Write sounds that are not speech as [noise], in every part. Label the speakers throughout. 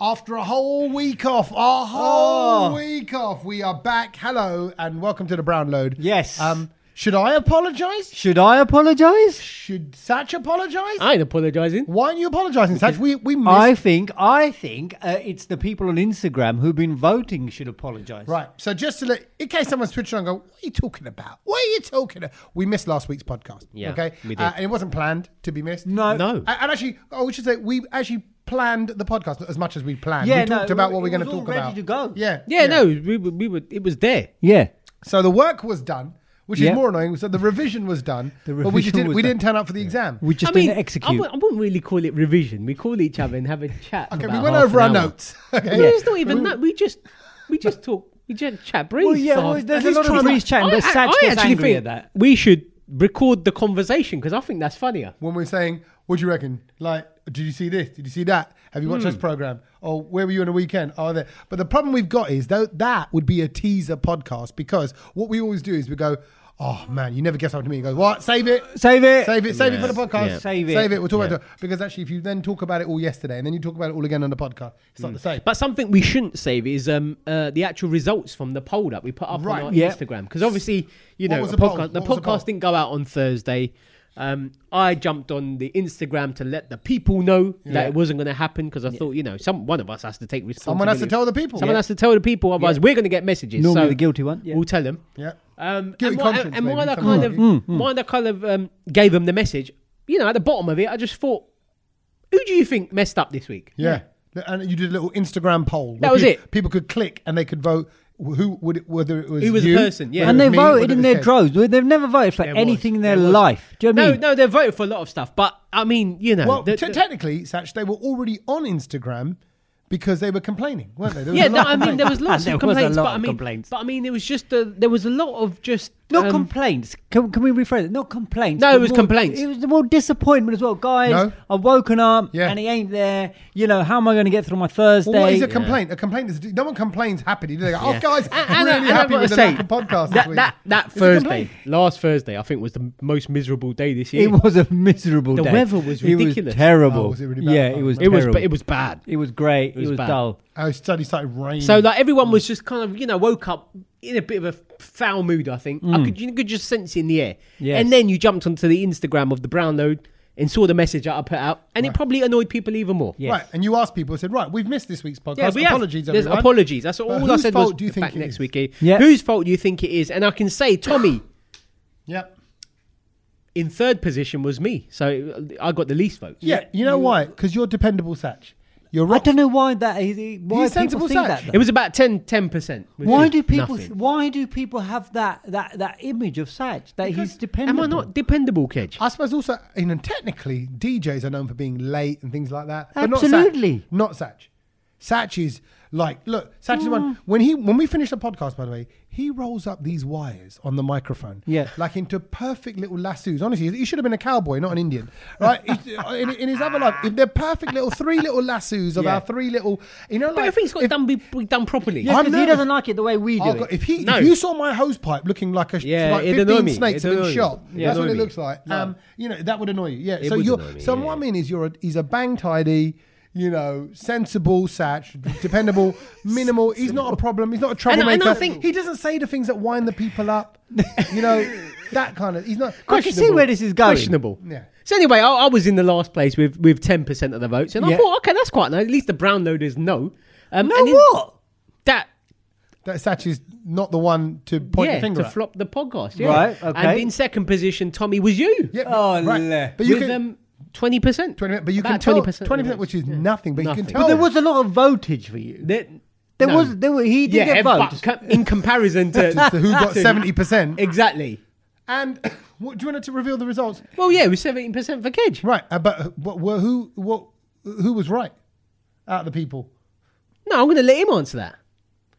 Speaker 1: After a whole week off, a whole
Speaker 2: Oh.
Speaker 1: week off, we are back. Hello and welcome to the Brown Load.
Speaker 2: Yes.
Speaker 1: Um, should I apologise?
Speaker 2: Should I apologise?
Speaker 1: Should Satch apologise?
Speaker 3: I ain't apologising.
Speaker 1: Why aren't you apologising, Satch? We we missed.
Speaker 2: I think I think uh, it's the people on Instagram who've been voting should apologise.
Speaker 1: right. So just to let, in case someone's switching on, go. What are you talking about? What are you talking? about? We missed last week's podcast.
Speaker 3: Yeah,
Speaker 1: Okay.
Speaker 3: we did.
Speaker 1: Uh, and it wasn't planned to be missed.
Speaker 2: No.
Speaker 3: No.
Speaker 1: And and actually, oh, we should say we actually planned the podcast as much as we planned.
Speaker 2: Yeah,
Speaker 1: we talked
Speaker 2: no,
Speaker 1: about what
Speaker 2: it
Speaker 1: we're going to
Speaker 2: was all
Speaker 1: talk
Speaker 2: ready
Speaker 1: about.
Speaker 2: to go.
Speaker 1: Yeah,
Speaker 3: Yeah, no, we, were- we were. It was there.
Speaker 2: Yeah.
Speaker 1: So the work was done, which
Speaker 2: Yeah.
Speaker 1: is more annoying. So the revision was done,
Speaker 2: The
Speaker 1: but we just
Speaker 2: revision
Speaker 1: didn't,
Speaker 2: was
Speaker 1: we
Speaker 2: done.
Speaker 1: didn't turn up for the exam.
Speaker 2: We just
Speaker 3: I mean,
Speaker 2: didn't
Speaker 3: I,
Speaker 2: execute.
Speaker 3: wou- I wouldn't really call it revision. We call each other and have a chat.
Speaker 1: okay,
Speaker 3: about
Speaker 1: we went
Speaker 3: half
Speaker 1: over our
Speaker 3: an hour.
Speaker 1: notes. [laughs] Okay.
Speaker 3: No, it's not even that. We just, we just talk. We just chat breeze.
Speaker 2: well, yeah,
Speaker 3: So-
Speaker 2: well, there's
Speaker 1: he's
Speaker 2: a lot
Speaker 1: trying
Speaker 2: of
Speaker 1: to-
Speaker 2: breeze chatting, but Satch gets angry
Speaker 3: think
Speaker 2: at that.
Speaker 3: we should record the conversation because I think that's funnier.
Speaker 1: When we're saying, what do you reckon? Like, did you see this? Did you see that? Have you watched this program? Or where were you on the weekend? Oh, there. But the problem we've got is though that would be a teaser podcast because what we always do is we go, oh man, you never guess up to me. You go, what? Save it.
Speaker 2: Save it.
Speaker 1: Save it, save it for the
Speaker 3: Yeah,
Speaker 1: podcast.
Speaker 3: yeah.
Speaker 2: Save it.
Speaker 1: Save it. We'll talk about it. Because actually, if you then talk about it all yesterday and then you talk about it all again on the podcast, it's not the same.
Speaker 3: But something we shouldn't save is um, uh, the actual results from the poll that we put up
Speaker 1: Right.
Speaker 3: on our
Speaker 2: Yeah.
Speaker 3: Instagram. Because obviously, you
Speaker 1: What
Speaker 3: know,
Speaker 1: was
Speaker 3: the
Speaker 1: the poll?
Speaker 3: podcast, the
Speaker 1: What was the poll?
Speaker 3: podcast didn't go out on Thursday. Um, I jumped on the Instagram to let the people know that it wasn't going to happen because I thought, you know, some one of us has to take responsibility.
Speaker 1: Someone has to tell the people.
Speaker 3: Someone has to tell the people, otherwise we're going to get messages.
Speaker 2: Normally
Speaker 3: so
Speaker 2: the guilty one, yeah.
Speaker 3: We'll tell them.
Speaker 1: yeah.
Speaker 3: Um,
Speaker 1: Guilty
Speaker 3: and while,
Speaker 1: conscience,
Speaker 3: and while
Speaker 1: maybe,
Speaker 3: I
Speaker 1: something
Speaker 3: kind
Speaker 1: like
Speaker 3: of,
Speaker 2: Mm,
Speaker 3: while I kind of um, gave them the message, you know, at the bottom of it, I just thought, who do you think messed up this week?
Speaker 1: Yeah. And you did a little Instagram poll. where
Speaker 3: That was
Speaker 1: peop-
Speaker 3: it.
Speaker 1: People could click and they could vote who would it, whether it was
Speaker 3: Who was the
Speaker 1: you,
Speaker 3: person, yeah.
Speaker 1: whether
Speaker 2: and
Speaker 1: it
Speaker 2: they
Speaker 1: was me,
Speaker 2: voted
Speaker 1: whether
Speaker 2: in
Speaker 1: it
Speaker 2: their
Speaker 1: was Ted.
Speaker 2: droves. Well, They've never voted for anything in their life. Do you know what I
Speaker 3: No,
Speaker 2: mean?
Speaker 3: no, they voted for a lot of stuff, but I mean, you know,
Speaker 1: Well,
Speaker 3: the-
Speaker 1: te-
Speaker 3: the-
Speaker 1: technically, Satch, they were already on Instagram because they were complaining, weren't they? There was
Speaker 3: yeah.
Speaker 1: a
Speaker 3: No,
Speaker 1: lot
Speaker 3: I
Speaker 1: of
Speaker 3: mean, there
Speaker 1: complaints.
Speaker 3: was lots
Speaker 2: There
Speaker 3: of
Speaker 2: was a
Speaker 3: complaints,
Speaker 2: lot
Speaker 3: but I
Speaker 2: of
Speaker 3: mean,
Speaker 2: complaints.
Speaker 3: but I mean, it was just a, there was a lot of just
Speaker 2: Not
Speaker 3: um,
Speaker 2: complaints. Can, can we rephrase it? Not complaints.
Speaker 3: No,
Speaker 2: but
Speaker 3: it was
Speaker 2: more-
Speaker 3: complaints.
Speaker 2: It was more disappointment as well. Guys,
Speaker 1: No.
Speaker 2: I've woken up
Speaker 1: Yeah.
Speaker 2: and he ain't there. You know, how am I going to get through my Thursday?
Speaker 1: Well, what is a complaint? A complaint is no one complains happily. do They go, oh, guys,
Speaker 3: And-
Speaker 1: I'm
Speaker 3: and I-
Speaker 1: really
Speaker 3: and I've
Speaker 1: happy
Speaker 3: got
Speaker 1: with
Speaker 3: to
Speaker 1: the
Speaker 3: say,
Speaker 1: lack of podcast this
Speaker 3: That
Speaker 1: week.
Speaker 3: that, that
Speaker 2: a
Speaker 3: Thursday,
Speaker 2: complaint.
Speaker 3: last Thursday, I think was the m- most miserable day this year.
Speaker 2: It was a miserable
Speaker 3: The
Speaker 2: day.
Speaker 3: weather was
Speaker 2: It was
Speaker 3: ridiculous.
Speaker 2: terrible.
Speaker 1: Oh, was it really bad?
Speaker 2: Yeah,
Speaker 1: Oh,
Speaker 2: it was.
Speaker 3: it was,
Speaker 2: terrible.
Speaker 3: but it was bad.
Speaker 2: It was great. It was,
Speaker 3: was bad.
Speaker 2: dull.
Speaker 1: I Oh, suddenly started raining.
Speaker 3: So like everyone was just kind of you know woke up in a bit of a foul mood. I think I could you could just sense it in the air.
Speaker 2: Mm. Yes.
Speaker 3: And then you jumped onto the Instagram of the Brown Load and saw the message that I put out, and it probably annoyed people even more.
Speaker 2: Yes.
Speaker 1: Right, and you asked people, said, right, we've missed this week's podcast.
Speaker 3: Yeah, we have.
Speaker 1: apologies,
Speaker 3: There's
Speaker 1: everyone.
Speaker 3: apologies. That's all
Speaker 1: But
Speaker 3: I
Speaker 1: whose
Speaker 3: said.
Speaker 1: fault
Speaker 3: was
Speaker 1: do you think
Speaker 3: back
Speaker 1: it
Speaker 3: next
Speaker 1: is?
Speaker 3: week? eh?
Speaker 2: Yeah.
Speaker 3: Whose fault do you think it is? And I can say Tommy
Speaker 1: Yep.
Speaker 3: in third position was me, so uh, I got the least votes.
Speaker 1: Yeah, you know why? Because you're dependable, Satch. You're
Speaker 2: I
Speaker 1: rock
Speaker 2: don't know why that is. Why
Speaker 1: He's
Speaker 2: people
Speaker 1: sensible
Speaker 2: think
Speaker 1: Satch.
Speaker 2: that. though.
Speaker 3: It was about 10 percent.
Speaker 2: Why do people? Why do people have that that that image of Satch that he's
Speaker 3: Am
Speaker 2: dependent?
Speaker 3: I not dependable, Kedge?
Speaker 1: I suppose also, you know, technically, DJs are known for being late and things like that. But
Speaker 2: Absolutely.
Speaker 1: Not Satch. Not Satch is like, look, Satch is
Speaker 2: Ah.
Speaker 1: one. When he when we finish the podcast, by the way, he rolls up these wires on the microphone.
Speaker 2: Yeah.
Speaker 1: Like into perfect little lassos. Honestly, he should have been a cowboy, not an Indian. Right? He's- [laughs] in, in his other life, if they're perfect little three little lassos of
Speaker 2: Yeah.
Speaker 1: our three little, you know,
Speaker 3: But
Speaker 1: like.
Speaker 3: everything's got done, be, be done properly.
Speaker 2: Yeah,
Speaker 1: I'm
Speaker 2: because he
Speaker 1: nervous.
Speaker 2: doesn't like it the way we do
Speaker 1: Oh,
Speaker 2: it.
Speaker 1: God, if he,
Speaker 3: No.
Speaker 1: if you saw my hose pipe looking like a
Speaker 3: Yeah,
Speaker 1: like
Speaker 3: it'd annoy
Speaker 1: fifteen
Speaker 3: me.
Speaker 1: snakes
Speaker 3: It'd
Speaker 1: have
Speaker 3: annoy
Speaker 1: been
Speaker 3: me.
Speaker 1: shot,
Speaker 3: Yeah,
Speaker 1: that's what
Speaker 3: annoy
Speaker 1: it
Speaker 3: me.
Speaker 1: looks like. Um, you know that would annoy you. Yeah. so
Speaker 3: would
Speaker 1: you're
Speaker 3: annoy me,
Speaker 1: so
Speaker 3: yeah,
Speaker 1: what I
Speaker 3: yeah.
Speaker 1: mean is you're a, he's a bang tidy, you know, sensible satch,
Speaker 3: [laughs]
Speaker 1: dependable, minimal. He's not a problem. He's not a
Speaker 3: And
Speaker 1: troublemaker.
Speaker 3: I- and I think-
Speaker 1: he doesn't say the things that wind the people up. you
Speaker 3: [laughs]
Speaker 1: know that kind of. He's not.
Speaker 2: I can see where this is going.
Speaker 3: Questionable.
Speaker 1: Yeah.
Speaker 3: So anyway, I, I was in the last place with with ten percent of the votes, and
Speaker 2: Yeah.
Speaker 3: I thought, okay, that's quite nice. At least the brown loaders know. Um,
Speaker 2: No,
Speaker 3: and in-
Speaker 2: what?
Speaker 3: that
Speaker 1: That Satch is not the one to point
Speaker 3: yeah
Speaker 1: the finger
Speaker 3: to
Speaker 1: at.
Speaker 3: flop the podcast. Yeah.
Speaker 2: Right, okay.
Speaker 3: And in second position, Tommy was you.
Speaker 1: Yeah,
Speaker 2: Oh,
Speaker 1: right.
Speaker 2: leh.
Speaker 1: But you
Speaker 3: with
Speaker 1: can.
Speaker 3: um twenty percent.
Speaker 1: 20 but you can
Speaker 3: About
Speaker 1: tell
Speaker 3: 20%
Speaker 1: 20%,
Speaker 3: of the votes.
Speaker 1: which is
Speaker 3: Yeah.
Speaker 1: nothing, but you
Speaker 3: Nothing.
Speaker 1: can
Speaker 3: But
Speaker 1: tell.
Speaker 2: There was a lot of voltage for you.
Speaker 3: There,
Speaker 2: There
Speaker 3: no.
Speaker 2: was. There were. He did
Speaker 3: yeah,
Speaker 2: get
Speaker 3: but
Speaker 2: votes.
Speaker 3: co- in comparison to,
Speaker 1: [laughs] to who
Speaker 3: [laughs]
Speaker 1: got
Speaker 3: to-
Speaker 1: seventy percent.
Speaker 3: Exactly.
Speaker 1: And what, do you want to reveal the results?
Speaker 3: Well, yeah, it was seventeen percent for Kedge.
Speaker 1: Right, uh, but what, what, who what who was right out of the people?
Speaker 3: No, I'm going to let him answer that.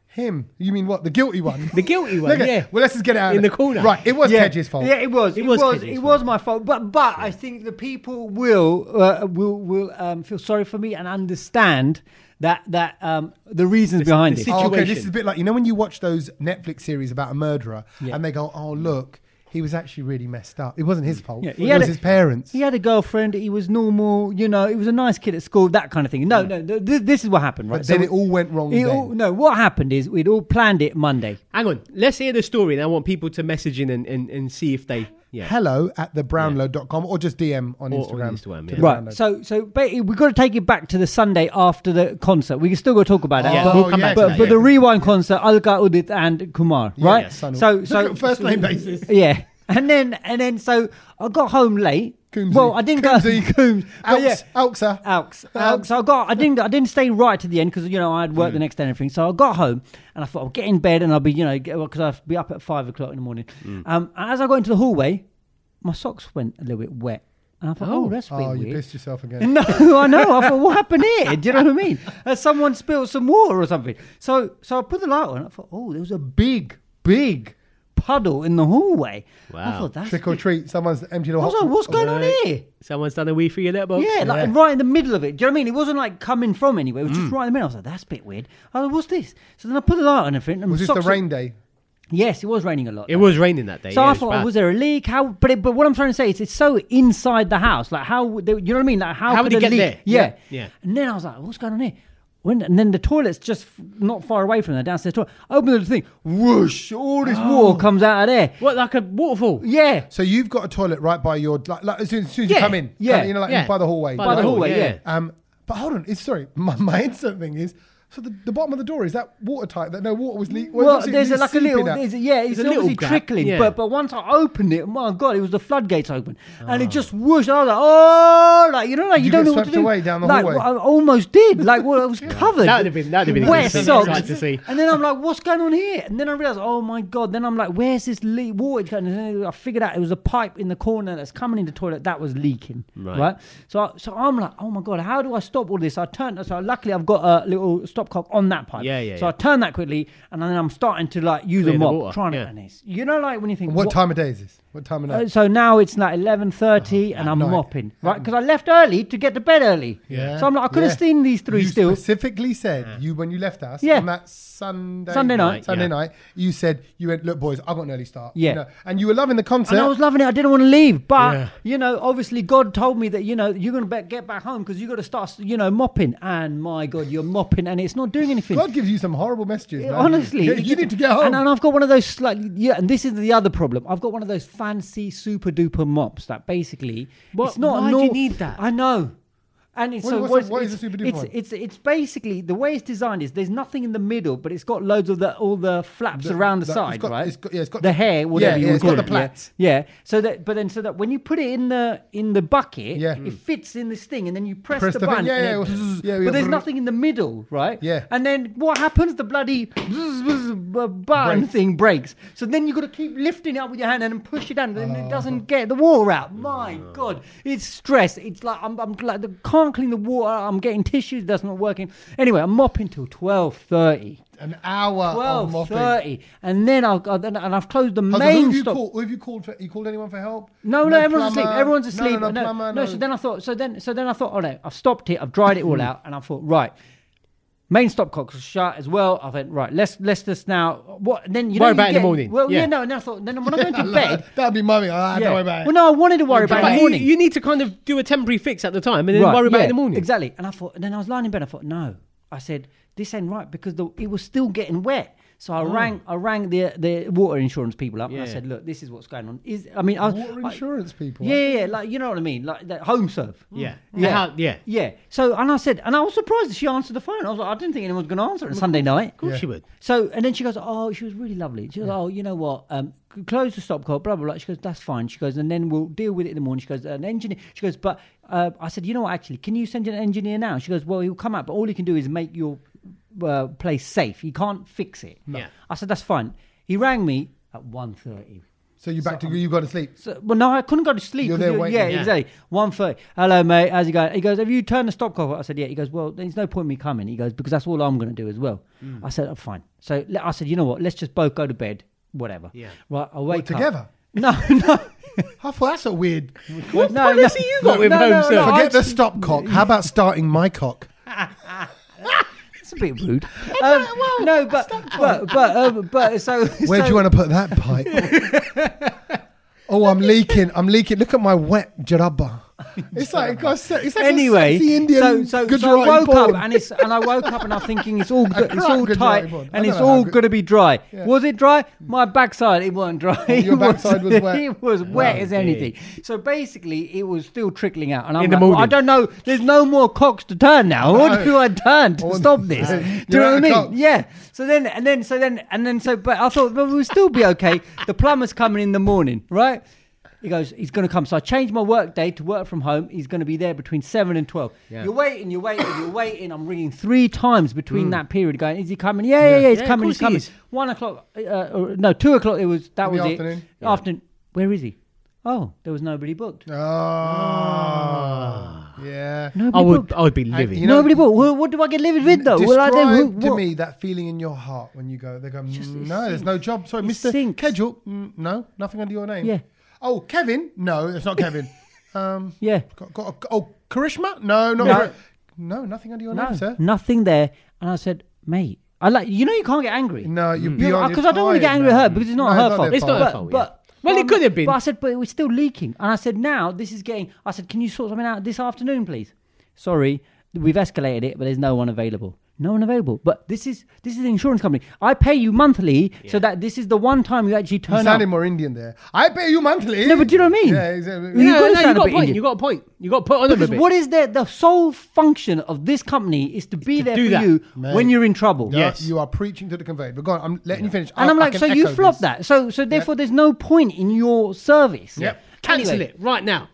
Speaker 1: Him. You mean what? The guilty one.
Speaker 3: The guilty
Speaker 1: [laughs]
Speaker 3: one.
Speaker 1: Look at-
Speaker 3: yeah.
Speaker 1: Well, let's just get it out
Speaker 3: In
Speaker 1: of
Speaker 3: the
Speaker 1: it.
Speaker 3: corner.
Speaker 1: Right. It was
Speaker 2: yeah.
Speaker 1: Kedge's fault.
Speaker 2: Yeah, it was. It,
Speaker 3: was
Speaker 2: was.
Speaker 3: Kedge's
Speaker 2: it
Speaker 3: fault.
Speaker 2: was my fault. But but I think the people will uh, will will um, feel sorry for me and understand that that um, the reasons behind
Speaker 3: the
Speaker 2: it.
Speaker 3: situ-
Speaker 1: Oh, okay.
Speaker 3: situation.
Speaker 1: This is a bit like you know when you watch those Netflix series about a murderer and they go, "Oh look, he was actually really messed up. It wasn't his fault.
Speaker 2: Yeah, he
Speaker 1: it
Speaker 2: had
Speaker 1: was
Speaker 2: a-
Speaker 1: his parents.
Speaker 2: He had a girlfriend. He was normal. You know, he was a nice kid at school. That kind of thing. No, no. Th- th- this is what happened, right?
Speaker 1: But then it all went wrong
Speaker 2: it
Speaker 1: then.
Speaker 2: all- no, what happened is we'd all planned it Monday.
Speaker 3: Hang on, let's hear the story, and I want people to message in and, and, and see if they yeah.
Speaker 1: Hello at thebrownlow.com or just DM on
Speaker 3: Or- or
Speaker 1: Instagram.
Speaker 3: Instagram,
Speaker 1: to
Speaker 3: yeah.
Speaker 1: the
Speaker 2: Right.
Speaker 1: Brownlow.
Speaker 2: So, so but we've got to take it back to the Sunday after the concert. We can still go talk about it.
Speaker 1: Oh, Yeah,
Speaker 2: but
Speaker 1: we'll come back to
Speaker 2: but,
Speaker 1: that,
Speaker 2: but
Speaker 1: yeah.
Speaker 2: the rewind concert, Alka Udit and Kumar, right?
Speaker 1: yeah, son of-
Speaker 2: so,
Speaker 1: Look
Speaker 2: so
Speaker 1: at first name basis.
Speaker 2: [laughs] yeah. And then and then so I got home late.
Speaker 1: Coombsy.
Speaker 2: Well, I didn't [laughs]
Speaker 1: Coombsy.
Speaker 2: go Coombs. but yeah.
Speaker 1: Alks, Alksa.
Speaker 2: Alks. Alks. I got. I didn't. I didn't stay right to the end because you know I had work the next day and everything. So I got home and I thought I'll get in bed and I'll be you know because I'll be up at five o'clock in the morning. Um, and as I got into the hallway, my socks went a little bit wet, and I thought, oh,
Speaker 3: Oh.
Speaker 2: that's been
Speaker 1: Oh,
Speaker 2: weird.
Speaker 1: you
Speaker 2: [laughs]
Speaker 1: pissed yourself again.
Speaker 2: No, I know. I thought, what happened here? Do you know what I mean? Uh, someone spilled some water or something. So, so I put the light on. I thought, oh, there was a big, big puddle in the hallway. I
Speaker 3: Wow.
Speaker 2: thought, that's
Speaker 1: Trick or
Speaker 2: weird.
Speaker 1: treat. Someone's emptied a
Speaker 2: I
Speaker 1: hot
Speaker 2: was like, what's going on
Speaker 3: Right.
Speaker 2: here?
Speaker 3: Someone's done a wee for your letterbox.
Speaker 2: Yeah, like
Speaker 1: Yeah.
Speaker 2: right in the middle of it. Do you know what I mean? It wasn't like coming from anywhere. It was
Speaker 3: Mm.
Speaker 2: just right in the middle. I was like, that's a bit weird. I was like, what's this? So then I put the light on and everything. And
Speaker 1: Was
Speaker 2: my
Speaker 1: this the
Speaker 2: socks-
Speaker 1: rain day?
Speaker 2: Yes, it was raining a lot.
Speaker 3: It was raining that day.
Speaker 2: So
Speaker 3: yeah,
Speaker 2: I
Speaker 3: it's
Speaker 2: thought,
Speaker 3: bad.
Speaker 2: was there a leak? How? But it, but what I'm trying to say is, it's so inside the house. Like how? would They, you know what I mean? Like how?
Speaker 3: How
Speaker 2: could
Speaker 3: would it
Speaker 2: a
Speaker 3: get
Speaker 2: leak?
Speaker 3: there?
Speaker 2: Yeah.
Speaker 3: Yeah. Yeah.
Speaker 2: And then I was like, what's going on here? When, and then the toilet's just f- not far away from the downstairs toilet. I open the thing, whoosh! All this
Speaker 3: Oh.
Speaker 2: water comes out of there.
Speaker 3: what like a waterfall?
Speaker 2: Yeah.
Speaker 1: So you've got a toilet right by your like, like as soon as soon as
Speaker 2: Yeah,
Speaker 1: you come in,
Speaker 2: yeah,
Speaker 1: Kinda, you know, like
Speaker 3: yeah.
Speaker 1: by the hallway,
Speaker 3: By
Speaker 2: By
Speaker 1: right?
Speaker 2: the hallway, yeah.
Speaker 3: yeah.
Speaker 1: Um, but hold on, it's sorry. [laughs] My, my instant thing is so the, the bottom of the door is that watertight. That no water was leaking.
Speaker 2: Well, there's a, like a little, there's a, yeah, it's
Speaker 3: There's a little
Speaker 2: obviously
Speaker 3: gap,
Speaker 2: trickling.
Speaker 3: yeah.
Speaker 2: But but once I opened it, my god, it was the floodgates open, and it just whooshed. I was like, oh, like you know, like
Speaker 1: Did
Speaker 2: you
Speaker 1: you
Speaker 2: don't
Speaker 1: get
Speaker 2: know what to
Speaker 1: swept
Speaker 2: do.
Speaker 1: away down the
Speaker 2: like,
Speaker 1: hallway?
Speaker 2: I almost did. Like, well, it was covered.
Speaker 3: That would have been- that would have been a
Speaker 2: wet
Speaker 3: good scene.
Speaker 2: socks.
Speaker 3: I'd like to see.
Speaker 2: And then I'm like, what's going on here? And then I realized, oh my god. Then I'm like, where's this leak? Water going? And then I figured out it was a pipe in the corner that's coming in the toilet that was leaking. Right.
Speaker 3: Right.
Speaker 2: So I, so I'm like, oh my god, how do I stop all this? I turned. So luckily, I've got a little stopcock on that pipe.
Speaker 3: Yeah, yeah,
Speaker 2: So I
Speaker 3: yeah.
Speaker 2: turn that quickly, and then I'm starting to like use
Speaker 3: Clear
Speaker 2: a
Speaker 3: the
Speaker 2: mop,
Speaker 3: water,
Speaker 2: trying to.
Speaker 3: yeah.
Speaker 2: And it's, you know, like when you think
Speaker 1: What,
Speaker 2: what-
Speaker 1: time of day is this? What time of
Speaker 2: uh,
Speaker 1: night?
Speaker 2: so now it's like eleven thirty, and I'm
Speaker 1: night.
Speaker 2: mopping, right? Because I left early to get to bed early.
Speaker 1: Yeah.
Speaker 2: So I'm like, I could have
Speaker 1: Yeah.
Speaker 2: seen these three
Speaker 1: you
Speaker 2: still.
Speaker 1: specifically said you when you left us
Speaker 2: Yeah.
Speaker 1: on that Sunday
Speaker 2: Sunday night.
Speaker 1: Sunday
Speaker 3: Yeah.
Speaker 1: night you said you went look boys I got an early start
Speaker 2: Yeah.
Speaker 1: you know, and you were loving the concert
Speaker 2: And I was loving it. I didn't want to leave, but
Speaker 3: Yeah.
Speaker 2: you know, obviously, God told me that you know you're going to get back home because you got to start, you know, mopping. And my God, you're mopping, and it's not doing anything.
Speaker 1: God gives you some horrible messages man.
Speaker 2: Honestly,
Speaker 1: you, [laughs]
Speaker 2: it
Speaker 1: you
Speaker 2: gets-
Speaker 1: need to get home
Speaker 2: And, and I've got one of those like yeah. And this is the other problem. I've got one of those fancy super duper mops that basically
Speaker 3: What-
Speaker 2: it's not. a
Speaker 3: why do you
Speaker 2: normal-
Speaker 3: need that?
Speaker 2: I know. And it's
Speaker 1: What-
Speaker 2: so
Speaker 1: what's
Speaker 2: what's-
Speaker 1: the- what is
Speaker 2: it's-
Speaker 1: a super duper
Speaker 2: it's,
Speaker 1: one?
Speaker 2: it's it's basically the way it's designed is there's nothing in the middle, but it's got loads of the all the flaps
Speaker 1: The-
Speaker 2: around the,
Speaker 1: the- it's
Speaker 2: side,
Speaker 1: got-
Speaker 2: right?
Speaker 1: it's got- yeah, it's got-
Speaker 2: the hair,
Speaker 1: yeah,
Speaker 2: whatever you
Speaker 1: yeah,
Speaker 2: would
Speaker 1: it's
Speaker 2: call
Speaker 1: got
Speaker 2: it,
Speaker 1: the
Speaker 2: yeah.
Speaker 1: plaits.
Speaker 2: Yeah. So that but then so that when you put it in the in the bucket,
Speaker 1: Yeah.
Speaker 2: it
Speaker 1: Mm.
Speaker 2: fits in this thing, and then you press,
Speaker 1: Press
Speaker 2: the,
Speaker 1: the thing,
Speaker 2: button.
Speaker 1: yeah,
Speaker 2: and
Speaker 1: yeah,
Speaker 2: it
Speaker 1: it was-
Speaker 2: bzzz,
Speaker 1: yeah, yeah,
Speaker 2: but there's
Speaker 1: brrr.
Speaker 2: nothing in the middle, right?
Speaker 1: Yeah.
Speaker 2: And then what happens? The bloody bzz, bzz, b- button
Speaker 1: Breaks.
Speaker 2: thing breaks. So then you've got to keep lifting it up with your hand and then push it down, and
Speaker 1: Oh.
Speaker 2: it doesn't get the water out. My God, it's stress. It's like I'm, I'm like the, can't clean the water. I'm getting tissues. That's not working. Anyway, I'm mopping till twelve thirty.
Speaker 1: an hour of
Speaker 2: Twelve
Speaker 1: mopping
Speaker 2: thirty, and then I've got and I've closed the
Speaker 1: Husband, who
Speaker 2: main
Speaker 1: have you
Speaker 2: stop.
Speaker 1: called? Who have you called? For, you called anyone for help?
Speaker 2: No, no, everyone's
Speaker 1: plumber.
Speaker 2: asleep. Everyone's
Speaker 1: No,
Speaker 2: asleep.
Speaker 1: No, no, plumber, no.
Speaker 2: So then I thought. So then, so then I thought. Oh no, I've stopped it. I've dried it
Speaker 3: Mm.
Speaker 2: all out, and I thought, right. Main stopcock was shut as well. I went right. Let's let's just now. What and then? You know,
Speaker 3: Worry
Speaker 2: you
Speaker 3: about it in the
Speaker 2: get-
Speaker 3: morning.
Speaker 2: Well, yeah.
Speaker 3: Yeah.
Speaker 2: no. And then I thought. Then
Speaker 1: [laughs]
Speaker 2: when I went
Speaker 3: [laughs]
Speaker 2: to bed,
Speaker 1: That'd be mummy. Ah,
Speaker 2: yeah.
Speaker 1: Don't worry about it.
Speaker 2: well, no, I wanted to worry about it in
Speaker 3: But
Speaker 2: the
Speaker 3: you,
Speaker 2: morning.
Speaker 3: you need to kind of do a temporary fix at the time and then
Speaker 2: Right,
Speaker 3: worry about
Speaker 2: yeah,
Speaker 3: it in the morning.
Speaker 2: Exactly. And I thought, and then I was lying in bed. I thought, no. I said, this ain't right because the, it was still getting wet. So I rang, I rang the the water insurance people up, and I
Speaker 3: Oh. Yeah.
Speaker 2: said, look, this is what's going on. Is I mean, I,
Speaker 1: Water
Speaker 2: I-
Speaker 1: insurance people.
Speaker 2: Yeah, yeah, yeah, like you know what I mean, like that home serve.
Speaker 3: Yeah.
Speaker 2: Yeah.
Speaker 3: Yeah. How, yeah. Of
Speaker 2: Yeah. So and I said, and I was surprised that she answered the phone. I was like, I didn't think anyone was going to answer on Sunday night.
Speaker 3: course you would.
Speaker 2: So and then she goes, oh, she was really lovely. She goes, oh, you know what? Um, c- close the stop call, blah blah blah. She goes, that's fine. She goes, and then we'll deal with it in the morning. She goes, an engineer. She goes, but uh, I said, you know what? Actually, can you send an engineer now? She goes, well, he'll come out, but all he can do is make your uh, place safe. He can't fix it.
Speaker 3: No. Yeah.
Speaker 2: I said, that's fine. He rang me at 1.30.
Speaker 1: So you back to you got to sleep.
Speaker 2: So, well, no, I couldn't go to sleep.
Speaker 1: You're
Speaker 2: 'cause
Speaker 1: there
Speaker 2: you-
Speaker 1: waiting.
Speaker 2: yeah,
Speaker 3: Yeah.
Speaker 2: exactly. One thirty. Hello, mate. How's it going? He goes, "Have you turned the stop cock?" off?" I said, "Yeah." He goes, "Well, there's no point in me coming." He goes, "Because that's all I'm going to do as well." I said, oh, "Fine." So le- I said, "You know what? Let's just both go to bed. Whatever."
Speaker 3: Yeah.
Speaker 2: Right. I wake up.
Speaker 1: together?
Speaker 2: [laughs] No, no.
Speaker 1: I thought that's a weird.
Speaker 2: What no, policy
Speaker 3: you got with home serve?
Speaker 1: Forget
Speaker 2: I-
Speaker 1: the stop
Speaker 2: [laughs]
Speaker 1: cock. How about starting my cock?
Speaker 2: It's a bit rude. Um, no, but but but um, but so
Speaker 1: Where
Speaker 2: so, [laughs]
Speaker 1: do you want to put that pipe? Oh, I'm leaking. I'm leaking. Look at my wet jarabba. It's like it got se- it's like
Speaker 2: anyway,
Speaker 1: a sexy Indian
Speaker 2: so, so,
Speaker 1: Gujarati
Speaker 2: so I woke
Speaker 1: porn.
Speaker 2: up and it's and I woke up and I'm
Speaker 1: [laughs]
Speaker 2: thinking it's all good, it's
Speaker 1: crap
Speaker 2: all
Speaker 1: Gujarati
Speaker 2: tight
Speaker 1: porn. I
Speaker 2: and
Speaker 1: don't
Speaker 2: it's
Speaker 1: know how
Speaker 2: all
Speaker 1: good-
Speaker 2: going to be dry.
Speaker 1: Yeah. Oh,
Speaker 2: Was it dry? My backside it wasn't dry. [laughs] It
Speaker 1: your backside was wet. Oh,
Speaker 2: It was wet as
Speaker 3: dear.
Speaker 2: anything. So basically, it was still trickling out. And I'm
Speaker 3: In the
Speaker 2: like, well, I
Speaker 3: morning.
Speaker 2: don't know. There's no more cocks to turn now. What
Speaker 1: No.
Speaker 2: do I turn to
Speaker 1: Or- [laughs]
Speaker 2: stop this?
Speaker 1: Yeah.
Speaker 2: Do you
Speaker 1: You're
Speaker 2: know what I
Speaker 1: out
Speaker 2: mean?
Speaker 1: of cocks.
Speaker 2: Yeah. So then, and then, so then, and then, so, but I thought, well, we'll still be okay. The plumber's coming in the morning, right? He goes, he's going to come. So I changed my work day to work from home. He's going to be there between 7 and 12.
Speaker 3: Yeah.
Speaker 2: You're waiting, you're waiting, you're waiting. I'm ringing three times between that period going, is he coming? Yeah, yeah, yeah, he's
Speaker 3: Yeah, of
Speaker 2: coming, he's
Speaker 3: course he
Speaker 2: coming.
Speaker 3: is.
Speaker 2: One o'clock, uh, or, no, two o'clock, it was, that
Speaker 1: In
Speaker 2: was
Speaker 1: the
Speaker 2: it.
Speaker 1: afternoon.
Speaker 2: Afternoon. Where is he? Oh, there was nobody booked.
Speaker 1: Ah, yeah.
Speaker 2: Nobody
Speaker 3: I would,
Speaker 2: booked.
Speaker 3: I would be living.
Speaker 1: you know-
Speaker 2: nobody booked. Well, what do I get livid with, though? Well, I
Speaker 1: Describe
Speaker 2: don't-
Speaker 1: to
Speaker 2: what-
Speaker 1: me that feeling in your heart when you go. They go, "Mm,
Speaker 2: just- it
Speaker 1: no, there's no job. Sorry,
Speaker 2: It
Speaker 1: Mister
Speaker 2: sinks.
Speaker 1: Kedgel. Mm, no, nothing under your name.
Speaker 2: Yeah.
Speaker 1: Oh, Kevin. No, it's not
Speaker 2: [laughs]
Speaker 1: Kevin. um,
Speaker 2: Yeah.
Speaker 1: got, got a, oh, Karishma. No, not
Speaker 2: No.
Speaker 1: Kar- no, nothing under your
Speaker 2: No,
Speaker 1: name, sir.
Speaker 2: nothing there. And I said, mate, I like you know you can't get angry.
Speaker 1: No, you're beyond.
Speaker 2: because I don't want to get angry at her because it's not
Speaker 1: No,
Speaker 2: her
Speaker 1: not
Speaker 2: fault.
Speaker 1: their It's
Speaker 3: not fault. her fault, yeah. Well, it
Speaker 2: I'm-
Speaker 3: could have been.
Speaker 2: But I said, but it was still leaking, and I said, now this is getting. I said, can you sort something out this afternoon, please? Sorry, we've escalated it, but there's no one available. No one available. But this is this is the insurance company. I pay you monthly, so that this is the one time you actually
Speaker 1: You
Speaker 2: turn up.
Speaker 1: sounded more Indian there. I pay you monthly.
Speaker 2: No, but do you know what I mean?
Speaker 1: Yeah, exactly.
Speaker 2: You gotta sound a
Speaker 3: got
Speaker 2: bit
Speaker 3: a point.
Speaker 2: Indian.
Speaker 3: You got a point. You got to put on them a
Speaker 2: Because
Speaker 3: bit.
Speaker 2: what is there? The sole function of this company is to be
Speaker 3: to
Speaker 2: there
Speaker 3: do
Speaker 2: for
Speaker 3: that.
Speaker 2: you
Speaker 1: Mate.
Speaker 2: when you're in trouble.
Speaker 1: Yeah,
Speaker 3: Yes.
Speaker 1: You are preaching to the converted. But go on, I'm letting you finish.
Speaker 2: And
Speaker 1: I-
Speaker 2: I'm
Speaker 1: I
Speaker 2: like,
Speaker 1: can
Speaker 2: so you
Speaker 1: echo
Speaker 2: flopped
Speaker 1: this.
Speaker 2: that. So so therefore, there's no point in your service.
Speaker 1: Yep.
Speaker 3: Cancel
Speaker 2: Anyway,
Speaker 3: it right now.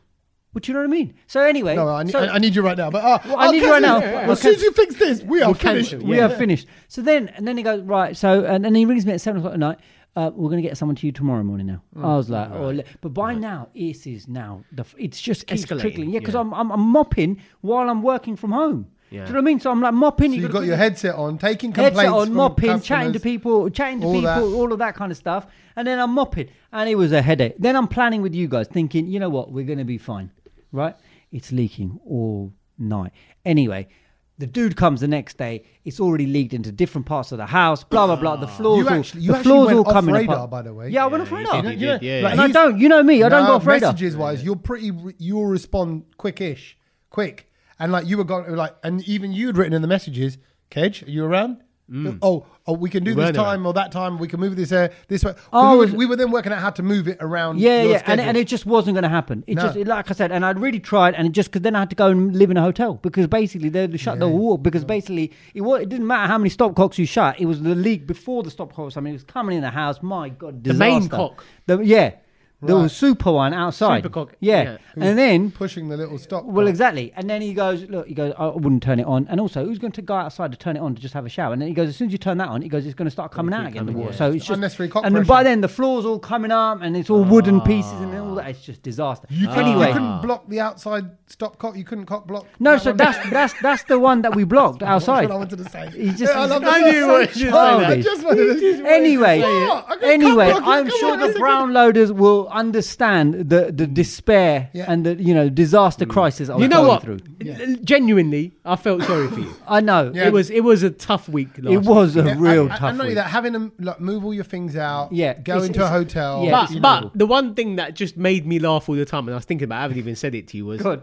Speaker 2: But you know what I mean. So anyway,
Speaker 1: No, I, ne-
Speaker 2: so
Speaker 1: I, I need you right now. But uh,
Speaker 2: I
Speaker 1: I'll
Speaker 2: need you
Speaker 1: cancel
Speaker 2: right now.
Speaker 1: this.
Speaker 2: Yeah, yeah,
Speaker 1: As
Speaker 2: yeah.
Speaker 1: soon as you fix this, we are finished.
Speaker 3: cancel,
Speaker 2: we
Speaker 1: Yeah.
Speaker 2: are finished. So then and then he goes right. So and then he rings me at seven o'clock at night. Uh, we're going to get someone to you tomorrow morning now.
Speaker 1: Mm.
Speaker 2: I was like, oh, le- but by now it is now. The f- it's just keeps
Speaker 3: Escalating,
Speaker 2: trickling. Yeah, because
Speaker 3: yeah.
Speaker 2: I'm, I'm I'm mopping while I'm working from home.
Speaker 3: Yeah.
Speaker 2: Do you know what I mean? So I'm like mopping.
Speaker 1: So
Speaker 2: you
Speaker 1: you've
Speaker 2: gotta
Speaker 1: got your
Speaker 2: quickly-
Speaker 1: headset on, taking complaints.
Speaker 2: headset on,
Speaker 1: from
Speaker 2: mopping,
Speaker 1: customers.
Speaker 2: chatting to people, chatting to
Speaker 1: all
Speaker 2: people,
Speaker 1: that.
Speaker 2: all of that kind of stuff. And then I'm mopping, and it was a headache. Then I'm planning with you guys, thinking, you know what, we're going to be fine, right? It's leaking all night. Anyway, the dude comes the next day. It's already leaked into different parts of the house. Blah blah blah. The floors,
Speaker 1: You
Speaker 2: all,
Speaker 1: actually- you
Speaker 2: the
Speaker 1: actually
Speaker 2: floors
Speaker 1: went
Speaker 2: all
Speaker 1: off
Speaker 2: coming
Speaker 1: radar,
Speaker 2: apart.
Speaker 1: by the way.
Speaker 2: Yeah, I went off
Speaker 3: you
Speaker 2: radar.
Speaker 1: you
Speaker 3: did, you
Speaker 1: know,
Speaker 3: did, Ah. yeah.
Speaker 1: like
Speaker 2: and I
Speaker 1: he's-
Speaker 2: don't. You know me. I don't
Speaker 1: No,
Speaker 2: go off radar.
Speaker 1: Messages wise, you're pretty. You'll respond quickish, quick, and like you were gone. Like, and even you'd written in the messages, Kedge, are you around? Oh, oh, we can do
Speaker 3: Mm. Weren't
Speaker 1: this
Speaker 3: around.
Speaker 1: time or that time. We can move this uh, this way. 'Cause
Speaker 2: Oh,
Speaker 1: we, were,
Speaker 2: was-
Speaker 1: we were then working out how to move it around.
Speaker 2: Yeah,
Speaker 1: your
Speaker 2: yeah, and,
Speaker 1: schedule.
Speaker 2: and it just wasn't going to happen. It
Speaker 1: No.
Speaker 2: just, like I said, and I'd really tried, and it just because then I had to go and live in a hotel because basically they had shut the wall because basically it was, it didn't matter how many stopcocks you shut, it was the leak before the stopcocks. I mean, it was coming in the house. My God,
Speaker 3: The main
Speaker 2: disaster.
Speaker 3: cock.
Speaker 2: The- yeah, the
Speaker 1: Right.
Speaker 2: super one outside,
Speaker 3: Super cock,
Speaker 2: yeah,
Speaker 1: yeah.
Speaker 2: and then
Speaker 1: pushing the little stop.
Speaker 2: well,
Speaker 1: button.
Speaker 2: exactly. And then he goes, look, he goes, I wouldn't turn it on. And also, who's going to go outside to turn it on to just have a shower? And then he goes, as soon as you turn that on, he goes, it's going to start coming out again. the water. So it's just
Speaker 1: Unnecessary cock
Speaker 2: And then by
Speaker 1: pressure.
Speaker 2: then, the floor's all coming up, and it's all wooden pieces, and all that. It's just disaster.
Speaker 1: Ah. You
Speaker 3: Ah.
Speaker 1: couldn't,
Speaker 2: anyway,
Speaker 1: you couldn't block the outside stop cock. You couldn't cock block.
Speaker 2: no.
Speaker 1: that
Speaker 2: So
Speaker 1: one. [laughs]
Speaker 2: that's that's that's the one that we blocked outside.
Speaker 1: That's what I wanted to say.
Speaker 2: He's just-
Speaker 1: I love that.
Speaker 2: I
Speaker 3: knew
Speaker 1: So
Speaker 3: you were just saying
Speaker 1: childish.
Speaker 2: that.
Speaker 1: I just wanted to-
Speaker 2: Anyway,
Speaker 1: What? I could
Speaker 2: anyway,
Speaker 1: cock block you.
Speaker 2: I'm
Speaker 1: Come
Speaker 2: sure
Speaker 1: on,
Speaker 2: the
Speaker 1: that's a
Speaker 2: brown loaders will understand the, the despair
Speaker 1: Yeah. Mm.
Speaker 2: and the you know disaster crisis. I was
Speaker 3: You know
Speaker 2: going
Speaker 3: what?
Speaker 2: Through.
Speaker 3: L- Genuinely, I felt sorry for you.
Speaker 2: I know
Speaker 1: Yeah.
Speaker 3: It was it was a tough week. Last
Speaker 2: it was a
Speaker 1: Yeah,
Speaker 2: real
Speaker 1: and-
Speaker 2: tough.
Speaker 1: And not only
Speaker 2: week.
Speaker 1: that, having them like, move all your things out.
Speaker 2: Yeah,
Speaker 1: go
Speaker 2: it's-
Speaker 1: into a
Speaker 2: it's-
Speaker 1: hotel.
Speaker 2: yeah,
Speaker 3: But
Speaker 2: it's
Speaker 3: but
Speaker 2: horrible.
Speaker 3: the one thing that just made me laugh all the time, and I was thinking about, it, I haven't even said it to you, was
Speaker 2: Good.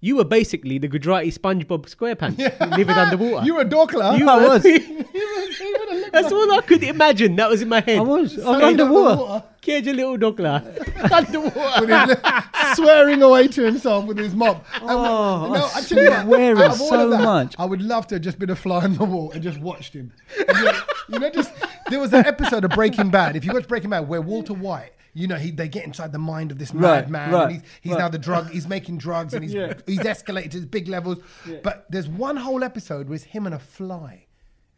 Speaker 3: you were basically the Gujarati SpongeBob SquarePants living underwater.
Speaker 1: [laughs] you were a dorkler. [laughs]
Speaker 3: You
Speaker 2: I
Speaker 3: were-
Speaker 2: was.
Speaker 3: [laughs] That's all I could imagine. That was in my head.
Speaker 2: I was. I
Speaker 1: Sunny
Speaker 2: was underwater.
Speaker 1: underwater,
Speaker 3: Cage a
Speaker 1: [laughs]
Speaker 3: little dogla. underwater.
Speaker 1: with his li- swearing away to himself with his mop. And we-
Speaker 2: Oh,
Speaker 1: no,
Speaker 2: I
Speaker 1: actually,
Speaker 2: swear wearing
Speaker 1: out of all of
Speaker 2: so
Speaker 1: that,
Speaker 2: much.
Speaker 1: I would love to have just been a fly on the wall and just watched him. And you know- you know, just there was an episode of Breaking Bad. If you watch Breaking Bad, where Walter White. You know, he, they get inside the mind of this
Speaker 2: Right,
Speaker 1: madman.
Speaker 2: right,
Speaker 1: and he's he's
Speaker 2: right.
Speaker 1: now the drug. He's making drugs, and he's
Speaker 2: Yeah.
Speaker 1: he's escalated to big levels. But there's one whole episode where it's him and a fly,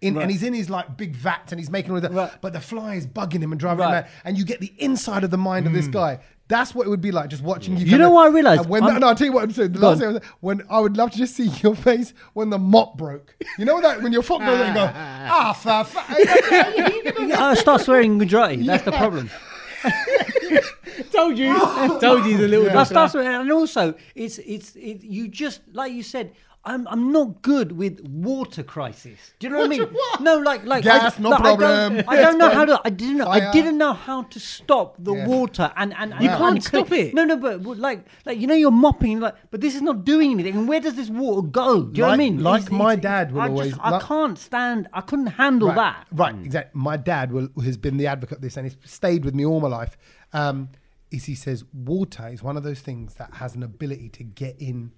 Speaker 1: in,
Speaker 2: Right.
Speaker 1: and he's in his like big vat, and he's making all that.
Speaker 2: Right.
Speaker 1: But the fly is bugging him and driving
Speaker 2: Right. Hmm.
Speaker 1: him mad and you get the inside of the mind of this guy. That's what it would be like just watching you.
Speaker 2: You
Speaker 1: kind
Speaker 2: know
Speaker 1: of-
Speaker 2: what I realised?
Speaker 1: And When
Speaker 2: I'm-
Speaker 1: that, no, I'll tell you what. I'm saying. The
Speaker 2: Go
Speaker 1: last
Speaker 2: on.
Speaker 1: thing I was, when I would love to just see [laughs] your face when the mop broke. You know that when your foot goes and you
Speaker 2: [laughs]
Speaker 1: go ah fa fa.
Speaker 2: I start swearing in uh, Gujarati. That's the problem.
Speaker 3: Told you.
Speaker 1: [laughs]
Speaker 3: Told you the little
Speaker 2: I
Speaker 3: dogla.
Speaker 2: start swearing, and also it's it's it, you just like you said. I'm I'm not good with water crisis. Do you know what, I mean?
Speaker 1: What?
Speaker 2: No, like like
Speaker 1: Gas,
Speaker 2: I,
Speaker 1: no
Speaker 2: like, I
Speaker 1: problem.
Speaker 2: don't, I don't know how to. I didn't. Know, I
Speaker 1: Fire.
Speaker 2: didn't know how to stop the
Speaker 1: Yeah.
Speaker 2: water, and and, and
Speaker 3: You
Speaker 2: and
Speaker 3: can't
Speaker 2: clean-
Speaker 3: stop it.
Speaker 2: No, no, but well, like like you know you're mopping like, but this is not doing anything. And where does this water go? Do you know what I
Speaker 1: Like-
Speaker 2: mean?
Speaker 1: like
Speaker 2: It's- it's-
Speaker 1: my dad would
Speaker 2: I
Speaker 1: always-
Speaker 2: Just, I
Speaker 1: like-
Speaker 2: can't stand. I couldn't handle
Speaker 1: right,
Speaker 2: that.
Speaker 1: Right, exactly. My dad will, has been the advocate of this and he's stayed with me all my life. Um, is he says water is one of those things that has an ability to get in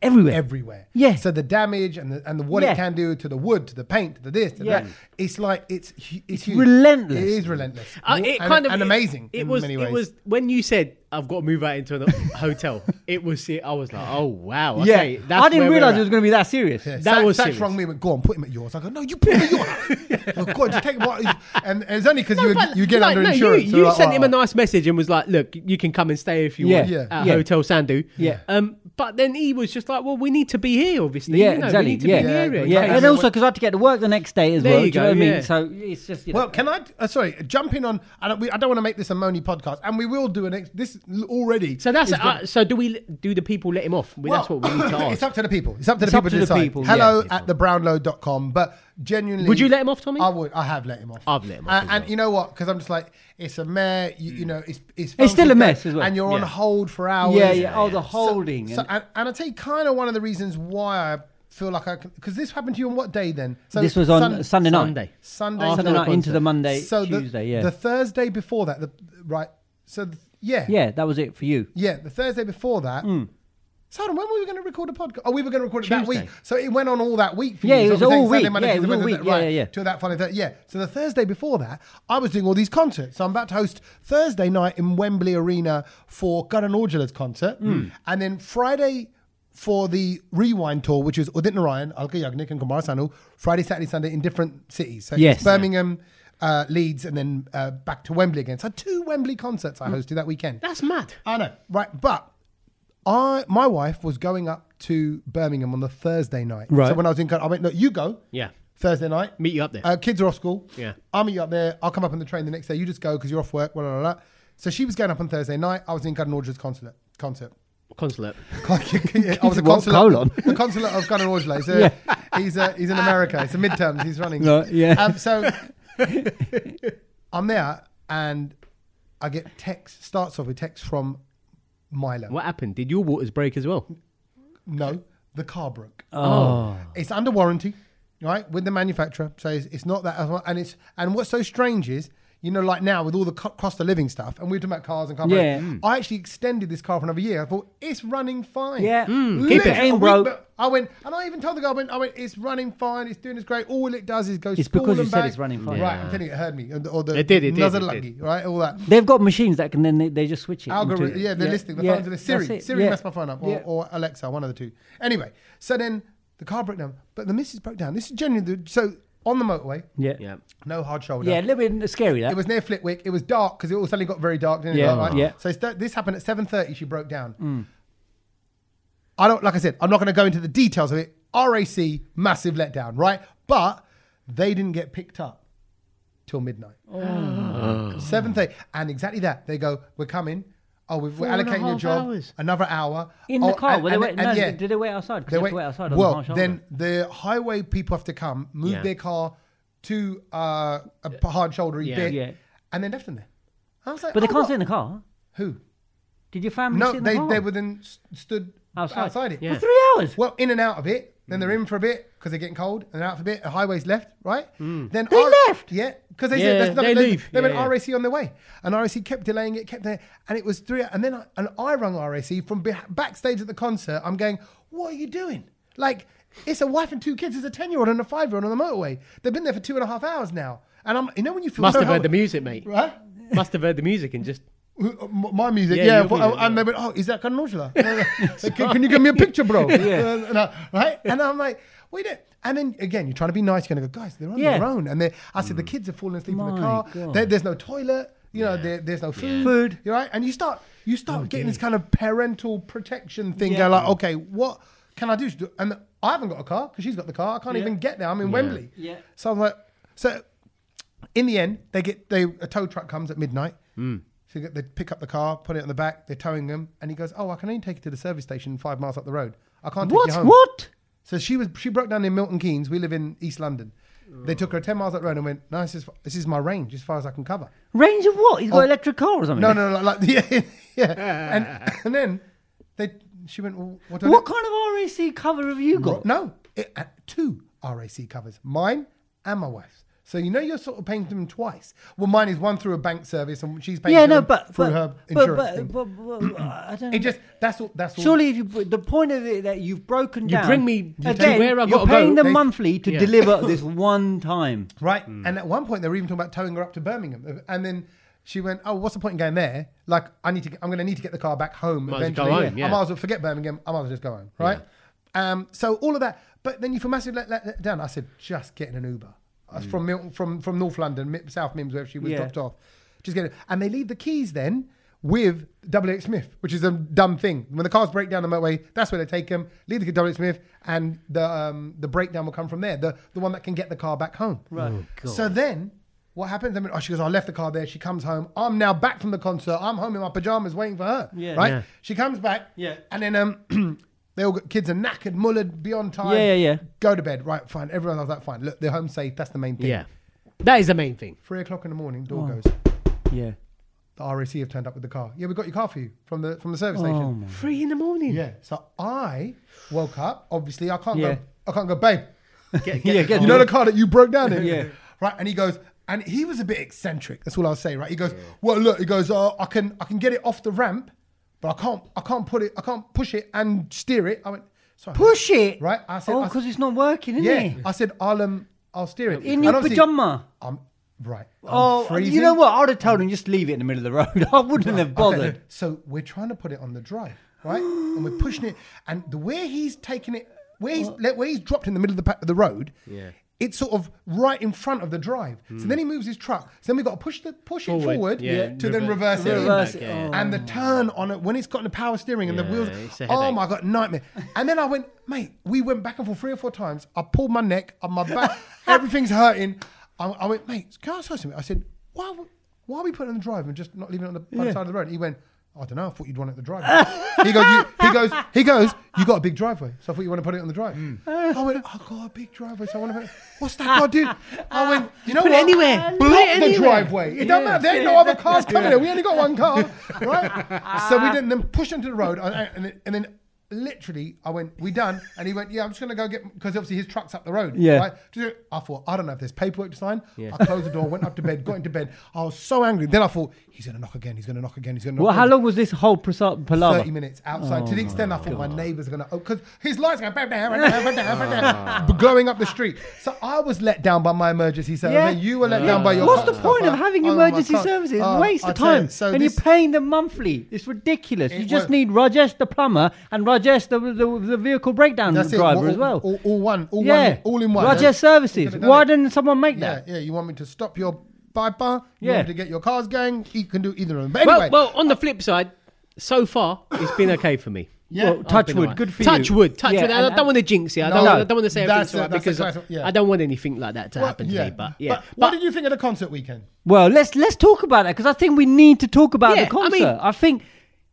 Speaker 2: Everywhere.
Speaker 1: Everywhere.
Speaker 2: Yeah.
Speaker 1: So the damage and the, and the, what
Speaker 2: Yeah.
Speaker 1: it can do to the wood, to the paint, to the this, to
Speaker 2: Yeah.
Speaker 1: that. It's like it's hu- it's, huge.
Speaker 2: relentless.
Speaker 1: It is relentless.
Speaker 3: Uh, it
Speaker 1: and,
Speaker 3: kind of
Speaker 1: and
Speaker 3: it-
Speaker 1: amazing.
Speaker 3: It
Speaker 1: in
Speaker 3: was.
Speaker 1: many
Speaker 3: It
Speaker 1: ways.
Speaker 3: was when you said I've got to move out into
Speaker 1: [laughs]
Speaker 3: a hotel. It was. I was like, oh wow.
Speaker 2: Yeah,
Speaker 3: Okay, that's
Speaker 2: I didn't
Speaker 3: where we're
Speaker 2: realize
Speaker 3: at.
Speaker 2: it was going to be that serious.
Speaker 1: Yeah,
Speaker 3: That
Speaker 1: Sa-
Speaker 3: was
Speaker 1: Sach
Speaker 3: serious.
Speaker 1: rung me and went, go on, put him at yours. I go, no, you put him at
Speaker 3: [laughs]
Speaker 1: yours. oh, God, just take him out. And it's only because you,
Speaker 3: But,
Speaker 1: you get
Speaker 3: like,
Speaker 1: under
Speaker 3: no,
Speaker 1: insurance.
Speaker 3: You,
Speaker 1: You're
Speaker 3: you
Speaker 1: like,
Speaker 3: sent
Speaker 1: "Oh,
Speaker 3: him a
Speaker 1: oh."
Speaker 3: nice message and was like, "Look, you can come and stay if you
Speaker 2: Yeah.
Speaker 3: want
Speaker 1: Yeah.
Speaker 3: at
Speaker 2: Yeah.
Speaker 3: Hotel Sandu."
Speaker 2: Yeah.
Speaker 3: Um, but then he was just like, "Well, we need to be here, obviously.
Speaker 2: Yeah,
Speaker 3: you know, We
Speaker 2: exactly.
Speaker 3: need to
Speaker 2: yeah,
Speaker 3: be in the area.
Speaker 2: yeah,
Speaker 1: Like,
Speaker 2: and
Speaker 1: I mean,
Speaker 2: also because I had to get to work the next day as
Speaker 3: There
Speaker 2: well.
Speaker 3: you
Speaker 2: do you know
Speaker 3: go,
Speaker 2: what I
Speaker 3: yeah.
Speaker 2: mean? So it's just you know,
Speaker 1: Well, can I? Uh, sorry, jumping on. I don't, we, I don't want to make this a Moni podcast, and we will do an ex. This l- already.
Speaker 3: So that's
Speaker 1: is
Speaker 3: uh, so. Do we do the people let him off? Well, that's
Speaker 1: well, [clears throat]
Speaker 3: what we need to
Speaker 1: [laughs] It's
Speaker 3: ask.
Speaker 1: up to the people. It's up to
Speaker 2: It's
Speaker 1: the
Speaker 2: up
Speaker 1: people to
Speaker 2: to the
Speaker 1: decide.
Speaker 2: people, yeah.
Speaker 1: Hello
Speaker 2: It's
Speaker 1: at thebrownlow.com. But genuinely,
Speaker 3: Would you let him off, Tommy?
Speaker 1: I would. I have let him off.
Speaker 3: I've let him off
Speaker 1: Uh,
Speaker 3: as
Speaker 1: and
Speaker 3: well.
Speaker 1: you know what? Because I'm just like, it's a mare. You, you know, it's it's.
Speaker 2: Mm. It's still a
Speaker 1: funky,
Speaker 2: mess as well.
Speaker 1: And you're on
Speaker 3: Yeah.
Speaker 1: hold for hours.
Speaker 2: yeah, yeah. Oh, the
Speaker 3: yeah.
Speaker 1: So-
Speaker 2: holding.
Speaker 1: So,
Speaker 2: and-
Speaker 1: and, and I tell you, kind of one of the reasons why I feel like I because this happened to you on what day then? So
Speaker 2: this was on
Speaker 1: Sun-
Speaker 2: Sunday night.
Speaker 3: Sunday.
Speaker 1: Sunday.
Speaker 2: Sunday
Speaker 3: After the
Speaker 2: night into
Speaker 3: concert.
Speaker 2: the Monday,
Speaker 1: so the-
Speaker 2: Tuesday. yeah,
Speaker 1: The Thursday before that, the right. So th- yeah,
Speaker 2: yeah. That was it for you.
Speaker 1: yeah, The Thursday before that.
Speaker 2: Hmm.
Speaker 1: So hold on, when were we going to record a podcast? Oh, we were going to record it that
Speaker 3: Tuesday.
Speaker 1: week. So it went on all that week. For
Speaker 2: Yeah,
Speaker 1: you.
Speaker 2: it
Speaker 1: So
Speaker 2: was
Speaker 1: I'm saying
Speaker 2: all
Speaker 1: Sunday,
Speaker 2: week.
Speaker 1: Monday,
Speaker 2: Yeah, it
Speaker 1: Tuesday,
Speaker 2: was all
Speaker 1: Wednesday,
Speaker 2: week. Yeah,
Speaker 1: right,
Speaker 2: yeah, yeah.
Speaker 1: To that Friday, Thursday. Yeah. So the Thursday before that, I was doing all these concerts. So I'm about to host Thursday night in Wembley Arena for Gun and Audula's concert,
Speaker 2: Hmm.
Speaker 1: and then Friday. For the rewind tour, which is Udit Narayan, Alka Yagnik, and Kumar Sanu, Friday, Saturday, Sunday in different cities. So it's
Speaker 2: Yes.
Speaker 1: Birmingham, uh, Leeds, and then uh, back to Wembley again. So two Wembley concerts I hosted that weekend.
Speaker 3: That's mad.
Speaker 1: I know, right? But I, my wife was going up to Birmingham on the Thursday night.
Speaker 2: Right.
Speaker 1: So when I was in, Col- I went, look, you go.
Speaker 3: Yeah.
Speaker 1: Thursday night.
Speaker 3: Meet you up there.
Speaker 1: Uh, kids are off school.
Speaker 3: Yeah.
Speaker 1: I'll meet you up there. I'll come up on the train the next day. You just go because you're off work. Blah, blah, blah, blah. So she was going up on Thursday night. I was in Gunnar Orchard's concert. Concert.
Speaker 3: Consulate.
Speaker 1: I was a
Speaker 2: What,
Speaker 1: consulate.
Speaker 2: colon?
Speaker 1: The consulate of Gunnar Orchard. He's, a, he's, a, he's in America. It's the midterms. He's running.
Speaker 2: No, yeah.
Speaker 1: Um, so I'm there and I get text, starts off with text from Milo.
Speaker 3: What happened? Did your waters break as well?
Speaker 1: No, the car broke.
Speaker 2: Oh.
Speaker 1: It's under warranty, right, with the manufacturer. So it's, it's not that. And it's and what's so strange is, you know, like now with all the co- cost of living stuff, and we were talking about cars and car.
Speaker 2: Yeah.
Speaker 1: brands, I actually extended this car for another year. I thought it's running fine.
Speaker 2: Yeah. Mm, keep it.
Speaker 1: Literally,
Speaker 2: Ain't
Speaker 1: a week
Speaker 2: broke.
Speaker 1: ba- I went, and I even told the guy, I went, I went, it's running fine. It's doing its great. All it does is go.
Speaker 2: It's
Speaker 1: school
Speaker 2: because you
Speaker 1: and
Speaker 2: said
Speaker 1: back.
Speaker 2: it's running fine.
Speaker 1: Right,
Speaker 3: Yeah.
Speaker 1: I'm telling you, it heard me. Or the, or the
Speaker 3: It did, it did,
Speaker 1: another
Speaker 3: it
Speaker 1: lucky,
Speaker 3: did.
Speaker 1: right? All that.
Speaker 2: They've got machines that can then they, they just switch it. into-
Speaker 1: Algorithm, yeah, they're listening. The phone's in a Siri.
Speaker 2: that's it,
Speaker 1: Siri
Speaker 2: yeah.
Speaker 1: messed my phone up, or,
Speaker 2: Yeah.
Speaker 1: or Alexa, one of the two. Anyway, so then the car broke down, but the missus broke down. This is genuinely so on the motorway,
Speaker 2: yeah, yeah,
Speaker 3: Yeah.
Speaker 1: no hard shoulder.
Speaker 2: yeah. A little bit scary. That
Speaker 1: It was near Flitwick. It was dark because it all suddenly got very dark. Didn't
Speaker 2: Yeah,
Speaker 1: it? Right?
Speaker 2: yeah.
Speaker 1: So it's th- this happened at seven thirty. She broke down.
Speaker 3: Mm.
Speaker 1: I don't like I said. I'm not going to go into the details of it. RAC massive letdown, right? But they didn't get picked up till midnight. [gasps]
Speaker 3: Oh.
Speaker 1: Seven thirty, and exactly that. They go, "We're coming. Oh, we've, we're
Speaker 3: Four and a
Speaker 1: allocating your
Speaker 3: half
Speaker 1: job.
Speaker 3: hours.
Speaker 1: Another hour
Speaker 2: in
Speaker 1: Oh,
Speaker 2: the car.
Speaker 1: and-
Speaker 2: were they
Speaker 1: and-
Speaker 2: wait,
Speaker 1: and
Speaker 2: no,
Speaker 1: yeah.
Speaker 2: did they wait outside? Because
Speaker 1: They
Speaker 2: they
Speaker 1: wait-
Speaker 2: wait, wait outside. on
Speaker 1: well,
Speaker 2: the harsh shoulder.
Speaker 1: then the highway people have to come, move
Speaker 3: Yeah.
Speaker 1: their car to uh, a p- hard shouldery
Speaker 3: Yeah.
Speaker 1: bit,
Speaker 2: Yeah.
Speaker 1: and then left them there. I was like,
Speaker 2: but they
Speaker 1: oh,
Speaker 2: can't
Speaker 1: what?
Speaker 2: sit in the car.
Speaker 1: Who?
Speaker 2: Did your family
Speaker 1: No,
Speaker 2: sit in
Speaker 1: they
Speaker 2: the car
Speaker 1: they were then s- stood outside,
Speaker 2: outside.
Speaker 1: it.
Speaker 3: Yeah.
Speaker 2: for three hours?
Speaker 1: Well, in and out of it. Then they're in for a bit because they're getting cold, and out for a bit. The highway's left, right? Then
Speaker 2: They left?
Speaker 1: yeah, because they
Speaker 3: Mm. Yeah,
Speaker 1: said there's nothing-
Speaker 3: they
Speaker 1: they,
Speaker 3: leave.
Speaker 1: They went
Speaker 3: Yeah, yeah.
Speaker 1: RAC on their way, and RAC kept delaying it, kept there, and it was three. And then I, and I rung RAC from beh backstage at the concert. I'm going, what are you doing? Like, it's a wife and two kids. It's a ten year old and a five year old on the motorway. They've been there for two and a half hours now, and I'm you know when you feel
Speaker 3: Must
Speaker 1: so
Speaker 3: have heard
Speaker 1: [laughs]
Speaker 3: the
Speaker 1: helpless-
Speaker 3: music, mate.
Speaker 1: Right?
Speaker 3: Must have heard the music and just.
Speaker 1: M- My music,
Speaker 3: Yeah,
Speaker 1: yeah.
Speaker 3: your
Speaker 1: but- oh,
Speaker 3: music,
Speaker 1: and they went, "Oh, is that
Speaker 2: [laughs]
Speaker 1: Canujla? can, can you give me a picture, bro?" Uh, and I- right? And I'm like, "Wait a." And then again, you're trying to be nice. You're going to go, guys. They're on their
Speaker 2: Yeah. Mm.
Speaker 1: own. And they, I said, the kids are falling asleep in the
Speaker 2: My
Speaker 1: car.
Speaker 2: God.
Speaker 1: There- there's no toilet. You know,
Speaker 3: Yeah.
Speaker 1: there, there's no food.
Speaker 2: Food. Oh,
Speaker 1: You're right. And you start, you start getting this kind of parental protection thing.
Speaker 2: Yeah.
Speaker 1: Going like, okay, what can I do? And I haven't got a car because she's got the car. I can't even get there. I'm in Wembley.
Speaker 2: Yeah.
Speaker 1: So I'm like, so in the end, they get they a tow truck comes at midnight.
Speaker 2: Mm.
Speaker 1: So they get- they pick up the car, put it on the back. They're towing them, and he goes, "Oh, I can only take you to the service station five miles up the road. I can't take you
Speaker 2: What?
Speaker 1: home."
Speaker 2: What?
Speaker 1: So she was she broke down in Milton Keynes. We live in East London. They took her ten miles up the road and went, "No, this is this is my range as far as I can cover."
Speaker 2: Range of what? He's got
Speaker 1: Oh.
Speaker 2: electric car or something.
Speaker 1: No, no, no, like, [laughs] like yeah, yeah. And and then they she went, well, "What do I
Speaker 2: What
Speaker 1: do?"
Speaker 2: kind of RAC cover have you got?
Speaker 1: No, it, uh, two RAC covers, mine and my wife's. So you know you're sort of paying them twice. Well, mine is one through a bank service, and she's paying
Speaker 2: yeah,
Speaker 1: them
Speaker 2: no, but
Speaker 1: through
Speaker 2: but,
Speaker 1: her
Speaker 2: but,
Speaker 1: insurance
Speaker 2: but,
Speaker 1: thing.
Speaker 2: but, but, but, I don't.
Speaker 1: it just that's all. That's all.
Speaker 2: Surely, if you the point of it that you've broken down,
Speaker 3: bring me
Speaker 2: and
Speaker 3: to
Speaker 2: then
Speaker 3: where I
Speaker 2: you're
Speaker 3: gotta
Speaker 2: paying
Speaker 3: go.
Speaker 2: them
Speaker 1: They-
Speaker 2: monthly to
Speaker 3: Yeah.
Speaker 2: deliver
Speaker 1: [laughs]
Speaker 2: this one time.
Speaker 1: Right.
Speaker 3: Hmm.
Speaker 1: And at one point, they were even talking about towing her up to Birmingham. And then she went, "Oh, what's the point in going there? Like, I need to. Get, I'm going to need to get the car back home
Speaker 3: Might as well go
Speaker 1: eventually.
Speaker 3: home,
Speaker 1: I
Speaker 3: yeah.
Speaker 1: might as well forget Birmingham. I might as well just go home. Right. Um. So all of that, but then you feel massively let, let, let down. I said, just getting an Uber Uh,
Speaker 3: Hmm.
Speaker 1: from Milton, from from North London, Mi- South Mims, where she was
Speaker 2: Yeah.
Speaker 1: dropped off. Just get it. And they leave the keys then. With W H Smith, which is a dumb thing. When the cars break down the motorway, that's where they take them. Leave the W H Smith, and the um, the breakdown will come from there. The the one that can get the car back home.
Speaker 2: Right. Oh, God.
Speaker 1: So then what happens? I mean, oh, she goes, I left the car there. She comes home. I'm now back from the concert. I'm home in my pajamas waiting for her.
Speaker 2: Yeah.
Speaker 1: Right?
Speaker 3: Yeah.
Speaker 1: She comes back.
Speaker 2: Yeah.
Speaker 1: And then um, [clears throat] they all got, kids are knackered, mullered, beyond tired.
Speaker 2: Yeah, yeah, yeah.
Speaker 1: Go to bed. Right, fine. Everyone else like, fine. Look, they're home safe. That's the main thing.
Speaker 3: Yeah. That is the main thing.
Speaker 1: Three o'clock in the morning, door
Speaker 2: Oh.
Speaker 1: goes.
Speaker 2: Yeah.
Speaker 1: The RAC have turned up with the car. Yeah, we got your car for you from the from the service
Speaker 2: Oh
Speaker 1: station.
Speaker 2: my.
Speaker 3: Three in the morning.
Speaker 1: Yeah. So I woke up. Obviously, I can't
Speaker 2: Yeah.
Speaker 1: go. I can't go, babe.
Speaker 3: [laughs] Get,
Speaker 2: Yeah, get
Speaker 1: you know the car that you broke down in?
Speaker 2: [laughs] Yeah.
Speaker 1: Right. And he goes, and he was a bit eccentric. That's all I'll say, right? He goes, well, look, he goes, uh, I can I can get it off the ramp, but I can't I can't put it, I can't push it and steer it. I went, sorry.
Speaker 2: Push it.
Speaker 1: Right, I said-
Speaker 2: oh,
Speaker 1: I-
Speaker 2: because it's not working, is
Speaker 1: Yeah.
Speaker 2: it?
Speaker 1: I said, I'll um I'll steer it.
Speaker 2: In your
Speaker 1: And obviously-
Speaker 2: pajama.
Speaker 1: I'm right. I'm
Speaker 2: Oh, you
Speaker 1: freezing.
Speaker 2: know what? I would have told him just leave it in the middle of the road. [laughs] I wouldn't have
Speaker 1: Okay,
Speaker 2: bothered.
Speaker 1: look, so we're trying to put it on the drive, right? and we're pushing it, and the where he's taking it, where he's le- where he's dropped in the middle of the pa- of the road,
Speaker 3: Yeah. Hmm.
Speaker 1: It's sort of right in front of the drive. So then he moves his truck. So then we've got to push the push it
Speaker 3: Forward,
Speaker 1: forward
Speaker 3: yeah,
Speaker 1: to then
Speaker 3: reverse-
Speaker 1: reverse it. in.
Speaker 2: reverse
Speaker 3: it, yeah,
Speaker 1: And the turn on it when it's got the power steering and the
Speaker 3: Yeah,
Speaker 1: wheels.
Speaker 3: it's a
Speaker 1: Oh
Speaker 3: headache.
Speaker 1: my god, nightmare! And then I went, mate. We went back and forth three or four times. I pulled my neck, on my back,
Speaker 3: [laughs]
Speaker 1: everything's hurting. I, I went, mate. Can I ask you something? I said, why? w- Why are we putting it on the drive and just not leaving it on the, by the side of the road? he went. I don't know. I thought you'd want it on the driveway. he goes. You, he goes. He goes. You got a big driveway, so I thought you want to put it on the drive.
Speaker 3: Hmm.
Speaker 1: I went. I got a big driveway, so I want to. Put it. What's that got to do? I went. You know
Speaker 3: Put it
Speaker 1: what?
Speaker 3: anywhere.
Speaker 1: Block
Speaker 3: Put it
Speaker 1: the
Speaker 3: anywhere.
Speaker 1: driveway. It don't
Speaker 3: Yeah.
Speaker 1: matter. There ain't no other cars coming. in. We only got one car, right? so we didn't then push into the road, and, and, then- and then literally I went, "We done?" And he went, "Yeah, I'm just gonna go get because obviously his truck's up the road."
Speaker 2: Yeah.
Speaker 1: Right? Just- I thought I don't know if there's paperwork to sign. I closed the door, went up to bed, got into bed. I was so angry. Then I thought he's gonna knock again. He's gonna knock again. He's gonna. Knock
Speaker 2: Well, how
Speaker 1: again."
Speaker 2: long Oh was this whole palaver?
Speaker 1: Thirty minutes outside. to the extent I thought my neighbours are gonna because his lights going bam, bam, bam, bam, bam, bam,
Speaker 2: Ah.
Speaker 1: bam, bam, glowing up the street. So I was let down by my emergency service.
Speaker 2: Yeah.
Speaker 1: and You were let down by your.
Speaker 2: What's the
Speaker 1: car-
Speaker 2: point of having
Speaker 1: Oh, my
Speaker 2: emergency
Speaker 1: God.
Speaker 2: services?
Speaker 1: Um,
Speaker 2: Waste
Speaker 1: I
Speaker 2: of
Speaker 1: tell you,
Speaker 2: time.
Speaker 1: so
Speaker 2: and
Speaker 1: this-
Speaker 2: you're paying them monthly. It's ridiculous.
Speaker 1: It
Speaker 2: you just
Speaker 1: won't-
Speaker 2: need Rajesh the plumber and Rajesh the, the, the vehicle breakdown
Speaker 1: That's it.
Speaker 2: driver
Speaker 1: all,
Speaker 2: as well.
Speaker 1: All, all one. All
Speaker 2: yeah.
Speaker 1: one. All in one.
Speaker 2: Rajesh
Speaker 1: You
Speaker 2: Services.
Speaker 1: could've done
Speaker 2: Why
Speaker 1: it.
Speaker 2: didn't someone make
Speaker 1: Yeah,
Speaker 2: that?
Speaker 1: yeah. You want me to stop your piper? You
Speaker 2: Yeah.
Speaker 1: want me to get your cars going? You can do either of them. But
Speaker 3: Well,
Speaker 1: anyway.
Speaker 3: well, on the flip side, so far it's been okay for me.
Speaker 1: yeah.
Speaker 2: well, touch
Speaker 3: Been
Speaker 2: wood.
Speaker 3: alright.
Speaker 2: Good for
Speaker 3: touch
Speaker 2: you.
Speaker 3: Wood, touch
Speaker 2: Yeah,
Speaker 3: wood. And
Speaker 2: and-
Speaker 3: I don't want to jinx it. I don't,
Speaker 1: No,
Speaker 3: I don't want to say
Speaker 1: that's
Speaker 3: everything's all
Speaker 1: a-
Speaker 3: right
Speaker 1: that's a
Speaker 3: because
Speaker 1: classic- yeah.
Speaker 3: I don't want anything like that to happen to
Speaker 1: yeah.
Speaker 3: me. But yeah,
Speaker 1: But what did you think of the concert weekend?
Speaker 2: Well, let's let's talk about that because I think we need to talk about
Speaker 3: Yeah,
Speaker 2: the
Speaker 3: I
Speaker 2: concert. I,
Speaker 3: mean-
Speaker 2: think.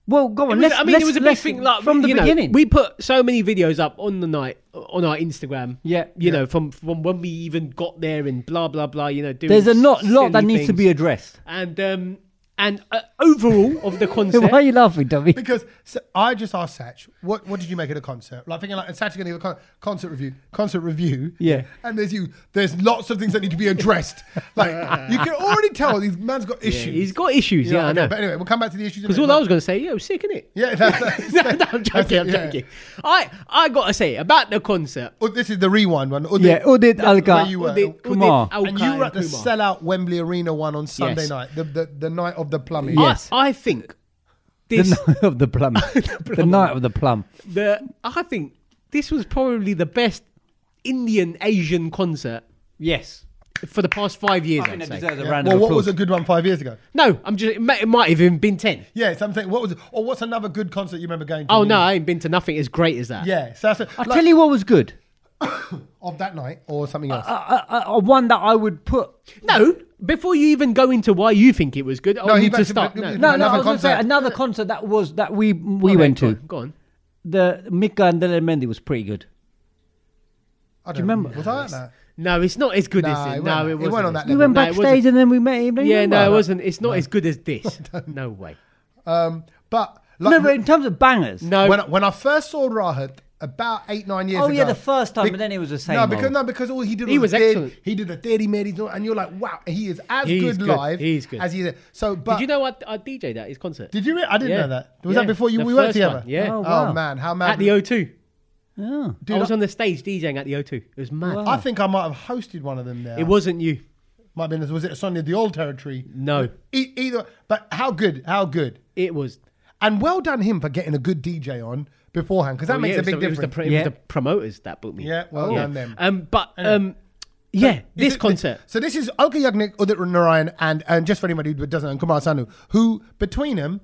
Speaker 2: Well, go on.
Speaker 3: It was-
Speaker 2: let's,
Speaker 3: I mean,
Speaker 2: let's,
Speaker 3: it was a big
Speaker 2: let's-
Speaker 3: thing like,
Speaker 2: from the
Speaker 3: you know,
Speaker 2: beginning.
Speaker 3: we put so many videos up on the night on our Instagram.
Speaker 2: Yeah.
Speaker 3: you know, from from when we even got there and blah blah blah. You know, doing
Speaker 2: There's a lot,
Speaker 3: silly
Speaker 2: lot that needs to
Speaker 3: things.
Speaker 2: be addressed.
Speaker 3: and um and uh, overall
Speaker 2: [laughs]
Speaker 3: of the
Speaker 2: Why are
Speaker 3: concert.
Speaker 2: you laughing,
Speaker 1: [laughs]
Speaker 2: Dummy?
Speaker 1: Because so I just asked Satch, what, what did you make of the concert? Like thinking like and Satch going to give a con- concert review, concert review.
Speaker 2: Yeah.
Speaker 1: And there's you. There's lots of things that need to be addressed. [laughs] like you can already tell these man's got issues.
Speaker 3: He's got issues. Yeah, I
Speaker 1: okay,
Speaker 3: know.
Speaker 1: But anyway, we'll come back to the issues. in a
Speaker 3: Because all
Speaker 1: minute.
Speaker 3: I was going to say, yo, sick, innit?
Speaker 1: Yeah, that's, that's,
Speaker 3: [laughs] no, no, I'm
Speaker 1: that's
Speaker 2: [laughs]
Speaker 3: joking.
Speaker 1: it,
Speaker 3: I'm
Speaker 1: yeah.
Speaker 3: joking. I I gotta say about the concert.
Speaker 1: Oh, this is the rewind one. Oh, the-
Speaker 2: Yeah, Udit
Speaker 1: where
Speaker 2: Alka.
Speaker 1: you were.
Speaker 3: Udit-
Speaker 1: Udit
Speaker 2: Come
Speaker 3: Udit
Speaker 2: on.
Speaker 3: Alka
Speaker 1: and you were at the
Speaker 3: and Kumar.
Speaker 1: sellout Wembley Arena one on Sunday
Speaker 3: Yes.
Speaker 1: night, the, the the night of the plumbing.
Speaker 2: Yeah.
Speaker 3: I-
Speaker 2: Yes.
Speaker 3: I, think
Speaker 2: the
Speaker 3: this
Speaker 2: night of
Speaker 1: [laughs]
Speaker 2: the plum. the night of the plum.
Speaker 3: the I think this was probably the best Indian Asian concert
Speaker 2: Yes.
Speaker 3: for the past five years. I'd say.
Speaker 1: Yeah. Well, what was a good one five years ago?
Speaker 3: No, I'm just. It might, it might have even been ten.
Speaker 1: Yeah, something. What was? Or what's another good concert you remember going to?
Speaker 3: Oh no, I ain't been to nothing as great as that.
Speaker 1: Yeah, so that's a,
Speaker 2: I'll
Speaker 1: like,
Speaker 2: tell you what was good.
Speaker 1: of that night or something else.
Speaker 2: Uh, uh, uh, one that I would put.
Speaker 3: No, before you even go into why you think it was good, I
Speaker 1: No, he
Speaker 3: need to
Speaker 1: mentioned-
Speaker 3: start.
Speaker 1: but-
Speaker 3: No,
Speaker 2: No, no, I
Speaker 1: Another
Speaker 2: was going to say
Speaker 1: concert.
Speaker 2: another concert that was that we we
Speaker 3: Okay,
Speaker 2: went
Speaker 3: go on,
Speaker 2: to.
Speaker 3: Go on.
Speaker 2: The Mika and Mendy was pretty good.
Speaker 1: I
Speaker 2: Do you remember?
Speaker 1: Was I at that?
Speaker 3: No, it's not as good
Speaker 1: Nah,
Speaker 3: as
Speaker 1: it
Speaker 3: it. No,
Speaker 1: wasn't.
Speaker 3: it
Speaker 1: It
Speaker 3: wasn't.
Speaker 1: went on that
Speaker 3: as-
Speaker 2: We
Speaker 1: level.
Speaker 2: went
Speaker 3: No, it wasn't.
Speaker 2: backstage and then we met him. don't you
Speaker 3: Yeah, no, it
Speaker 2: remember?
Speaker 3: wasn't. It's not as good
Speaker 1: [laughs]
Speaker 3: as this. no way.
Speaker 1: Um, but like,
Speaker 2: No, but in terms of bangers,
Speaker 3: No.
Speaker 1: when I, when I first saw Rahat about eight nine years
Speaker 2: Oh,
Speaker 1: ago.
Speaker 2: yeah, the first time, but then it was the same
Speaker 1: No,
Speaker 2: old.
Speaker 1: because no, because all he did
Speaker 3: He
Speaker 1: was,
Speaker 3: was
Speaker 1: did-
Speaker 3: excellent.
Speaker 1: He did a did he made his own- and you're like, wow, he is as
Speaker 3: He's
Speaker 1: good,
Speaker 3: good.
Speaker 1: live.
Speaker 3: He's good.
Speaker 1: as he is. So, but
Speaker 3: Did you know I, I DJ'd at his concert?
Speaker 1: Did you? Re- I didn't
Speaker 3: Yeah.
Speaker 1: know that. Was that
Speaker 3: Yeah.
Speaker 1: before you
Speaker 3: The
Speaker 1: we worked
Speaker 3: first
Speaker 1: together?
Speaker 3: one, yeah.
Speaker 1: Oh,
Speaker 2: Oh, wow.
Speaker 1: man, how mad!
Speaker 3: at the O2.
Speaker 2: Yeah.
Speaker 1: Dude,
Speaker 3: I was on the stage DJing at the O2. It was mad.
Speaker 2: Wow.
Speaker 1: I think I might have hosted one of them there.
Speaker 3: It wasn't you.
Speaker 1: might have been. Was it Sonia the Old Territory?
Speaker 3: No.
Speaker 1: E- either. But how good? How good?
Speaker 3: It was.
Speaker 1: And well done him for getting a good DJ on beforehand because that
Speaker 3: Oh,
Speaker 1: makes
Speaker 3: yeah,
Speaker 1: a big
Speaker 3: it was
Speaker 1: difference.
Speaker 3: the- It was, the, it
Speaker 2: Yeah.
Speaker 3: was the promoters that booked me.
Speaker 1: Yeah, well done them.
Speaker 3: Um, but
Speaker 1: Anyway.
Speaker 3: um, yeah,
Speaker 1: Is
Speaker 3: this
Speaker 1: it-
Speaker 3: concert.
Speaker 1: So this is Olga Yagnik, Udit Narayan, and and just for anybody who doesn't know, Kumar Sanu, who between them,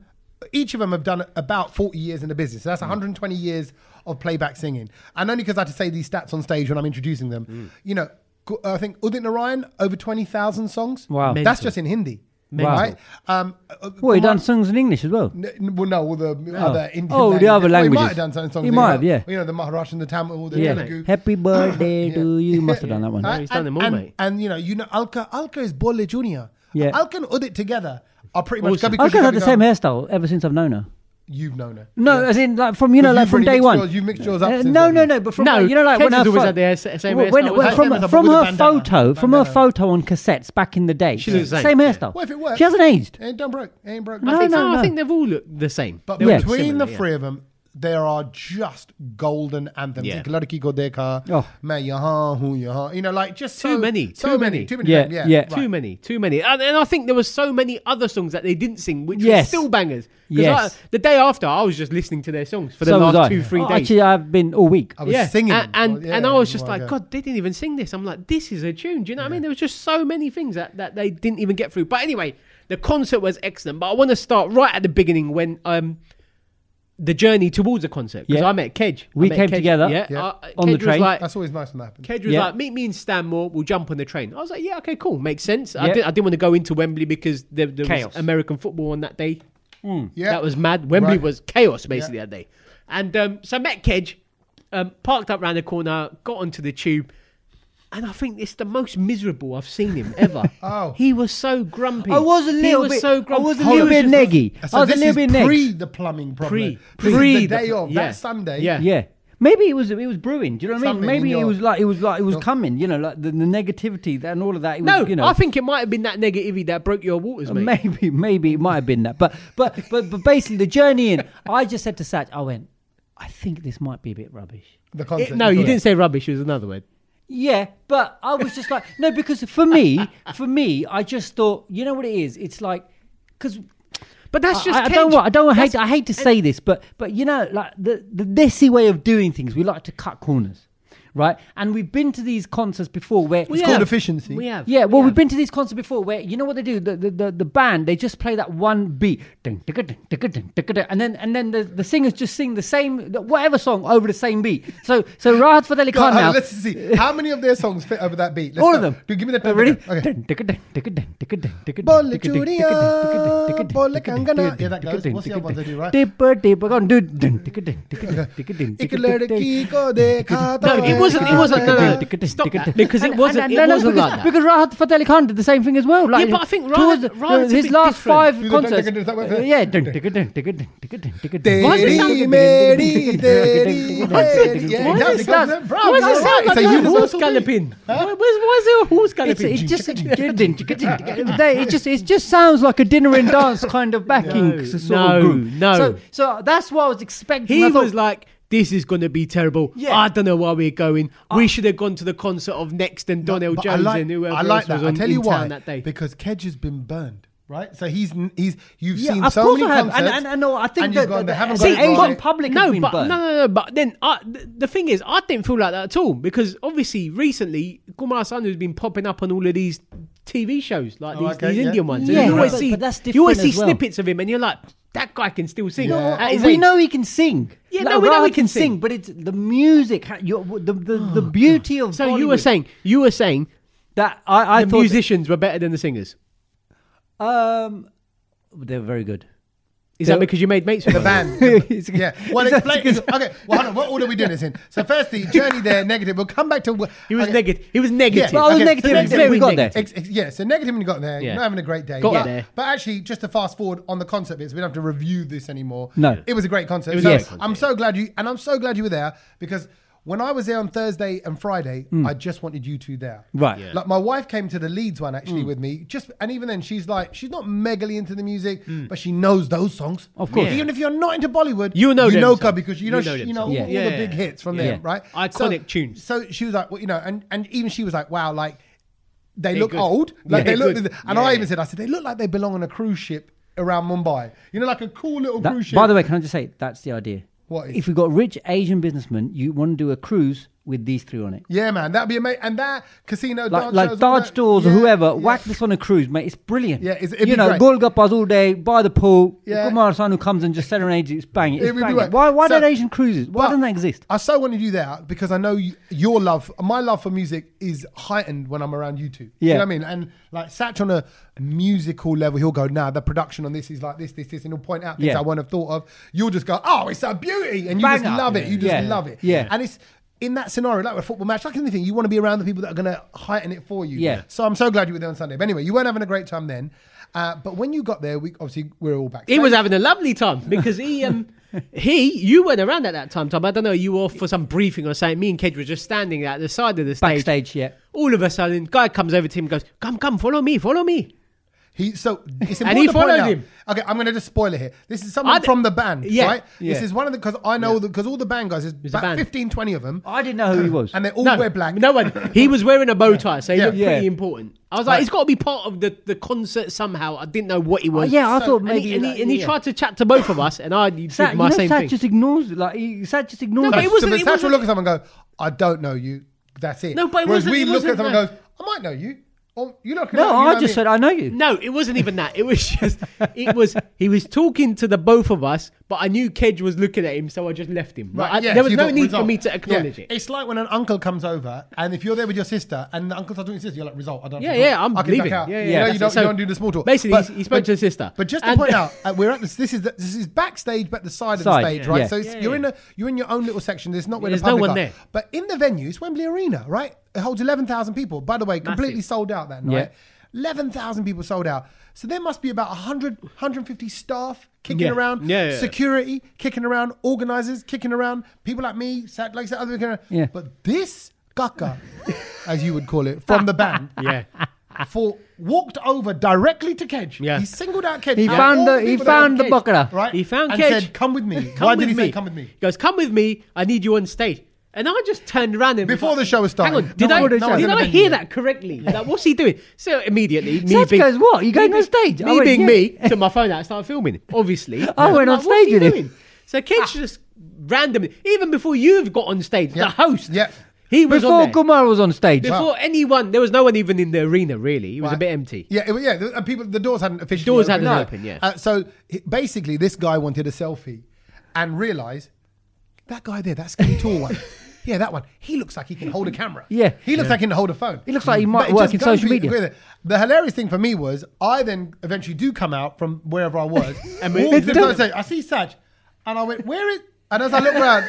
Speaker 1: each of them have done about forty years in the business. So
Speaker 2: Mm.
Speaker 1: that's 120 years of playback singing. And only because I had to say these stats on stage when I'm introducing them,
Speaker 2: Mm.
Speaker 1: you know, Gu- I think Udit Narayan over 20,000 songs.
Speaker 2: Wow.
Speaker 1: that's just in Hindi.
Speaker 2: Mental.
Speaker 1: Right. Um, uh,
Speaker 2: Well, he
Speaker 1: Kumar-
Speaker 2: done songs in English as well.
Speaker 1: N- n- well, no, all the other Indian
Speaker 2: Oh, the
Speaker 1: languages.
Speaker 2: other
Speaker 1: Well, He might
Speaker 2: languages.
Speaker 1: have done some songs.
Speaker 2: He
Speaker 1: in
Speaker 2: might have,
Speaker 1: the-
Speaker 2: yeah.
Speaker 1: You know, the Maharashtrian, the Tamil, all the
Speaker 2: Yeah.
Speaker 1: Telugu.
Speaker 2: Happy birthday
Speaker 3: [coughs]
Speaker 2: to you.
Speaker 1: [laughs]
Speaker 2: Must have done that one.
Speaker 1: Right?
Speaker 3: he's done
Speaker 1: and,
Speaker 3: them all,
Speaker 1: and,
Speaker 3: mate.
Speaker 1: And you know, you know, Alka Alka is Bolle Junior.
Speaker 2: Yeah.
Speaker 1: Alka and Udit together are pretty much.
Speaker 3: Awesome.
Speaker 1: Gubby
Speaker 2: I've
Speaker 1: Gushy,
Speaker 2: had
Speaker 1: Gubby
Speaker 2: the same Mm.
Speaker 1: Gum.
Speaker 2: hairstyle ever since I've known her.
Speaker 1: You've known her.
Speaker 2: No, as in like from you know
Speaker 1: But
Speaker 2: like
Speaker 1: you've
Speaker 2: from
Speaker 1: really
Speaker 2: day
Speaker 1: mixed
Speaker 2: one.
Speaker 1: yours- you've mixed yours up
Speaker 2: Uh,
Speaker 1: since
Speaker 2: no,
Speaker 1: then.
Speaker 2: no, no. But from
Speaker 3: No,
Speaker 2: like, you know like when
Speaker 3: Kendra's
Speaker 2: her
Speaker 3: always
Speaker 2: pho-
Speaker 3: had the hair- same
Speaker 2: when,
Speaker 3: hairstyle,
Speaker 2: when-
Speaker 3: wasn't
Speaker 2: when-
Speaker 3: it?
Speaker 2: from
Speaker 1: Same as a-
Speaker 2: from
Speaker 1: with a
Speaker 2: her
Speaker 1: bandana.
Speaker 2: photo from her
Speaker 1: Bandana.
Speaker 2: photo on cassettes back in the day.
Speaker 3: She looks the
Speaker 2: Same
Speaker 3: same.
Speaker 2: hairstyle.
Speaker 1: Well, if it works,
Speaker 2: she hasn't aged.
Speaker 1: It don't broke. It ain't broke.
Speaker 3: I think,
Speaker 2: no,
Speaker 3: no,
Speaker 2: no.
Speaker 3: I think they've all looked the same.
Speaker 1: But
Speaker 3: They all look
Speaker 1: between
Speaker 3: similar,
Speaker 1: the
Speaker 3: yeah.
Speaker 1: three of them, there are just golden anthems.
Speaker 3: Yeah.
Speaker 1: Yeah. Lurki Godeka,
Speaker 2: Oh.
Speaker 1: Main Yaha, Hu Yaha. You know, like just
Speaker 3: Too
Speaker 1: so,
Speaker 3: many,
Speaker 1: so
Speaker 3: too
Speaker 1: many,
Speaker 3: many.
Speaker 1: too many.
Speaker 2: Yeah,
Speaker 1: of them, yeah,
Speaker 2: yeah.
Speaker 1: Right.
Speaker 3: Too many, too many, Uh, and, and I think there were so many other songs that they didn't sing, which were
Speaker 2: Yes.
Speaker 3: still bangers. 'Cause
Speaker 2: Yes.
Speaker 3: I- the day after, I was just listening to their songs for the
Speaker 2: so was
Speaker 3: last
Speaker 2: I.
Speaker 3: two, three
Speaker 2: Oh,
Speaker 3: days. Oh,
Speaker 2: Actually, I've been all week.
Speaker 1: I was singing,
Speaker 3: and and,
Speaker 1: Yeah,
Speaker 3: and I was just
Speaker 1: oh my
Speaker 3: like, God, they didn't even sing this. I'm like, this is a tune. Do you know what I mean? There was just so many things that, that they didn't even get through. But anyway, the concert was excellent. But I want to start right at the beginning when um the journey towards the concert because
Speaker 2: Yeah.
Speaker 3: I met Kedge. I
Speaker 2: We
Speaker 3: met
Speaker 2: came
Speaker 3: Kedge.
Speaker 2: together
Speaker 3: yeah,
Speaker 1: Yeah.
Speaker 3: Uh,
Speaker 2: on the
Speaker 3: Kedge was
Speaker 2: train.
Speaker 3: Like,
Speaker 1: That's always nice when that happens.
Speaker 3: Kedge was
Speaker 2: Yeah.
Speaker 3: like, meet me in Stanmore. We'll jump on the train. I was like, yeah, okay, cool, makes sense. I
Speaker 2: Yeah.
Speaker 3: didn't I didn't want to go into Wembley because there, there
Speaker 2: Chaos.
Speaker 3: was American football on that day.
Speaker 1: Yeah.
Speaker 3: That was mad. Wembley
Speaker 1: Right.
Speaker 3: was chaos basically
Speaker 1: Yeah.
Speaker 3: that day. And um, so I met Kedge, um, parked up round the corner, got onto the tube, and I think it's the most miserable I've seen him
Speaker 2: [laughs]
Speaker 3: ever.
Speaker 1: Oh.
Speaker 3: He was so grumpy.
Speaker 2: I was a
Speaker 3: He
Speaker 2: little
Speaker 3: was
Speaker 2: bit.
Speaker 3: so grumpy.
Speaker 2: I was a
Speaker 3: He
Speaker 2: little bit
Speaker 3: just-
Speaker 2: neggy.
Speaker 1: So
Speaker 2: I was Oh, a
Speaker 1: this
Speaker 2: little
Speaker 1: is
Speaker 2: bit
Speaker 1: pre
Speaker 2: neggy.
Speaker 1: the plumbing problem.
Speaker 3: Pre-
Speaker 1: This is
Speaker 3: pre
Speaker 1: the
Speaker 3: the
Speaker 1: day
Speaker 3: pl-
Speaker 1: of
Speaker 3: yeah.
Speaker 1: that Sunday.
Speaker 3: Yeah.
Speaker 2: Yeah. Maybe it was it was brewing. Do you know what I mean?
Speaker 1: Something in
Speaker 2: Maybe it
Speaker 1: your-
Speaker 2: was like it was like it was coming. You know, like the, the negativity that- and all of that. It was,
Speaker 3: No,
Speaker 2: you know,
Speaker 3: I think it might have been that negativity that broke your waters, mate.
Speaker 2: Maybe, maybe it might have been that. But but but but basically the journey in, I just said to Satch, I went, I think this might be a bit rubbish.
Speaker 1: The
Speaker 3: It-
Speaker 1: concept.
Speaker 3: no, you
Speaker 1: Yeah.
Speaker 3: didn't say rubbish. It was another word.
Speaker 2: Yeah, but I was just like, no, because for me, for me, I just thought, you know what it is? It's like, because
Speaker 3: But that's just
Speaker 2: I, I don't
Speaker 3: Kedge.
Speaker 2: want, I don't want, hate,
Speaker 3: That's-
Speaker 2: I hate to say this, but but you know, like the the desi way of doing things, we like to cut corners, right? And we've been to these concerts before where
Speaker 3: We
Speaker 1: It's called
Speaker 3: have.
Speaker 1: efficiency.
Speaker 3: We have.
Speaker 2: yeah, well,
Speaker 3: we
Speaker 2: we've been to these concerts before where you know what they do. The the, the, the band they just play that one beat, Dun, digga, dun, digga, dun, digga, dun. and then and then the, the singers just sing the same whatever song over the same beat. So so Rahat Fateli
Speaker 1: God,
Speaker 2: Khan now,
Speaker 1: Let's see how many of their songs fit over that beat. Let's
Speaker 2: all
Speaker 1: go.
Speaker 2: of them.
Speaker 1: Dude, give me the
Speaker 2: Uh, ready?
Speaker 1: Okay.
Speaker 2: Dun, digga, dun, digga, dun, digga, dun, digga, dun,
Speaker 1: Bolle
Speaker 2: digga, dun, digga, dun,
Speaker 1: Julia,
Speaker 2: digga, dun, digga, dun,
Speaker 1: Bolle
Speaker 2: digga, dun,
Speaker 1: Kangana.
Speaker 2: digga,
Speaker 1: Yeah, that
Speaker 2: dun,
Speaker 1: goes.
Speaker 2: digga,
Speaker 1: What's the
Speaker 2: dun,
Speaker 1: other ones they do, right?
Speaker 2: Dipper, dipper, go on, do dun, digga, dun, digga, dun, digga, dun,
Speaker 1: एक
Speaker 2: digga, dun,
Speaker 1: लड़की को देखा
Speaker 3: No,
Speaker 1: तो
Speaker 3: it wasn't- it wasn't-
Speaker 1: ऐसा
Speaker 3: no, no,
Speaker 1: था।
Speaker 3: no. Stop that, because it
Speaker 2: And-
Speaker 3: wasn't-
Speaker 2: and-
Speaker 3: it
Speaker 2: no, no,
Speaker 3: wasn't
Speaker 2: because,
Speaker 3: like that.
Speaker 2: Because Rahat Fateh Ali Khan did the same thing as well. Like,
Speaker 3: Yeah, but I think
Speaker 2: towards
Speaker 3: Rahat-
Speaker 2: the-
Speaker 3: Rahat's a
Speaker 2: his
Speaker 3: bit
Speaker 2: last
Speaker 3: different.
Speaker 1: You
Speaker 2: five
Speaker 1: don't
Speaker 2: concerts.
Speaker 1: take it to that
Speaker 2: uh,
Speaker 1: way.
Speaker 2: yeah, dun, digga, dun, digga, dun, digga, dun, digga, dun.
Speaker 1: तेरी
Speaker 3: Why does it sound-
Speaker 1: मेरी तेरी मेरी Yeah,
Speaker 2: Why
Speaker 1: exactly.
Speaker 2: does it sound-
Speaker 1: Bro,
Speaker 3: Why
Speaker 1: you're
Speaker 3: does it
Speaker 1: right.
Speaker 3: sound
Speaker 1: It's a
Speaker 3: like a horse
Speaker 1: universal beat.
Speaker 3: galloping? Why, where's- why is there a horse
Speaker 2: It's,
Speaker 3: galloping?
Speaker 2: it just [laughs] it just it just sounds like a dinner and dance kind of backing
Speaker 3: No,
Speaker 2: sort
Speaker 3: no,
Speaker 2: of group.
Speaker 3: no.
Speaker 2: So so that's what I was expecting.
Speaker 3: he
Speaker 2: I thought,
Speaker 3: was like, "This is going to be terrible.
Speaker 2: Yeah.
Speaker 3: I don't know why we're going. we should have gone to the concert of Next and Donnell
Speaker 1: But I
Speaker 3: Jones
Speaker 1: like-
Speaker 3: and whoever
Speaker 1: I like
Speaker 3: else
Speaker 1: that.
Speaker 3: was
Speaker 1: I
Speaker 3: on
Speaker 1: tell
Speaker 3: in
Speaker 1: you why.
Speaker 3: town that day."
Speaker 1: Because Kedge has been burned, right? So he's he's you've
Speaker 2: Yeah,
Speaker 1: seen
Speaker 2: of
Speaker 1: so
Speaker 2: course
Speaker 1: many
Speaker 2: I have. And-
Speaker 1: concerts,
Speaker 2: and- and no, I think
Speaker 1: and you've
Speaker 2: that-
Speaker 1: gone,
Speaker 2: that-
Speaker 1: they haven't
Speaker 2: see,
Speaker 1: got it
Speaker 2: Asian
Speaker 1: right.
Speaker 2: pop- public
Speaker 3: no,
Speaker 2: has been
Speaker 3: but
Speaker 2: burned.
Speaker 3: no, no, no. But then I, th- the thing is, I didn't feel like that at all because obviously recently Kumar Sanu's been popping up on all of these TV shows, like
Speaker 1: Oh,
Speaker 3: these,
Speaker 1: okay,
Speaker 3: these
Speaker 1: yeah.
Speaker 3: Indian ones.
Speaker 2: Yeah,
Speaker 3: and you always
Speaker 2: but-
Speaker 3: see,
Speaker 2: but that's
Speaker 3: you always see
Speaker 2: different as well.
Speaker 3: snippets of him, and you're like, "That guy can still sing." at his
Speaker 2: we
Speaker 3: age."
Speaker 2: know he can sing.
Speaker 3: Yeah, no, we know
Speaker 2: Rahat
Speaker 3: he can sing.
Speaker 2: but it's the music, ha- your, the, the, the beauty of
Speaker 3: So you were
Speaker 2: Bollywood
Speaker 3: saying, you were saying
Speaker 2: that I, I
Speaker 3: the
Speaker 2: thought
Speaker 3: musicians were better than the singers.
Speaker 2: um, they're very good.
Speaker 3: Is that because you made mates with
Speaker 1: The
Speaker 2: [laughs]
Speaker 3: them?
Speaker 1: band. yeah. Well, explain. Okay. Well, hold on. What order are we doing this in? So, firstly, journey there, negative. We'll come back to. wh-
Speaker 3: He was
Speaker 1: okay.
Speaker 3: negative. He was negative.
Speaker 2: Well, I
Speaker 1: okay,
Speaker 2: was Oh, negative
Speaker 1: so
Speaker 2: until we got there.
Speaker 1: Ex- ex- yeah, so negative when you got there.
Speaker 3: Yeah.
Speaker 1: You're not having a great day.
Speaker 3: Got
Speaker 1: but,
Speaker 3: there.
Speaker 1: but actually, just to fast forward on the concert bits, we don't have to review this anymore.
Speaker 2: No.
Speaker 1: It was a great concert.
Speaker 3: It was
Speaker 1: So
Speaker 3: a great concert,
Speaker 1: I'm so glad you, and I'm so glad you were there because when I was there on Thursday and Friday,
Speaker 3: Mm.
Speaker 1: I just wanted you two there.
Speaker 2: Right. Yeah.
Speaker 1: Like my wife came to the Leeds one
Speaker 3: Mm.
Speaker 1: actually with me, just, and even then she's like, she's not megally into the music,
Speaker 3: Mm.
Speaker 1: but she knows those songs.
Speaker 2: Of course. Yeah.
Speaker 1: Even if you're not into Bollywood,
Speaker 3: You know
Speaker 1: you
Speaker 3: them
Speaker 1: know
Speaker 3: songs.
Speaker 1: Cub because you know,
Speaker 3: You know
Speaker 1: sh-
Speaker 3: them
Speaker 1: you know all,
Speaker 3: songs.
Speaker 1: all
Speaker 3: Yeah.
Speaker 1: the big hits from
Speaker 3: Yeah.
Speaker 1: them, right?
Speaker 3: Iconic tunes.
Speaker 1: So she was like, well, you know, and and even she was like, wow, like they
Speaker 3: They're
Speaker 1: look
Speaker 3: good.
Speaker 1: old, like
Speaker 3: Yeah.
Speaker 1: they look.
Speaker 3: Good.
Speaker 1: And I
Speaker 3: Yeah.
Speaker 1: even said, I said they look like they belong on a cruise ship around Mumbai. You know, like a cool little cruise
Speaker 2: That,
Speaker 1: ship.
Speaker 2: by the way, can I just say that's the idea?
Speaker 1: What is-
Speaker 2: if we've got rich Asian businessmen, you want to do a cruise with these three on it,
Speaker 1: yeah, man, that'd be amazing. And that casino,
Speaker 2: like
Speaker 1: dance shows,
Speaker 2: like
Speaker 1: all
Speaker 2: Dodge
Speaker 1: that-
Speaker 2: stores or
Speaker 1: yeah,
Speaker 2: whoever.
Speaker 1: yeah.
Speaker 2: Whack this on a cruise, mate. It's brilliant.
Speaker 1: Yeah, it's- it'd
Speaker 2: you
Speaker 1: be
Speaker 2: know,
Speaker 1: great.
Speaker 2: Golgappas all day by the pool.
Speaker 1: Yeah.
Speaker 2: Yeah. Kumar Sanu comes and just serenades you. It's banging. It's
Speaker 1: It'd be
Speaker 2: banging.
Speaker 1: great.
Speaker 2: Why why
Speaker 1: So-
Speaker 2: don't Asian cruises? Why
Speaker 1: but
Speaker 2: doesn't that exist?
Speaker 1: I so wanted you there because I know you, your love, my love for music is heightened when I'm around you two. You
Speaker 2: Yeah.
Speaker 1: know what I mean? And like Satch on a musical level, he'll go, nah, the production on this is like this, this, this, and he'll point out things
Speaker 2: Yeah.
Speaker 1: I wouldn't have thought of. You'll just go, oh, it's a beauty. And you just
Speaker 2: Banger.
Speaker 1: love it. You just
Speaker 2: Yeah.
Speaker 1: love it.
Speaker 2: Yeah.
Speaker 1: And it's in that scenario, like with a football match, like anything, you want to be around the people that are going to heighten it for you.
Speaker 2: Yeah.
Speaker 1: So I'm so glad you were there on Sunday. But anyway, you weren't having a great time then. Uh, but when you got there, we obviously we're all back.
Speaker 3: He was having a lovely time because he,
Speaker 2: [laughs]
Speaker 3: um, he, you weren't around at that time, Tom. I don't know. You were off for some briefing or something. Me and Ked were just standing at the side of the stage.
Speaker 2: Backstage, yeah.
Speaker 3: All of a sudden, guy comes over to him, and goes, "Come, come, follow me, follow me."
Speaker 1: He so it's important
Speaker 3: And he
Speaker 1: to point
Speaker 3: followed
Speaker 1: out-
Speaker 3: him.
Speaker 1: Okay, I'm going to just spoil it here. This is someone
Speaker 3: I'd-
Speaker 1: from the band,
Speaker 3: Yeah,
Speaker 1: right? This
Speaker 2: yeah.
Speaker 1: is one of the because I know because all the band guys is
Speaker 3: a
Speaker 1: about
Speaker 3: band. Uh,
Speaker 1: 15, 20 of them,
Speaker 2: I didn't know who he was.
Speaker 1: and they all
Speaker 3: no,
Speaker 1: wear black.
Speaker 3: No one. He was wearing a bow tie, so he
Speaker 1: Yeah.
Speaker 3: looked
Speaker 2: Yeah.
Speaker 3: pretty important. I was like,
Speaker 1: Right.
Speaker 3: he's got to be part of the, the concert somehow. I didn't know what he
Speaker 2: Oh,
Speaker 3: was.
Speaker 2: yeah, I
Speaker 1: So-
Speaker 2: thought
Speaker 3: And
Speaker 2: maybe
Speaker 3: he, and,
Speaker 2: like-
Speaker 3: he, and he
Speaker 2: yeah.
Speaker 3: tried to chat to both of us, and I did
Speaker 2: Sat, you
Speaker 3: my
Speaker 2: know,
Speaker 3: same
Speaker 2: Sat
Speaker 3: thing.
Speaker 2: just ignores it. Like he, Sat just ignores.
Speaker 3: No, but
Speaker 2: it.
Speaker 3: it wasn't-
Speaker 1: So
Speaker 3: it
Speaker 1: Satch will
Speaker 3: wasn't-
Speaker 1: look at someone and go, "I don't know you." That's it.
Speaker 3: No, but it
Speaker 1: Whereas
Speaker 3: wasn't-
Speaker 1: we
Speaker 3: it
Speaker 1: look at
Speaker 3: wasn't
Speaker 1: someone and
Speaker 3: that.
Speaker 1: goes, "I might know you." Or you look.
Speaker 2: No, I just
Speaker 1: mean?
Speaker 2: said I know you.
Speaker 3: No, it wasn't even that. It was [laughs] just it was he was talking to the both of us, but I knew Kedge was looking at him, so I just left him. Right, I,
Speaker 1: yes,
Speaker 3: there was
Speaker 1: you
Speaker 3: no
Speaker 1: got
Speaker 3: need
Speaker 1: result.
Speaker 3: for me to
Speaker 1: Yeah.
Speaker 3: acknowledge it.
Speaker 1: It's like when an uncle comes over, and if you're there with your sister, and the uncle starts doing sister, you're like, "Result, I don't."
Speaker 3: Yeah,
Speaker 1: have to
Speaker 3: yeah,
Speaker 1: talk.
Speaker 3: I'm
Speaker 1: I can back
Speaker 3: leaving.
Speaker 1: out."
Speaker 3: Yeah, yeah,
Speaker 1: You know,
Speaker 3: that's
Speaker 1: you
Speaker 3: it.
Speaker 1: don't,
Speaker 3: So
Speaker 1: you don't do the small talk.
Speaker 3: basically, he- he spoke
Speaker 1: but-
Speaker 3: to his sister.
Speaker 1: But just to
Speaker 3: And- [laughs]
Speaker 1: point out, uh, we're at this. This is the, this is backstage, but the side, of the
Speaker 2: Side,
Speaker 1: stage,
Speaker 2: yeah.
Speaker 1: right?
Speaker 2: Yeah.
Speaker 1: So it's,
Speaker 3: Yeah,
Speaker 1: you're
Speaker 3: yeah.
Speaker 1: in a you're in your own little section. There's not where
Speaker 3: There's
Speaker 1: the
Speaker 3: no
Speaker 1: public
Speaker 3: one
Speaker 1: are.
Speaker 3: there.
Speaker 1: But in the venue, it's Wembley Arena, right? It holds eleven thousand people. By the way, completely sold out that night. Eleven thousand people sold out. So there must be about 100, 150 staff kicking
Speaker 3: Yeah.
Speaker 1: around,
Speaker 3: Yeah, yeah, yeah.
Speaker 1: security kicking around, organizers kicking around, people like me, sat like sat other kicking around.
Speaker 2: Yeah.
Speaker 1: But this gucker, as you would call it, from the band,
Speaker 3: [laughs] yeah.
Speaker 1: for walked over directly to Kedge.
Speaker 3: Yeah.
Speaker 1: He singled out Kedge.
Speaker 2: He
Speaker 1: out of
Speaker 2: found
Speaker 1: all
Speaker 2: the- he
Speaker 1: people that-
Speaker 2: found the
Speaker 1: Kedge,
Speaker 2: bokra.
Speaker 1: Right.
Speaker 3: He found
Speaker 1: and
Speaker 3: Kedge.
Speaker 1: said, "Come with me."
Speaker 3: Come
Speaker 1: Why
Speaker 3: with
Speaker 1: did he
Speaker 3: me.
Speaker 1: say, "Come with me"?
Speaker 3: He goes, "Come with me. I need you on stage." And I just turned around and
Speaker 1: Before the show was starting.
Speaker 3: Hang on,
Speaker 1: No
Speaker 3: did I,
Speaker 1: one- no one's
Speaker 3: did
Speaker 1: in the
Speaker 3: I
Speaker 1: venue
Speaker 3: hear
Speaker 1: yet.
Speaker 3: that correctly?
Speaker 1: [laughs]
Speaker 3: Like, what's he doing? So immediately, me
Speaker 2: Sat
Speaker 3: being,
Speaker 2: goes, "What? You going
Speaker 3: me
Speaker 2: on
Speaker 3: be-
Speaker 2: stage?" I
Speaker 3: Me
Speaker 2: went,
Speaker 3: being
Speaker 2: "Yeah."
Speaker 3: me, took my phone out and started filming. Obviously,
Speaker 2: [laughs] I
Speaker 3: I'm
Speaker 2: went on
Speaker 3: like, what's
Speaker 2: stage
Speaker 3: he
Speaker 2: with him. Ah.
Speaker 3: doing? So Kedge just randomly, even before you've got on stage,
Speaker 1: Yeah.
Speaker 3: the host,
Speaker 1: Yeah.
Speaker 3: he was on
Speaker 2: Before
Speaker 3: there.
Speaker 2: Kumar was on stage,
Speaker 3: Before anyone, there was no one even in the arena really. It was a
Speaker 1: Right.
Speaker 3: bit empty.
Speaker 1: Yeah, it, was- yeah. The, and people, the doors hadn't officially.
Speaker 3: Doors
Speaker 1: opened.
Speaker 3: hadn't opened, yeah.
Speaker 1: Uh, so he- basically, this guy wanted a selfie, and realised that guy there, that skinny tall
Speaker 2: [laughs]
Speaker 1: one. Yeah, that one. He looks like he can hold a camera.
Speaker 2: Yeah.
Speaker 1: He looks like he can hold a phone. Mm.
Speaker 2: He looks like he
Speaker 1: But
Speaker 2: might
Speaker 1: it
Speaker 2: work
Speaker 1: just
Speaker 2: in
Speaker 1: goes
Speaker 2: social
Speaker 1: with-
Speaker 2: media.
Speaker 1: with it. The hilarious thing for me was I then eventually do come out from wherever I
Speaker 2: [laughs]
Speaker 1: was. and
Speaker 3: we-
Speaker 1: walked to the front stage. I see Saj, and I went, "Where is?" And as I look around,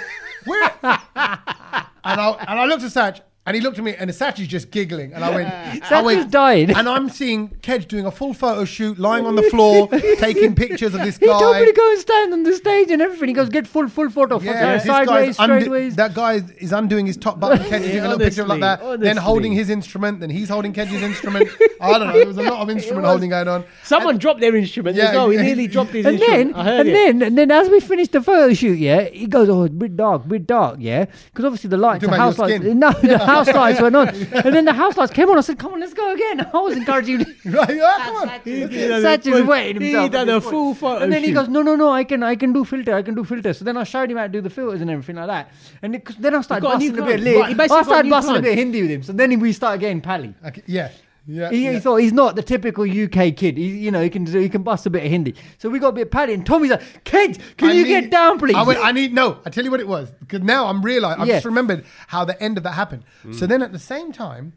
Speaker 1: where?
Speaker 2: [laughs]
Speaker 1: and I and I looked at Satch, and he looked at me, and Satch is just giggling, and I went, I
Speaker 2: Satch
Speaker 1: went,
Speaker 2: was dying.
Speaker 1: and I'm seeing Kedge doing a full photo shoot, lying on the
Speaker 2: [laughs]
Speaker 1: floor, taking pictures of this
Speaker 2: He
Speaker 1: guy.
Speaker 2: told me to go and stand on the stage and everything. He goes, get full, full photo. full
Speaker 1: Yeah, this
Speaker 2: sideways,
Speaker 1: guy's undo-
Speaker 2: straightways.
Speaker 1: that guy is- is undoing his top button. Kedge doing a little picture like
Speaker 3: Honestly,
Speaker 1: that, then
Speaker 3: honestly.
Speaker 1: holding his instrument, then he's holding Kedge's instrument. I don't know. There was a lot of instrument holding going on. [laughs]
Speaker 3: Someone dropped their instrument
Speaker 1: Yeah,
Speaker 3: as well. He
Speaker 1: yeah.
Speaker 3: nearly dropped his
Speaker 2: and
Speaker 3: instrument.
Speaker 2: then,
Speaker 3: I heard
Speaker 2: and
Speaker 3: it.
Speaker 2: then, and then, as we finished the photo shoot, yeah, he goes, "Oh, it's a bit dark, bit dark, yeah," because obviously the lights,
Speaker 1: Talking
Speaker 2: the
Speaker 1: about
Speaker 2: house
Speaker 1: your
Speaker 2: lights,
Speaker 1: skin.
Speaker 2: no,
Speaker 1: [laughs]
Speaker 2: the house lights went on, and then the house lights came on. I said, "Come on, let's go again." [laughs] I was encouraging him.
Speaker 1: Right, yeah, come on.
Speaker 3: done
Speaker 2: Satch
Speaker 3: a
Speaker 2: is
Speaker 3: full-
Speaker 2: wetting himself.
Speaker 3: he done a full
Speaker 1: Oh,
Speaker 3: photo
Speaker 2: And then he
Speaker 3: shoot.
Speaker 2: goes, no, no, no, I can, I can do filter, I can do filter. So then I showed him how to do the filters and everything like that. And it, 'cause then I started
Speaker 3: got a new
Speaker 2: busting a, bit.
Speaker 3: client.
Speaker 2: Lit.
Speaker 3: Right, he
Speaker 2: I
Speaker 3: basically got a
Speaker 2: started
Speaker 3: new
Speaker 2: busting a
Speaker 3: client.
Speaker 2: bit Hindi with him. So then we started getting pally.
Speaker 1: [laughs] Okay, yeah, yeah.
Speaker 2: He,
Speaker 1: yeah.
Speaker 2: he thought he's not the typical UK kid. He, you know, he can do, he can bust a bit of Hindi. So we got a bit pally, and Tommy's like, "Kid, can
Speaker 1: I
Speaker 2: you
Speaker 1: need-
Speaker 2: get down, please?"
Speaker 1: I, went, I need no. I tell you what it was because now I'm realizing I
Speaker 2: Yeah. Mm.
Speaker 1: just remembered how the end of that happened. So then at the same time,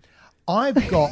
Speaker 1: I've
Speaker 2: [laughs]
Speaker 1: got.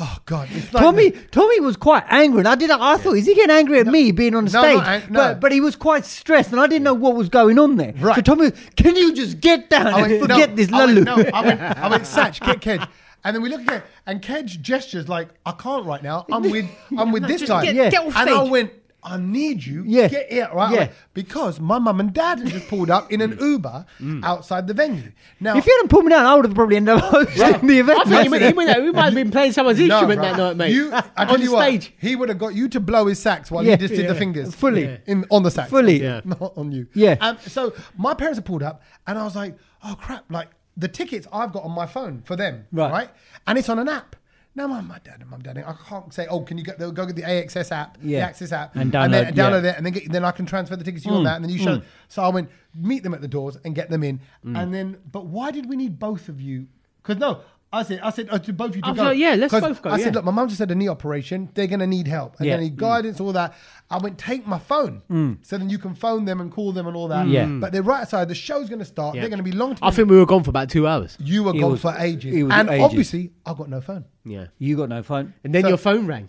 Speaker 1: oh God, it's like
Speaker 2: Tommy, Tommy was quite angry, and I didn't. I thought, is he getting angry at me being on the
Speaker 1: No,
Speaker 2: stage?
Speaker 1: not ang- no.
Speaker 2: But but he was quite stressed, and I didn't know what was going on there.
Speaker 1: Right.
Speaker 2: So Tommy, can you just get [laughs] down
Speaker 1: I
Speaker 2: and
Speaker 1: went,
Speaker 2: forget
Speaker 1: no.
Speaker 2: this
Speaker 1: I
Speaker 2: lalu?
Speaker 1: went, no, I went, I went, Satch, get Kedge. And then we look at Kedge, and Kedge gestures like, I can't right now. I'm with, I'm with this
Speaker 3: Just
Speaker 1: guy.
Speaker 3: get-
Speaker 2: Yeah.
Speaker 3: get off
Speaker 1: and I
Speaker 3: stage.
Speaker 1: went, I need you.
Speaker 2: Yeah.
Speaker 1: Get here. Right. I
Speaker 2: Yeah.
Speaker 1: went, because my mum and dad had just pulled up in an Uber outside the venue. Now,
Speaker 2: [laughs] If you hadn't pulled me down, I would have probably ended up [laughs] hosting the event.
Speaker 3: I think he,
Speaker 2: mate.
Speaker 3: meant, he, meant, he might have been playing someone's instrument
Speaker 1: right.
Speaker 3: that night, mate.
Speaker 1: You,
Speaker 3: [laughs]
Speaker 1: I tell
Speaker 3: on
Speaker 1: you
Speaker 3: the stage.
Speaker 1: What, he would have got you to blow his sax while
Speaker 2: Yeah.
Speaker 1: he just did the
Speaker 3: Yeah.
Speaker 1: fingers
Speaker 2: Fully. Yeah.
Speaker 1: in on the sax,
Speaker 2: Fully.
Speaker 3: Yeah.
Speaker 1: not on you.
Speaker 2: Yeah.
Speaker 1: Um, so my parents are pulled up, and I was like, "Oh crap!" Like the tickets I've got on my phone for them,
Speaker 2: Right.
Speaker 1: right? And it's on an app. Now my my dad and my dad, I can't say, "Oh, can you get the, go get the AXS app,
Speaker 2: Yeah.
Speaker 1: the Access app,
Speaker 2: And
Speaker 1: then,
Speaker 2: download,
Speaker 1: download
Speaker 2: yeah.
Speaker 1: it, and then get, then I can transfer the tickets to you
Speaker 3: Hmm.
Speaker 1: on that, and then you show." So I went meet them at the doors and get them in,
Speaker 3: Hmm.
Speaker 1: and then. But why did we need both of you? Because no. I said, I said, oh, to both of you to
Speaker 3: I was
Speaker 1: go.
Speaker 3: like, yeah, let's
Speaker 1: 'Cause
Speaker 3: both go,
Speaker 1: I said,
Speaker 3: yeah. Hmm.
Speaker 1: look, my mum just had a knee operation. They're going to need help. And
Speaker 2: Yeah.
Speaker 1: then he guidance, all that. I went, take my phone. So then you can phone them and call them and all that.
Speaker 2: Yeah.
Speaker 1: But they're right outside. The show's going to start.
Speaker 3: Hmm. Yeah.
Speaker 1: They're going to be long
Speaker 3: I
Speaker 1: time.
Speaker 3: think we were gone for about two hours.
Speaker 1: you were gone
Speaker 2: was-
Speaker 1: for ages.
Speaker 2: he was
Speaker 1: And
Speaker 2: ages.
Speaker 1: obviously, I got no phone.
Speaker 3: Yeah.
Speaker 2: You got no phone.
Speaker 3: And then
Speaker 1: So-
Speaker 3: your phone rang.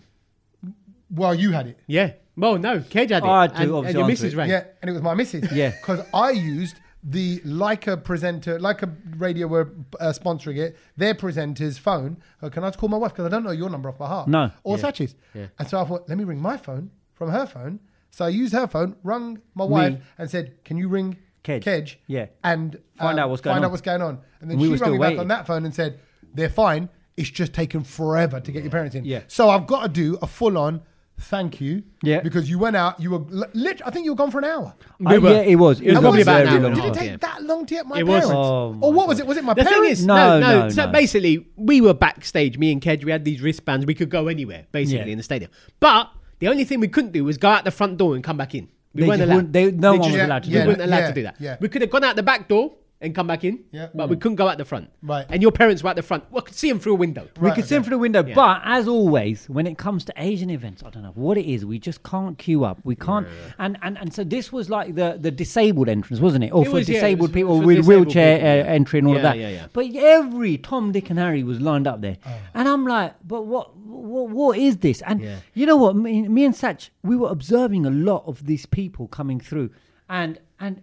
Speaker 1: Well, you had it.
Speaker 3: Yeah. Well, no, Kedge had it.
Speaker 2: I had to
Speaker 3: and, and
Speaker 2: obviously
Speaker 3: your
Speaker 2: answer
Speaker 3: missus
Speaker 2: it.
Speaker 3: rang.
Speaker 1: Yeah. And it was my missus. [laughs]
Speaker 2: Yeah.
Speaker 1: Because I used the Leica presenter, Leica Radio were uh, sponsoring it, their presenter's phone. Uh, can I just call my wife? Because I don't know your number off by heart.
Speaker 2: No.
Speaker 1: Or Satch's.
Speaker 3: Yeah.
Speaker 1: And so I thought, let me ring my phone from her phone. So I used her phone, rung my wife, and said, can you ring
Speaker 2: Kedge.
Speaker 1: Kedge?
Speaker 2: Yeah.
Speaker 1: And uh,
Speaker 2: Find out what's going
Speaker 1: find
Speaker 2: on.
Speaker 1: out what's going on. And then
Speaker 2: We
Speaker 1: she
Speaker 2: were
Speaker 1: rang
Speaker 2: still
Speaker 1: me
Speaker 2: waiting.
Speaker 1: back on that phone and said, they're fine. It's just taken forever to get your parents in.
Speaker 2: Yeah.
Speaker 1: So I've got to do a full on thank you.
Speaker 2: Yeah.
Speaker 1: Because you went out, you were, li- lit- I think you were gone for an hour.
Speaker 2: I-
Speaker 3: We were-
Speaker 2: Uh, yeah, it was. It
Speaker 3: It
Speaker 2: was
Speaker 3: was probably
Speaker 2: very
Speaker 3: about an hour
Speaker 2: long
Speaker 3: and a
Speaker 1: Did it
Speaker 3: half.
Speaker 2: time.
Speaker 1: take
Speaker 3: yeah.
Speaker 1: that long to get my
Speaker 3: It was.
Speaker 1: parents?
Speaker 2: Oh my
Speaker 1: or what was it? Was it my
Speaker 3: The thing
Speaker 1: parents?
Speaker 3: is,
Speaker 2: No,
Speaker 3: no, no.
Speaker 2: no,
Speaker 3: so
Speaker 2: no.
Speaker 3: basically, we were backstage. Me and Kedge, we had these wristbands. We could go anywhere, basically,
Speaker 2: Yeah.
Speaker 3: in the stadium. But the only thing we couldn't do was go out the front door and come back in. We
Speaker 2: They
Speaker 3: weren't
Speaker 2: just
Speaker 3: allowed.
Speaker 2: wouldn't- they- no
Speaker 3: They
Speaker 2: one was
Speaker 3: just-
Speaker 2: allowed to
Speaker 3: we
Speaker 2: do that.
Speaker 3: weren't allowed
Speaker 1: Yeah,
Speaker 3: to do that.
Speaker 1: yeah.
Speaker 3: We could have gone out the back door and come back in,
Speaker 1: Yeah.
Speaker 3: but we couldn't go out the front.
Speaker 1: Right.
Speaker 3: And your parents were at the front. Well, I could see them through a window.
Speaker 2: We
Speaker 1: Right,
Speaker 2: could see them
Speaker 1: okay.
Speaker 2: through the window,
Speaker 3: Yeah.
Speaker 2: but as always, when it comes to Asian events, I don't know what it is. We just can't queue up. We can't, and, and and so this was like the the disabled entrance, wasn't it? Or
Speaker 3: It
Speaker 2: for
Speaker 3: was, yeah, it
Speaker 2: disabled
Speaker 3: was
Speaker 2: people
Speaker 3: for
Speaker 2: with
Speaker 3: disabled
Speaker 2: wheelchair
Speaker 3: people,
Speaker 2: uh,
Speaker 3: yeah.
Speaker 2: entry and all of
Speaker 3: Yeah,
Speaker 2: that.
Speaker 3: yeah, yeah.
Speaker 2: But every Tom, Dick, and Harry was lined up there, and I'm like, but what what what is this? And
Speaker 3: Yeah.
Speaker 2: you know what? Me, me and Satch, we were observing a lot of these people coming through, and and.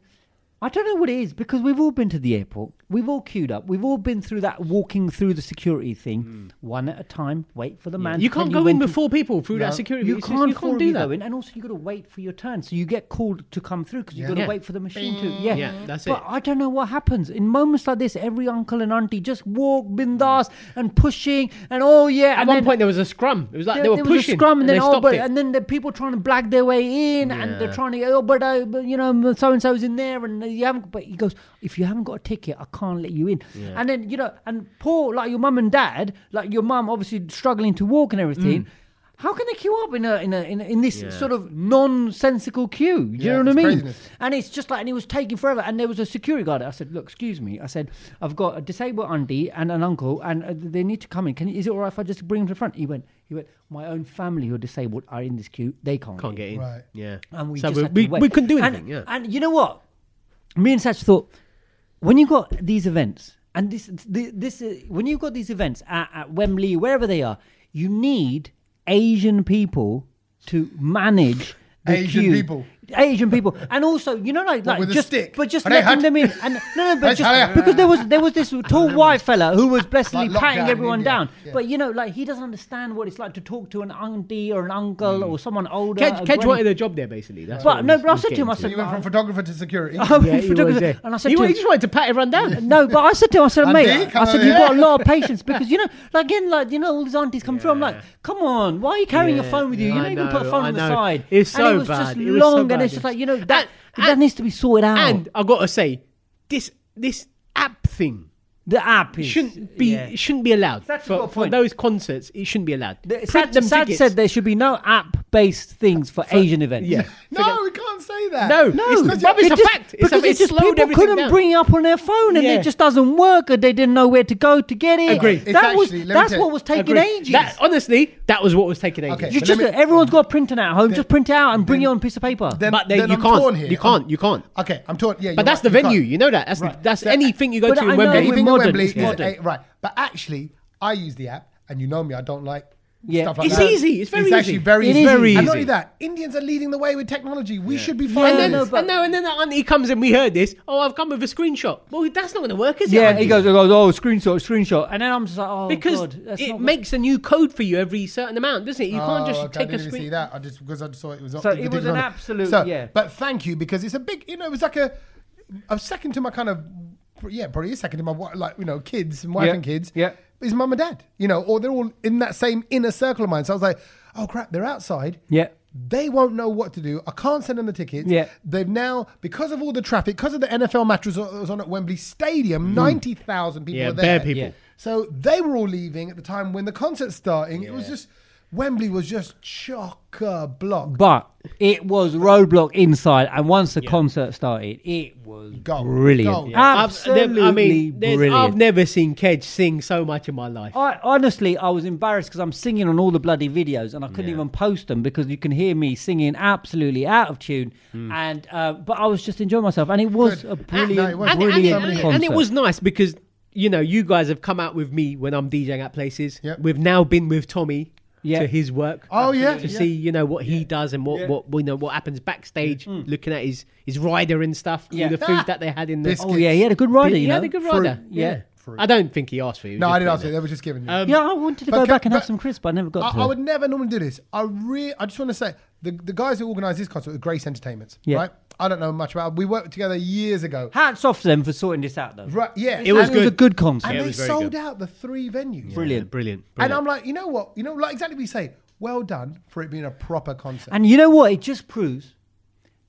Speaker 2: I don't know what it is because we've all been to the airport. We've all queued up. We've all been through that walking through the security thing, one at a time. Wait for the man.
Speaker 3: Hmm. You
Speaker 2: to
Speaker 3: can't
Speaker 2: tell
Speaker 3: go
Speaker 2: when
Speaker 3: in
Speaker 2: to-
Speaker 3: with four people through that security.
Speaker 2: You
Speaker 3: It's just-
Speaker 2: can't,
Speaker 3: you can't
Speaker 2: fully
Speaker 3: do
Speaker 2: go
Speaker 3: that.
Speaker 2: in, and also you got to wait for your turn. So you get called to come through because you
Speaker 1: Yeah.
Speaker 2: got to
Speaker 3: Yeah.
Speaker 2: wait for the machine to. Yeah,
Speaker 3: Yeah, that's
Speaker 2: but
Speaker 3: it.
Speaker 2: I don't know what happens in moments like this. Every uncle and auntie just walk bindas and pushing and oh yeah.
Speaker 3: At
Speaker 2: and
Speaker 3: one
Speaker 2: then,
Speaker 3: point, there was a scrum. It was like
Speaker 2: there,
Speaker 3: they were
Speaker 2: there was
Speaker 3: pushing.
Speaker 2: a scrum, and,
Speaker 3: they
Speaker 2: then oh,
Speaker 3: stopped
Speaker 2: but
Speaker 3: it.
Speaker 2: and then the people trying to black their way in, and they're
Speaker 3: Yeah.
Speaker 2: trying to oh, but, uh, but you know, so and so's in there, and you haven't. But he goes, if you haven't got a ticket, I can't let you in. And then you know, and poor like your mum and dad, like your mum obviously struggling to walk and everything. How can they queue up in a in a, in, a, in this
Speaker 3: Mm. Yeah.
Speaker 2: sort of nonsensical queue? You
Speaker 1: Yeah,
Speaker 2: know what I
Speaker 1: it's
Speaker 2: mean?
Speaker 1: craziness.
Speaker 2: And it's just like, and it was taking forever. And there was a security guard. I said, look, excuse me. I said, I've got a disabled auntie and an uncle, and uh, they need to come in. Can is it all right if I just bring them to the front? He went, he went. My own family who are disabled are in this queue. They can't.
Speaker 3: Can't get in.
Speaker 1: Right.
Speaker 3: Yeah.
Speaker 2: And we
Speaker 3: so
Speaker 2: just
Speaker 3: we,
Speaker 2: had to
Speaker 3: we,
Speaker 2: wait.
Speaker 3: we couldn't do
Speaker 2: And-
Speaker 3: anything. yeah.
Speaker 2: And you know what? Me and Satch thought when you got these events, and this this, this uh, when you got these events at, at Wembley, wherever they are, you need Asian people to manage. The
Speaker 1: Asian
Speaker 2: queue.
Speaker 1: people.
Speaker 2: Asian people, and also you know, like, like
Speaker 1: with a
Speaker 2: just
Speaker 1: stick.
Speaker 2: but just
Speaker 1: Are they
Speaker 2: letting
Speaker 1: hot? [laughs]
Speaker 2: them in, and no, no, but
Speaker 1: Let's hurry
Speaker 2: just
Speaker 1: up.
Speaker 2: because there was there
Speaker 1: [laughs]
Speaker 2: was this tall white fella who was
Speaker 1: Like
Speaker 2: blessedly
Speaker 1: lockdown
Speaker 2: patting
Speaker 1: in
Speaker 2: everyone
Speaker 1: India.
Speaker 2: down,
Speaker 1: Yeah.
Speaker 2: but you know, like he doesn't understand what it's like to talk to an auntie or an uncle
Speaker 1: Mm.
Speaker 2: or someone older. a
Speaker 3: Kedge, Kedge
Speaker 2: granny.
Speaker 3: wanted a job there, basically. That's
Speaker 2: But
Speaker 3: what
Speaker 2: Uh, no,
Speaker 3: he
Speaker 2: but I
Speaker 3: was
Speaker 2: said to him, I
Speaker 3: getting
Speaker 2: said,
Speaker 1: You went from photographer to
Speaker 3: [laughs]
Speaker 1: security.
Speaker 2: I was [laughs]
Speaker 3: Yeah, he was,
Speaker 2: photographer.
Speaker 3: yeah.
Speaker 2: Um, and I said
Speaker 3: he,
Speaker 2: to
Speaker 3: wa-
Speaker 2: him,
Speaker 3: he just wanted to pat everyone down.
Speaker 2: no, but I said to him, I said,
Speaker 1: Auntie,
Speaker 2: mate, I
Speaker 1: come
Speaker 2: said,
Speaker 1: over
Speaker 2: you've
Speaker 1: here."
Speaker 2: got a lot of patience because, you know, like, again, like, you know, all these aunties come through. I'm like,
Speaker 3: Yeah.
Speaker 2: come on, why are you carrying your
Speaker 3: Yeah,
Speaker 2: phone with you?
Speaker 3: yeah,
Speaker 2: you know,
Speaker 3: I
Speaker 2: you can put a
Speaker 3: know,
Speaker 2: phone
Speaker 3: I
Speaker 2: on the
Speaker 3: know.
Speaker 2: side.
Speaker 3: It's
Speaker 2: and
Speaker 3: so
Speaker 2: it was just
Speaker 3: bad. It was so
Speaker 2: long and it's
Speaker 3: bad.
Speaker 2: just like, you know, that,
Speaker 3: And-
Speaker 2: that
Speaker 3: and-
Speaker 2: needs to be sorted out.
Speaker 3: And I got to say, this this app thing
Speaker 2: the app is.
Speaker 3: shouldn't be
Speaker 2: yeah.
Speaker 3: it shouldn't be allowed.
Speaker 2: That's a
Speaker 3: for,
Speaker 2: good
Speaker 3: for
Speaker 2: point.
Speaker 3: those concerts, it shouldn't be allowed.
Speaker 2: The-
Speaker 3: Print
Speaker 2: Sad,
Speaker 3: them
Speaker 2: Sad
Speaker 3: tickets.
Speaker 2: said there should be no app based things for, Asian events.
Speaker 3: yeah.
Speaker 1: no, we can't say that.
Speaker 3: No,
Speaker 2: No,
Speaker 3: It's
Speaker 1: because
Speaker 3: not- but
Speaker 1: you-
Speaker 3: it's a
Speaker 2: just-
Speaker 3: fact. It's a-
Speaker 2: Because
Speaker 3: it
Speaker 2: it's just
Speaker 3: slowed
Speaker 2: people
Speaker 3: everything
Speaker 2: couldn't
Speaker 3: down.
Speaker 2: bring it up on their phone, and
Speaker 3: Yeah.
Speaker 2: it just doesn't work, or they didn't know where to go to get it.
Speaker 3: Agree.
Speaker 1: It's
Speaker 2: That was
Speaker 1: actually- let me
Speaker 2: that's
Speaker 1: tell you-
Speaker 2: what was taking
Speaker 3: Agree.
Speaker 2: ages.
Speaker 3: That, honestly, that was what was taking ages.
Speaker 1: Okay.
Speaker 2: You
Speaker 1: But
Speaker 2: just
Speaker 1: let me-
Speaker 2: everyone's got a printer now at home. just print it out and bring
Speaker 1: then-
Speaker 2: it on a piece of paper.
Speaker 1: then-
Speaker 3: but then,
Speaker 1: then
Speaker 3: you
Speaker 1: I'm
Speaker 3: can't.
Speaker 1: torn here.
Speaker 3: You can't. You can't.
Speaker 1: Okay, I'm talking. Yeah, you're
Speaker 3: But that's
Speaker 1: right,
Speaker 3: the
Speaker 1: you can't.
Speaker 3: venue. You know that. That's
Speaker 1: Right.
Speaker 3: that's
Speaker 1: So-
Speaker 3: anything you go
Speaker 2: But
Speaker 3: to
Speaker 2: I
Speaker 3: in
Speaker 2: know-
Speaker 3: Wembley.
Speaker 2: We're
Speaker 1: Anything in
Speaker 2: modern,
Speaker 1: Wembley
Speaker 2: it's
Speaker 1: is
Speaker 2: modern.
Speaker 1: a- right. But actually, I use the app, and you know me, I don't like
Speaker 2: Yeah.
Speaker 1: stuff like
Speaker 3: It's
Speaker 1: that.
Speaker 3: easy. It's very
Speaker 1: It's
Speaker 3: easy.
Speaker 1: actually very
Speaker 2: It
Speaker 1: easy.
Speaker 2: is easy.
Speaker 1: And not
Speaker 3: Very
Speaker 1: only
Speaker 3: easy.
Speaker 1: that, Indians are leading the way with technology. We should be
Speaker 3: And
Speaker 1: following
Speaker 3: then,
Speaker 1: this.
Speaker 2: no, but-
Speaker 3: and, no, and then the auntie comes and we heard this. Oh, I've come with a screenshot. Well, that's not going to work, is it?
Speaker 2: Yeah,
Speaker 3: auntie?
Speaker 2: he goes, he goes, oh, screenshot, screenshot, and then I'm just like, oh,
Speaker 3: because
Speaker 2: God, that's
Speaker 3: it
Speaker 2: not
Speaker 3: makes a new code for you every certain amount, doesn't it? You can't
Speaker 1: Oh,
Speaker 3: just
Speaker 1: okay, I
Speaker 3: take a
Speaker 1: didn't even
Speaker 3: screen.
Speaker 1: see that. I just because I just saw it was.
Speaker 2: So it was an absolute-
Speaker 1: So,
Speaker 2: yeah.
Speaker 1: But thank you because it's a big. You know, it was like a a second to my kind of yeah, probably a second to my wi- like you know kids and wife
Speaker 2: Yeah,
Speaker 1: and kids.
Speaker 2: yeah.
Speaker 1: is mum and dad. You know, or they're all in that same inner circle of mine. So I was like, oh crap, they're outside.
Speaker 2: Yeah.
Speaker 1: They won't know what to do. I can't send them the tickets.
Speaker 2: Yeah.
Speaker 1: They've now, because of all the traffic, because of the NFL match was was on at Wembley Stadium, 90,000 people
Speaker 3: Mm. Yeah,
Speaker 1: were there.
Speaker 3: bare people. Yeah.
Speaker 1: So they were all leaving at the time when the concert's starting. It was just, Wembley was just chock a block.
Speaker 2: But it was roadblock inside, and once the concert started, it was
Speaker 1: Go.
Speaker 2: brilliant,
Speaker 1: Go. Ah, Yeah.
Speaker 3: I've- there-
Speaker 2: absolutely
Speaker 3: I mean, there's-
Speaker 2: brilliant.
Speaker 3: I've never seen Kedge sing so much in my
Speaker 1: Oh,
Speaker 3: life.
Speaker 2: I honestly, I was embarrassed because I'm singing on all the bloody videos, and I couldn't even post them because you can hear me singing absolutely out of tune. And uh, but I was just enjoying myself, and it was
Speaker 1: Good.
Speaker 2: a
Speaker 1: Ah, no, it
Speaker 2: brilliant,
Speaker 1: was
Speaker 3: and,
Speaker 1: really
Speaker 2: brilliant
Speaker 3: and, and,
Speaker 2: concert.
Speaker 3: and it was nice because you know you guys have come out with me when I'm DJing at places.
Speaker 1: Yep.
Speaker 3: We've now been with Tommy
Speaker 2: Yeah.
Speaker 3: to his work.
Speaker 1: Oh, yeah,
Speaker 3: to
Speaker 1: yeah.
Speaker 3: see you know what he does and what
Speaker 2: Yeah. Mm.
Speaker 3: what you know what happens backstage, looking at his his rider and stuff.
Speaker 2: Yeah.
Speaker 3: Yeah. the
Speaker 1: Ah,
Speaker 3: food that they had in the.
Speaker 1: Biscuit.
Speaker 2: Oh yeah, he had a good rider.
Speaker 3: He
Speaker 2: you know,
Speaker 3: had a good
Speaker 2: Fruit.
Speaker 3: rider.
Speaker 2: Yeah.
Speaker 3: I don't think he asked for you.
Speaker 1: No, I didn't ask it. They were just giving you.
Speaker 3: Um,
Speaker 2: Mm. Yeah, I wanted to
Speaker 1: But
Speaker 2: go
Speaker 1: ca-
Speaker 2: back and have
Speaker 1: but-
Speaker 2: some crisp, but I never got to.
Speaker 1: I, I would never normally do this. I re- I just want to say the, the guys who organised this concert were Grace Entertainments,
Speaker 2: Yeah.
Speaker 1: right? I don't know much about. We worked together years ago.
Speaker 2: Hats off to them for sorting this out, though.
Speaker 1: Right? Yeah,
Speaker 3: It
Speaker 1: and,
Speaker 3: was
Speaker 2: And It was a
Speaker 3: good.
Speaker 2: good concert.
Speaker 1: And
Speaker 3: Yeah, it
Speaker 1: they
Speaker 3: was very
Speaker 1: sold
Speaker 3: good.
Speaker 1: out the three venues.
Speaker 2: Brilliant.
Speaker 3: brilliant.
Speaker 1: And I'm like, you know what? You know, like exactly what you say. Well done for it being a proper concert.
Speaker 2: And you know what? It just proves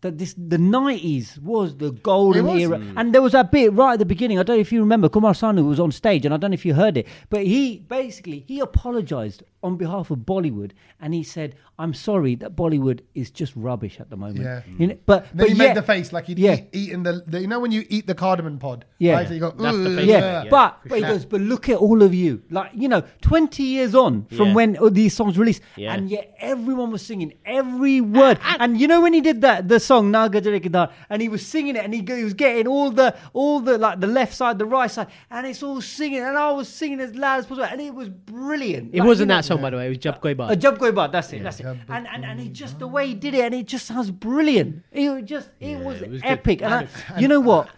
Speaker 2: that this the nineties was the golden
Speaker 1: It was.
Speaker 2: era.
Speaker 3: Mm.
Speaker 2: And there was that bit right at the beginning. I don't know if you remember Kumar Sanu was on stage, and I don't know if you heard it, but he basically he apologized on behalf of Bollywood, and he said, "I'm sorry that Bollywood is just rubbish at the moment."
Speaker 1: Yeah.
Speaker 2: You know, but
Speaker 1: then
Speaker 2: but
Speaker 1: he
Speaker 2: yet,
Speaker 1: made the face like he'd
Speaker 2: Yeah.
Speaker 1: eat, eaten the, the. You know when you eat the cardamom pod?
Speaker 2: Yeah.
Speaker 1: Right? So you go,
Speaker 3: That's the
Speaker 1: "Ooh,
Speaker 3: face,
Speaker 2: Yeah,
Speaker 3: Yeah, yeah,
Speaker 2: but,
Speaker 3: for
Speaker 2: but he
Speaker 3: sure.
Speaker 2: goes, but look at all of you. Like, you know, 20 years on from
Speaker 3: Yeah.
Speaker 2: when all these songs released,
Speaker 3: Yeah. Ah,
Speaker 2: and yet everyone was singing every word. And, you know when he did that, the song Naga Jarekidar, and he was singing it, and he, go- he was getting all the, all the, like the left side, the right side, and it's all singing, and I was singing as loud as possible, and it was brilliant.
Speaker 3: it wasn't that song, by the way. It was Jab Koi Baat.
Speaker 2: A jump going back, that's it, that's it.
Speaker 1: Jab
Speaker 2: And, and and he just the way he did it, and it just sounds brilliant. It was just it, was, epic. And, I, you know what?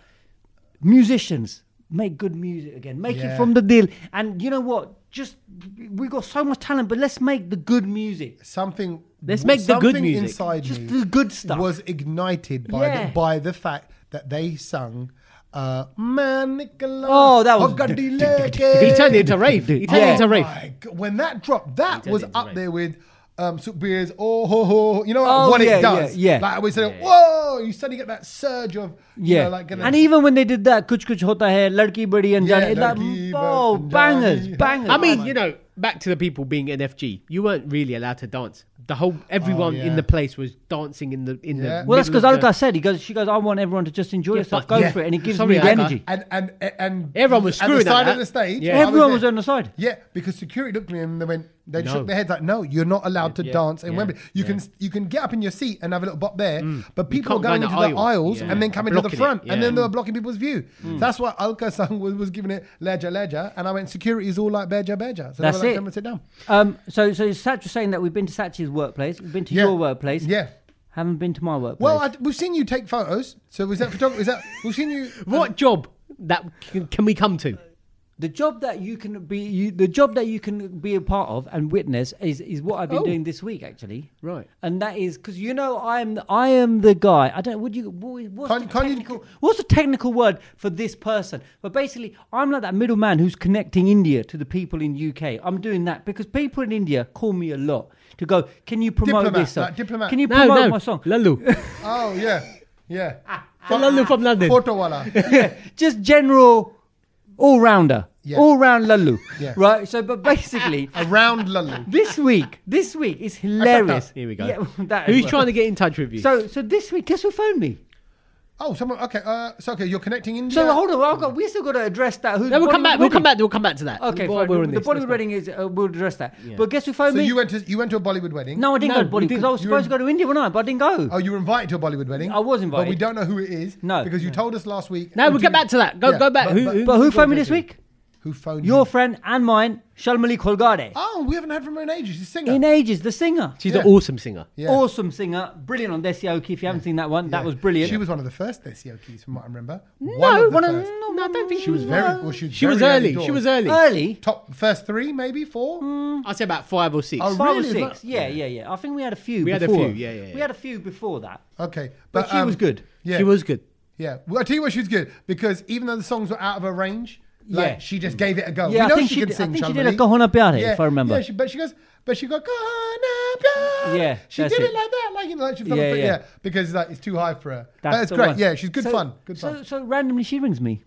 Speaker 2: musicians make good music again make
Speaker 1: Yeah.
Speaker 2: it from the deal and you know what just we got so much talent but let's make the good music
Speaker 1: something.
Speaker 3: Let's make the good
Speaker 1: something
Speaker 3: music.
Speaker 1: inside
Speaker 2: Just
Speaker 1: me
Speaker 2: the good stuff.
Speaker 1: was ignited by
Speaker 2: Yeah.
Speaker 1: the, by the fact that they sung. Uh, man, Nicola.
Speaker 2: Oh, that was-
Speaker 3: he turned it into rave. He turned it
Speaker 2: Yeah.
Speaker 3: into rave.
Speaker 1: My God. When that dropped, that was
Speaker 3: into
Speaker 1: up
Speaker 3: rave.
Speaker 1: there with um, Super Beers. Oh, ho, ho. You know
Speaker 2: Oh,
Speaker 1: what
Speaker 2: yeah,
Speaker 1: it does?
Speaker 2: yeah, yeah.
Speaker 1: Like I always say, whoa! You suddenly get that surge of, you
Speaker 2: yeah
Speaker 1: know, like, gonna-
Speaker 2: and even when they did that kuch kuch hota hai ladki badi and
Speaker 1: Yeah,
Speaker 2: Jaane, that,
Speaker 1: Ladki
Speaker 2: oh
Speaker 1: Badi
Speaker 2: bangers
Speaker 1: Jaane.
Speaker 2: bangers
Speaker 3: I mean, you know, back to the people being an FG. You weren't really allowed to dance. The whole everyone
Speaker 1: yeah.
Speaker 3: in the place was dancing in the in
Speaker 1: Yeah.
Speaker 3: the.
Speaker 2: well that's
Speaker 3: middle
Speaker 2: because
Speaker 3: of the-
Speaker 2: Alka said he goes she goes I want everyone to just enjoy yourself
Speaker 3: but-
Speaker 2: go
Speaker 1: yeah.
Speaker 2: for it and it gives
Speaker 3: Sorry,
Speaker 2: me the
Speaker 3: Alka.
Speaker 2: energy
Speaker 1: and and and
Speaker 3: Everyone was
Speaker 1: at
Speaker 3: screwed
Speaker 1: the
Speaker 3: at
Speaker 1: side
Speaker 3: that.
Speaker 1: of the stage.
Speaker 3: Yeah.
Speaker 1: I
Speaker 2: everyone
Speaker 1: there.
Speaker 2: was on the side
Speaker 1: Yeah, because security looked at me and they went, they
Speaker 3: No.
Speaker 1: shook their heads like, "No, you're not allowed to
Speaker 3: Yeah.
Speaker 1: dance in
Speaker 3: Yeah. Mm.
Speaker 1: Wembley. You can you can get up in your seat and have a little bop there, but people are
Speaker 3: can't go
Speaker 1: going
Speaker 3: in
Speaker 1: into
Speaker 3: the
Speaker 1: the
Speaker 3: aisle.
Speaker 1: aisles
Speaker 3: Yeah.
Speaker 1: and then coming to the
Speaker 3: Blocking it.
Speaker 1: front, and then
Speaker 3: Yeah. Mm.
Speaker 1: they were blocking people's view. That's why Alka [laughs] Sang was, was giving it ledger ledger, and I went, security is all like beja beja. So
Speaker 2: That's
Speaker 1: they were like,
Speaker 2: it.
Speaker 1: "Come and sit down.
Speaker 2: um, so so Satch was saying that we've been to Satch's workplace we've been to
Speaker 1: Yeah.
Speaker 2: your workplace
Speaker 1: Yeah.
Speaker 2: haven't been to my workplace
Speaker 1: Well, I, we've seen you take photos. So was that photographer? Is that we've seen you?
Speaker 3: [laughs] What job that can, can we come to?
Speaker 2: The job that you can be, you, the job that you can be a part of and witness is, is what I've been
Speaker 3: Oh.
Speaker 2: doing this week actually.
Speaker 3: Right.
Speaker 2: and that is because you know I'm I am the guy. I don't. Would you? what is- What's
Speaker 1: Can't-
Speaker 2: the
Speaker 1: can't you-
Speaker 2: technical? what's the technical word for this person? But basically, I'm like that middleman who's connecting India to the people in UK. I'm doing that because people in India call me a lot to go. Can you promote
Speaker 1: Diplomat,
Speaker 2: this song?
Speaker 1: like diplomat.
Speaker 2: Can you
Speaker 3: No,
Speaker 2: promote
Speaker 3: no,
Speaker 2: my song?
Speaker 3: Lalu,
Speaker 1: Oh yeah, yeah.
Speaker 3: Lalu from [laughs] London.
Speaker 1: Photo wala.
Speaker 2: just general all rounder,
Speaker 1: Yeah.
Speaker 2: all round Lalu,
Speaker 3: [laughs]
Speaker 1: Yeah.
Speaker 2: right? So, but basically.
Speaker 1: Around London.
Speaker 2: this week, this week
Speaker 3: [laughs]
Speaker 2: is hilarious.
Speaker 3: Here we go.
Speaker 2: that
Speaker 3: [laughs] Who's
Speaker 2: is-
Speaker 3: trying to get in touch with you?
Speaker 2: So, so this week, guess who phoned me?
Speaker 1: Oh, someone. Okay, uh, so okay, you're connecting India.
Speaker 2: So hold on, I've got, we still got to address that. Who?
Speaker 3: no, we'll come
Speaker 2: Bollywood
Speaker 3: back. We'll
Speaker 2: wedding.
Speaker 3: come back. We'll come back to that.
Speaker 2: Okay,
Speaker 3: While we're on
Speaker 2: fine. The
Speaker 3: this, let's
Speaker 2: Bollywood
Speaker 3: go.
Speaker 2: wedding is. Uh, we'll address that. But guess who phoned
Speaker 1: So
Speaker 2: me?
Speaker 1: you went to you went to a Bollywood wedding.
Speaker 2: no, I didn't
Speaker 3: No,
Speaker 2: go to Bollywood
Speaker 3: you
Speaker 2: because I was
Speaker 1: didn't. You
Speaker 2: supposed to go to India, wasn't I? But I didn't go.
Speaker 1: Oh, you were invited to a Bollywood wedding.
Speaker 2: I was invited.
Speaker 1: but we don't know who it is.
Speaker 2: No.
Speaker 1: because you
Speaker 2: No.
Speaker 1: told us last week.
Speaker 3: No, we'll get back to that. Go,
Speaker 1: Yeah,
Speaker 3: go back.
Speaker 1: but-
Speaker 3: who,
Speaker 1: but-
Speaker 3: who-
Speaker 2: but who
Speaker 3: who
Speaker 2: phoned me
Speaker 3: goes
Speaker 2: this
Speaker 3: with you?
Speaker 2: week?
Speaker 1: Who phoned
Speaker 2: Your
Speaker 1: you?
Speaker 2: friend and mine, Shalmali Kolgade.
Speaker 3: Ah.
Speaker 1: oh, we haven't heard from her in ages. She's a singer.
Speaker 2: In ages, the singer.
Speaker 3: She's
Speaker 1: Yeah.
Speaker 3: an awesome singer.
Speaker 1: Yeah.
Speaker 2: Awesome singer, brilliant on Desi Oki. If you haven't seen that one, that was brilliant.
Speaker 1: She was one of the first SEO keys, from what I remember. No,
Speaker 2: one of-
Speaker 3: No, I don't think
Speaker 1: She was very. Well, she was,
Speaker 3: She was
Speaker 1: very
Speaker 3: early.
Speaker 1: doors.
Speaker 3: She was early.
Speaker 2: early.
Speaker 1: Top first three, maybe four.
Speaker 3: I'd say about five or six.
Speaker 1: Oh,
Speaker 2: Five
Speaker 1: really?
Speaker 2: or six. Yeah, yeah, yeah. I think we had a few
Speaker 3: We had a
Speaker 2: before.
Speaker 3: few, yeah, yeah, yeah.
Speaker 2: We had a few before that.
Speaker 1: Okay,
Speaker 2: But, she
Speaker 1: um,
Speaker 2: was good.
Speaker 1: Yeah,
Speaker 3: She was good.
Speaker 1: Yeah, well, I tell you what, she was good because even though the songs were out of her range, like,
Speaker 2: Yeah.
Speaker 1: she just gave it a go.
Speaker 2: Yeah,
Speaker 1: we
Speaker 2: I
Speaker 1: know
Speaker 2: think
Speaker 1: she,
Speaker 2: she
Speaker 1: can
Speaker 2: did- I
Speaker 1: sing.
Speaker 2: think she did a
Speaker 1: Shamali.
Speaker 2: Kahuna Pyare, if I remember.
Speaker 1: Yeah, she, but she goes, but she goes Kahuna Pyare.
Speaker 2: Yeah,
Speaker 1: she did
Speaker 2: that's
Speaker 1: it.
Speaker 2: it.
Speaker 1: like that, like you know, like she
Speaker 2: Yeah,
Speaker 1: yeah, yeah.
Speaker 2: yeah.
Speaker 1: yeah, because like it's too high for her. But
Speaker 2: That's
Speaker 1: That's
Speaker 2: the
Speaker 1: great.
Speaker 2: one.
Speaker 1: Yeah, she's good
Speaker 2: So-
Speaker 1: fun. Good
Speaker 2: so,
Speaker 1: fun.
Speaker 2: So randomly she rings me.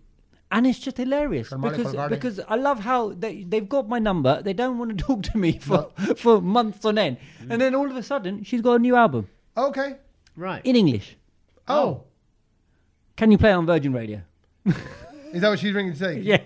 Speaker 2: And it's just hilarious
Speaker 1: Sharmali
Speaker 2: because
Speaker 1: Kolgade.
Speaker 2: because I love how they they've got my number. They don't want to [laughs] talk to me for, for months on end,
Speaker 1: Mm.
Speaker 2: and then all of a sudden she's got a new album
Speaker 1: Okay.
Speaker 3: Right.
Speaker 2: in English.
Speaker 1: Oh,
Speaker 2: Can you play it on Virgin Radio?
Speaker 1: Oh, is that what she's ringing to say?
Speaker 2: Yeah,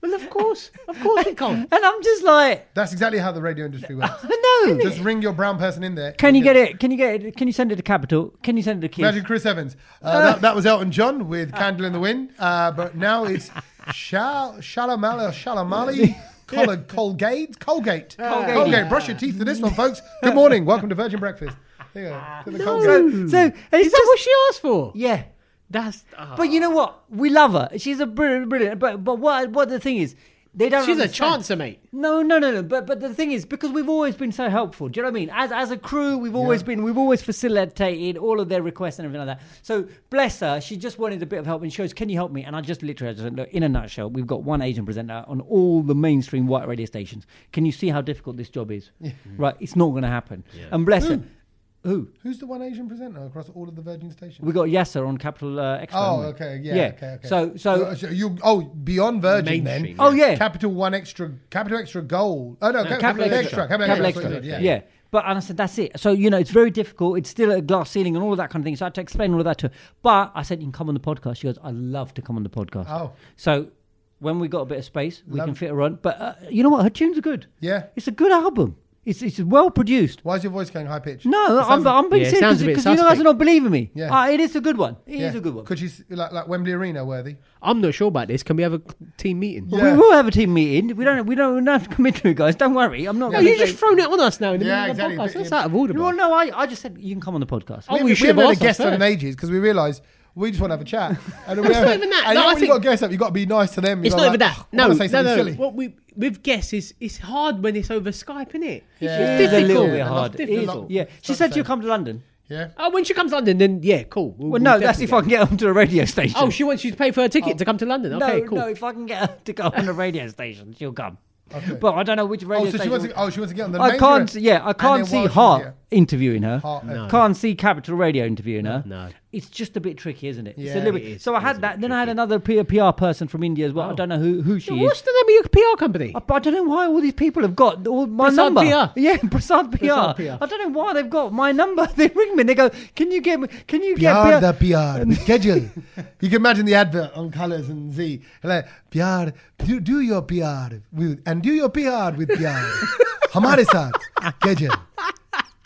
Speaker 3: Well, of course. Of course it can't.
Speaker 2: and I'm just like,
Speaker 1: That's exactly how the radio industry
Speaker 2: [laughs]
Speaker 1: works.
Speaker 2: no.
Speaker 1: Just ring your brown person in there.
Speaker 2: Can you get it? Can you get it? Can you send it to Capital? Can you send it to Kids?
Speaker 1: Imagine Chris Evans. Uh, that, that was Elton John with Candle in the Wind. Uh, but now it's Shal Shalamala
Speaker 2: [laughs]
Speaker 1: Shalamali Col- Colgate Colgate
Speaker 2: Colgate.
Speaker 1: Colgate. Brush your teeth to this one, folks. Good morning. Welcome to Virgin Breakfast. There you go. To the Colgate.
Speaker 2: So, so [laughs] it's
Speaker 3: Is that
Speaker 2: just-
Speaker 3: what she asked for?
Speaker 2: yeah.
Speaker 3: That's. ah.
Speaker 2: But you know what? We love her. She's a brilliant, brilliant. But but what what the thing is, they don't.
Speaker 3: She's a
Speaker 2: understand.
Speaker 3: chancer, mate.
Speaker 2: No, no, no, no. But but the thing is, because we've always been so helpful. Do you know what I mean? As as a crew, we've always been, we've always facilitated all of their requests and everything like that. So bless her, she just wanted a bit of help, and she goes, "Can you help me?" And I just literally I just went, look. In a nutshell, we've got one Asian presenter on all the mainstream white radio stations. Can you see how difficult this job is? [laughs] Right, it's not going to happen. And bless her. Who?
Speaker 1: Who's the one Asian presenter across all of the Virgin stations?
Speaker 2: We got Yasser on Capital uh, Extra.
Speaker 1: oh,
Speaker 2: haven't we?
Speaker 1: okay. Yeah. Okay, okay.
Speaker 2: So, so,
Speaker 1: you oh beyond Virgin then.
Speaker 3: Mainstream,
Speaker 2: Oh, yeah. yeah.
Speaker 1: Capital One Extra. Capital Extra Gold. Oh no. Capital,
Speaker 3: Capital
Speaker 1: Extra.
Speaker 3: Extra.
Speaker 1: Capital,
Speaker 2: Capital
Speaker 1: Extra.
Speaker 2: Extra.
Speaker 1: Yeah.
Speaker 2: Yeah. But and I said, that's it. So, you know, it's very difficult. It's still a glass ceiling and all that kind of thing. So I had to explain all of that to her. But I said, you can come on the podcast. She goes, I love to come on the podcast.
Speaker 1: Oh.
Speaker 2: So when we got a bit of space, we can fit her on. But uh, you know what? Her tunes are good.
Speaker 1: Yeah.
Speaker 2: It's a good album. It's, it's well produced.
Speaker 1: Why is your voice going high pitched?
Speaker 2: No, I'm, I'm being
Speaker 3: Yeah, it
Speaker 2: serious
Speaker 3: sounds a bit
Speaker 2: because you guys are
Speaker 3: suspect.
Speaker 2: not believing me.
Speaker 1: Yeah.
Speaker 2: Ah, it is a good one. It is
Speaker 1: Yeah.
Speaker 2: a good one.
Speaker 1: Could you s- like like Wembley Arena worthy?
Speaker 3: I'm not sure about this. Can we have a team meeting?
Speaker 1: Yeah.
Speaker 2: We will have a team meeting. We don't. We don't, we don't have to commit to it, guys. Don't worry. I'm not.
Speaker 3: No,
Speaker 2: gonna
Speaker 3: you're
Speaker 2: say-
Speaker 3: Oh, just throwing it on us now in the
Speaker 1: Yeah,
Speaker 3: middle of the
Speaker 1: exactly.
Speaker 3: podcast. That's out of order.
Speaker 2: Well,
Speaker 3: bro.
Speaker 2: no, I, I just said you can come on the podcast.
Speaker 3: Oh,
Speaker 1: We,
Speaker 3: we
Speaker 1: we,
Speaker 3: should
Speaker 1: haven't had a
Speaker 3: have asked
Speaker 1: guest on in
Speaker 3: first.
Speaker 1: ages because we realised we just want to have a
Speaker 3: [laughs]
Speaker 1: chat. And we
Speaker 3: It's not even that.
Speaker 1: And you
Speaker 3: No, I
Speaker 1: know when you
Speaker 3: think-
Speaker 1: got guests up, you got to be nice to them. You
Speaker 3: It's
Speaker 1: gotta
Speaker 3: not
Speaker 1: like,
Speaker 3: even that.
Speaker 1: "Oh, I
Speaker 3: No,
Speaker 1: wanna say
Speaker 3: no,
Speaker 1: something
Speaker 3: no.
Speaker 1: silly."
Speaker 3: What we with guests is it's hard when it's over Skype, isn't it?
Speaker 1: Yeah.
Speaker 3: It's
Speaker 2: It's a little
Speaker 3: difficult.
Speaker 2: bit
Speaker 1: It's
Speaker 2: hard. It
Speaker 1: difficult.
Speaker 2: is. Yeah, she
Speaker 1: It's
Speaker 2: said
Speaker 1: not
Speaker 2: she'll
Speaker 1: the
Speaker 2: come to London.
Speaker 1: Yeah.
Speaker 3: Oh, when she comes to London, then yeah, cool. We'll-
Speaker 2: Well,
Speaker 3: we'll
Speaker 2: no, that's
Speaker 3: definitely
Speaker 2: if I can get onto the radio station.
Speaker 3: go. Oh, she wants you to pay for her ticket to come to London.
Speaker 2: no,
Speaker 3: Okay, cool.
Speaker 2: no, if I can get her to go on the radio station, she'll come. But I don't know which radio
Speaker 1: Oh, so she
Speaker 2: station.
Speaker 1: wants to. Oh, she wants to get on the.
Speaker 2: I
Speaker 1: main
Speaker 2: can't.
Speaker 1: direct-
Speaker 2: Yeah, I
Speaker 1: And
Speaker 2: can't
Speaker 1: then
Speaker 2: see
Speaker 1: while she's
Speaker 2: Hart
Speaker 1: here-
Speaker 2: interviewing her.
Speaker 1: Hart, No. okay.
Speaker 2: Can't see Capital Radio interviewing her.
Speaker 3: No.
Speaker 2: it's just a bit tricky, isn't it? it's
Speaker 1: Yeah,
Speaker 2: a little
Speaker 1: it
Speaker 2: bit.
Speaker 3: is.
Speaker 2: So I
Speaker 3: It is
Speaker 2: had
Speaker 3: a
Speaker 2: that.
Speaker 3: bit
Speaker 2: Then I had another P- PR person from India as well. I don't know who who she is.
Speaker 3: What's the name of your PR company?
Speaker 2: I, I don't know why all these people have got all my
Speaker 3: Prasad
Speaker 2: number.
Speaker 3: PR.
Speaker 2: [laughs] Yeah, Prasad PR.
Speaker 3: Prasad PR.
Speaker 2: I don't know why they've got my number. [laughs] They ring me and they go, "Can you get me? Can you get
Speaker 1: Pyar
Speaker 2: PR?"
Speaker 1: da pyar, with
Speaker 3: [laughs]
Speaker 1: schedule. You can imagine the advert on Colors and Z. Like, pyar, do, do your PR with, and do your PR with
Speaker 3: [laughs]
Speaker 1: pyar. Hamare saath, schedule.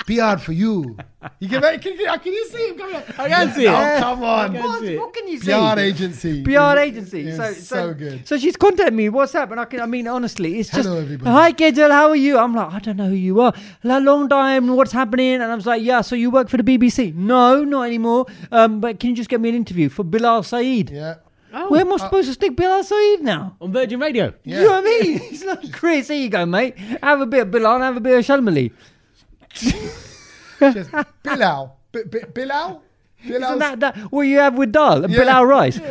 Speaker 1: PR for you. You can, can, you- can you see him coming up?
Speaker 3: I can see it.
Speaker 1: Oh, come on.
Speaker 3: can
Speaker 2: What,
Speaker 3: see it.
Speaker 2: what can you say?
Speaker 1: PR agency.
Speaker 2: PR agency.
Speaker 1: It
Speaker 2: so,
Speaker 1: was so, good.
Speaker 2: So she's contacted me. What's up? And I can. I mean, honestly, it's just.
Speaker 1: Hello, everybody.
Speaker 2: Hi, Kedel. How are you? I'm like, I don't know who you are. La long time. What's happening? And I was like, Yeah. So you work for the BBC? No, not anymore. Um, but can you just get me an interview for Bilal Saeed?
Speaker 1: Yeah. uh,
Speaker 3: Oh,
Speaker 2: Where am I supposed to stick Bilal Saeed now?
Speaker 3: on Virgin Radio.
Speaker 1: Yeah.
Speaker 2: You know what I mean? [laughs] It's like Chris. Here you go, mate. Have a bit of Bilal. and Have a bit of Shalmali.
Speaker 1: Just Bilal. B- B- Bilal?
Speaker 2: Isn't
Speaker 1: Bilal's-
Speaker 2: that, that what you have with Dal and
Speaker 1: Yeah.
Speaker 2: Bilal Rice?
Speaker 3: [laughs]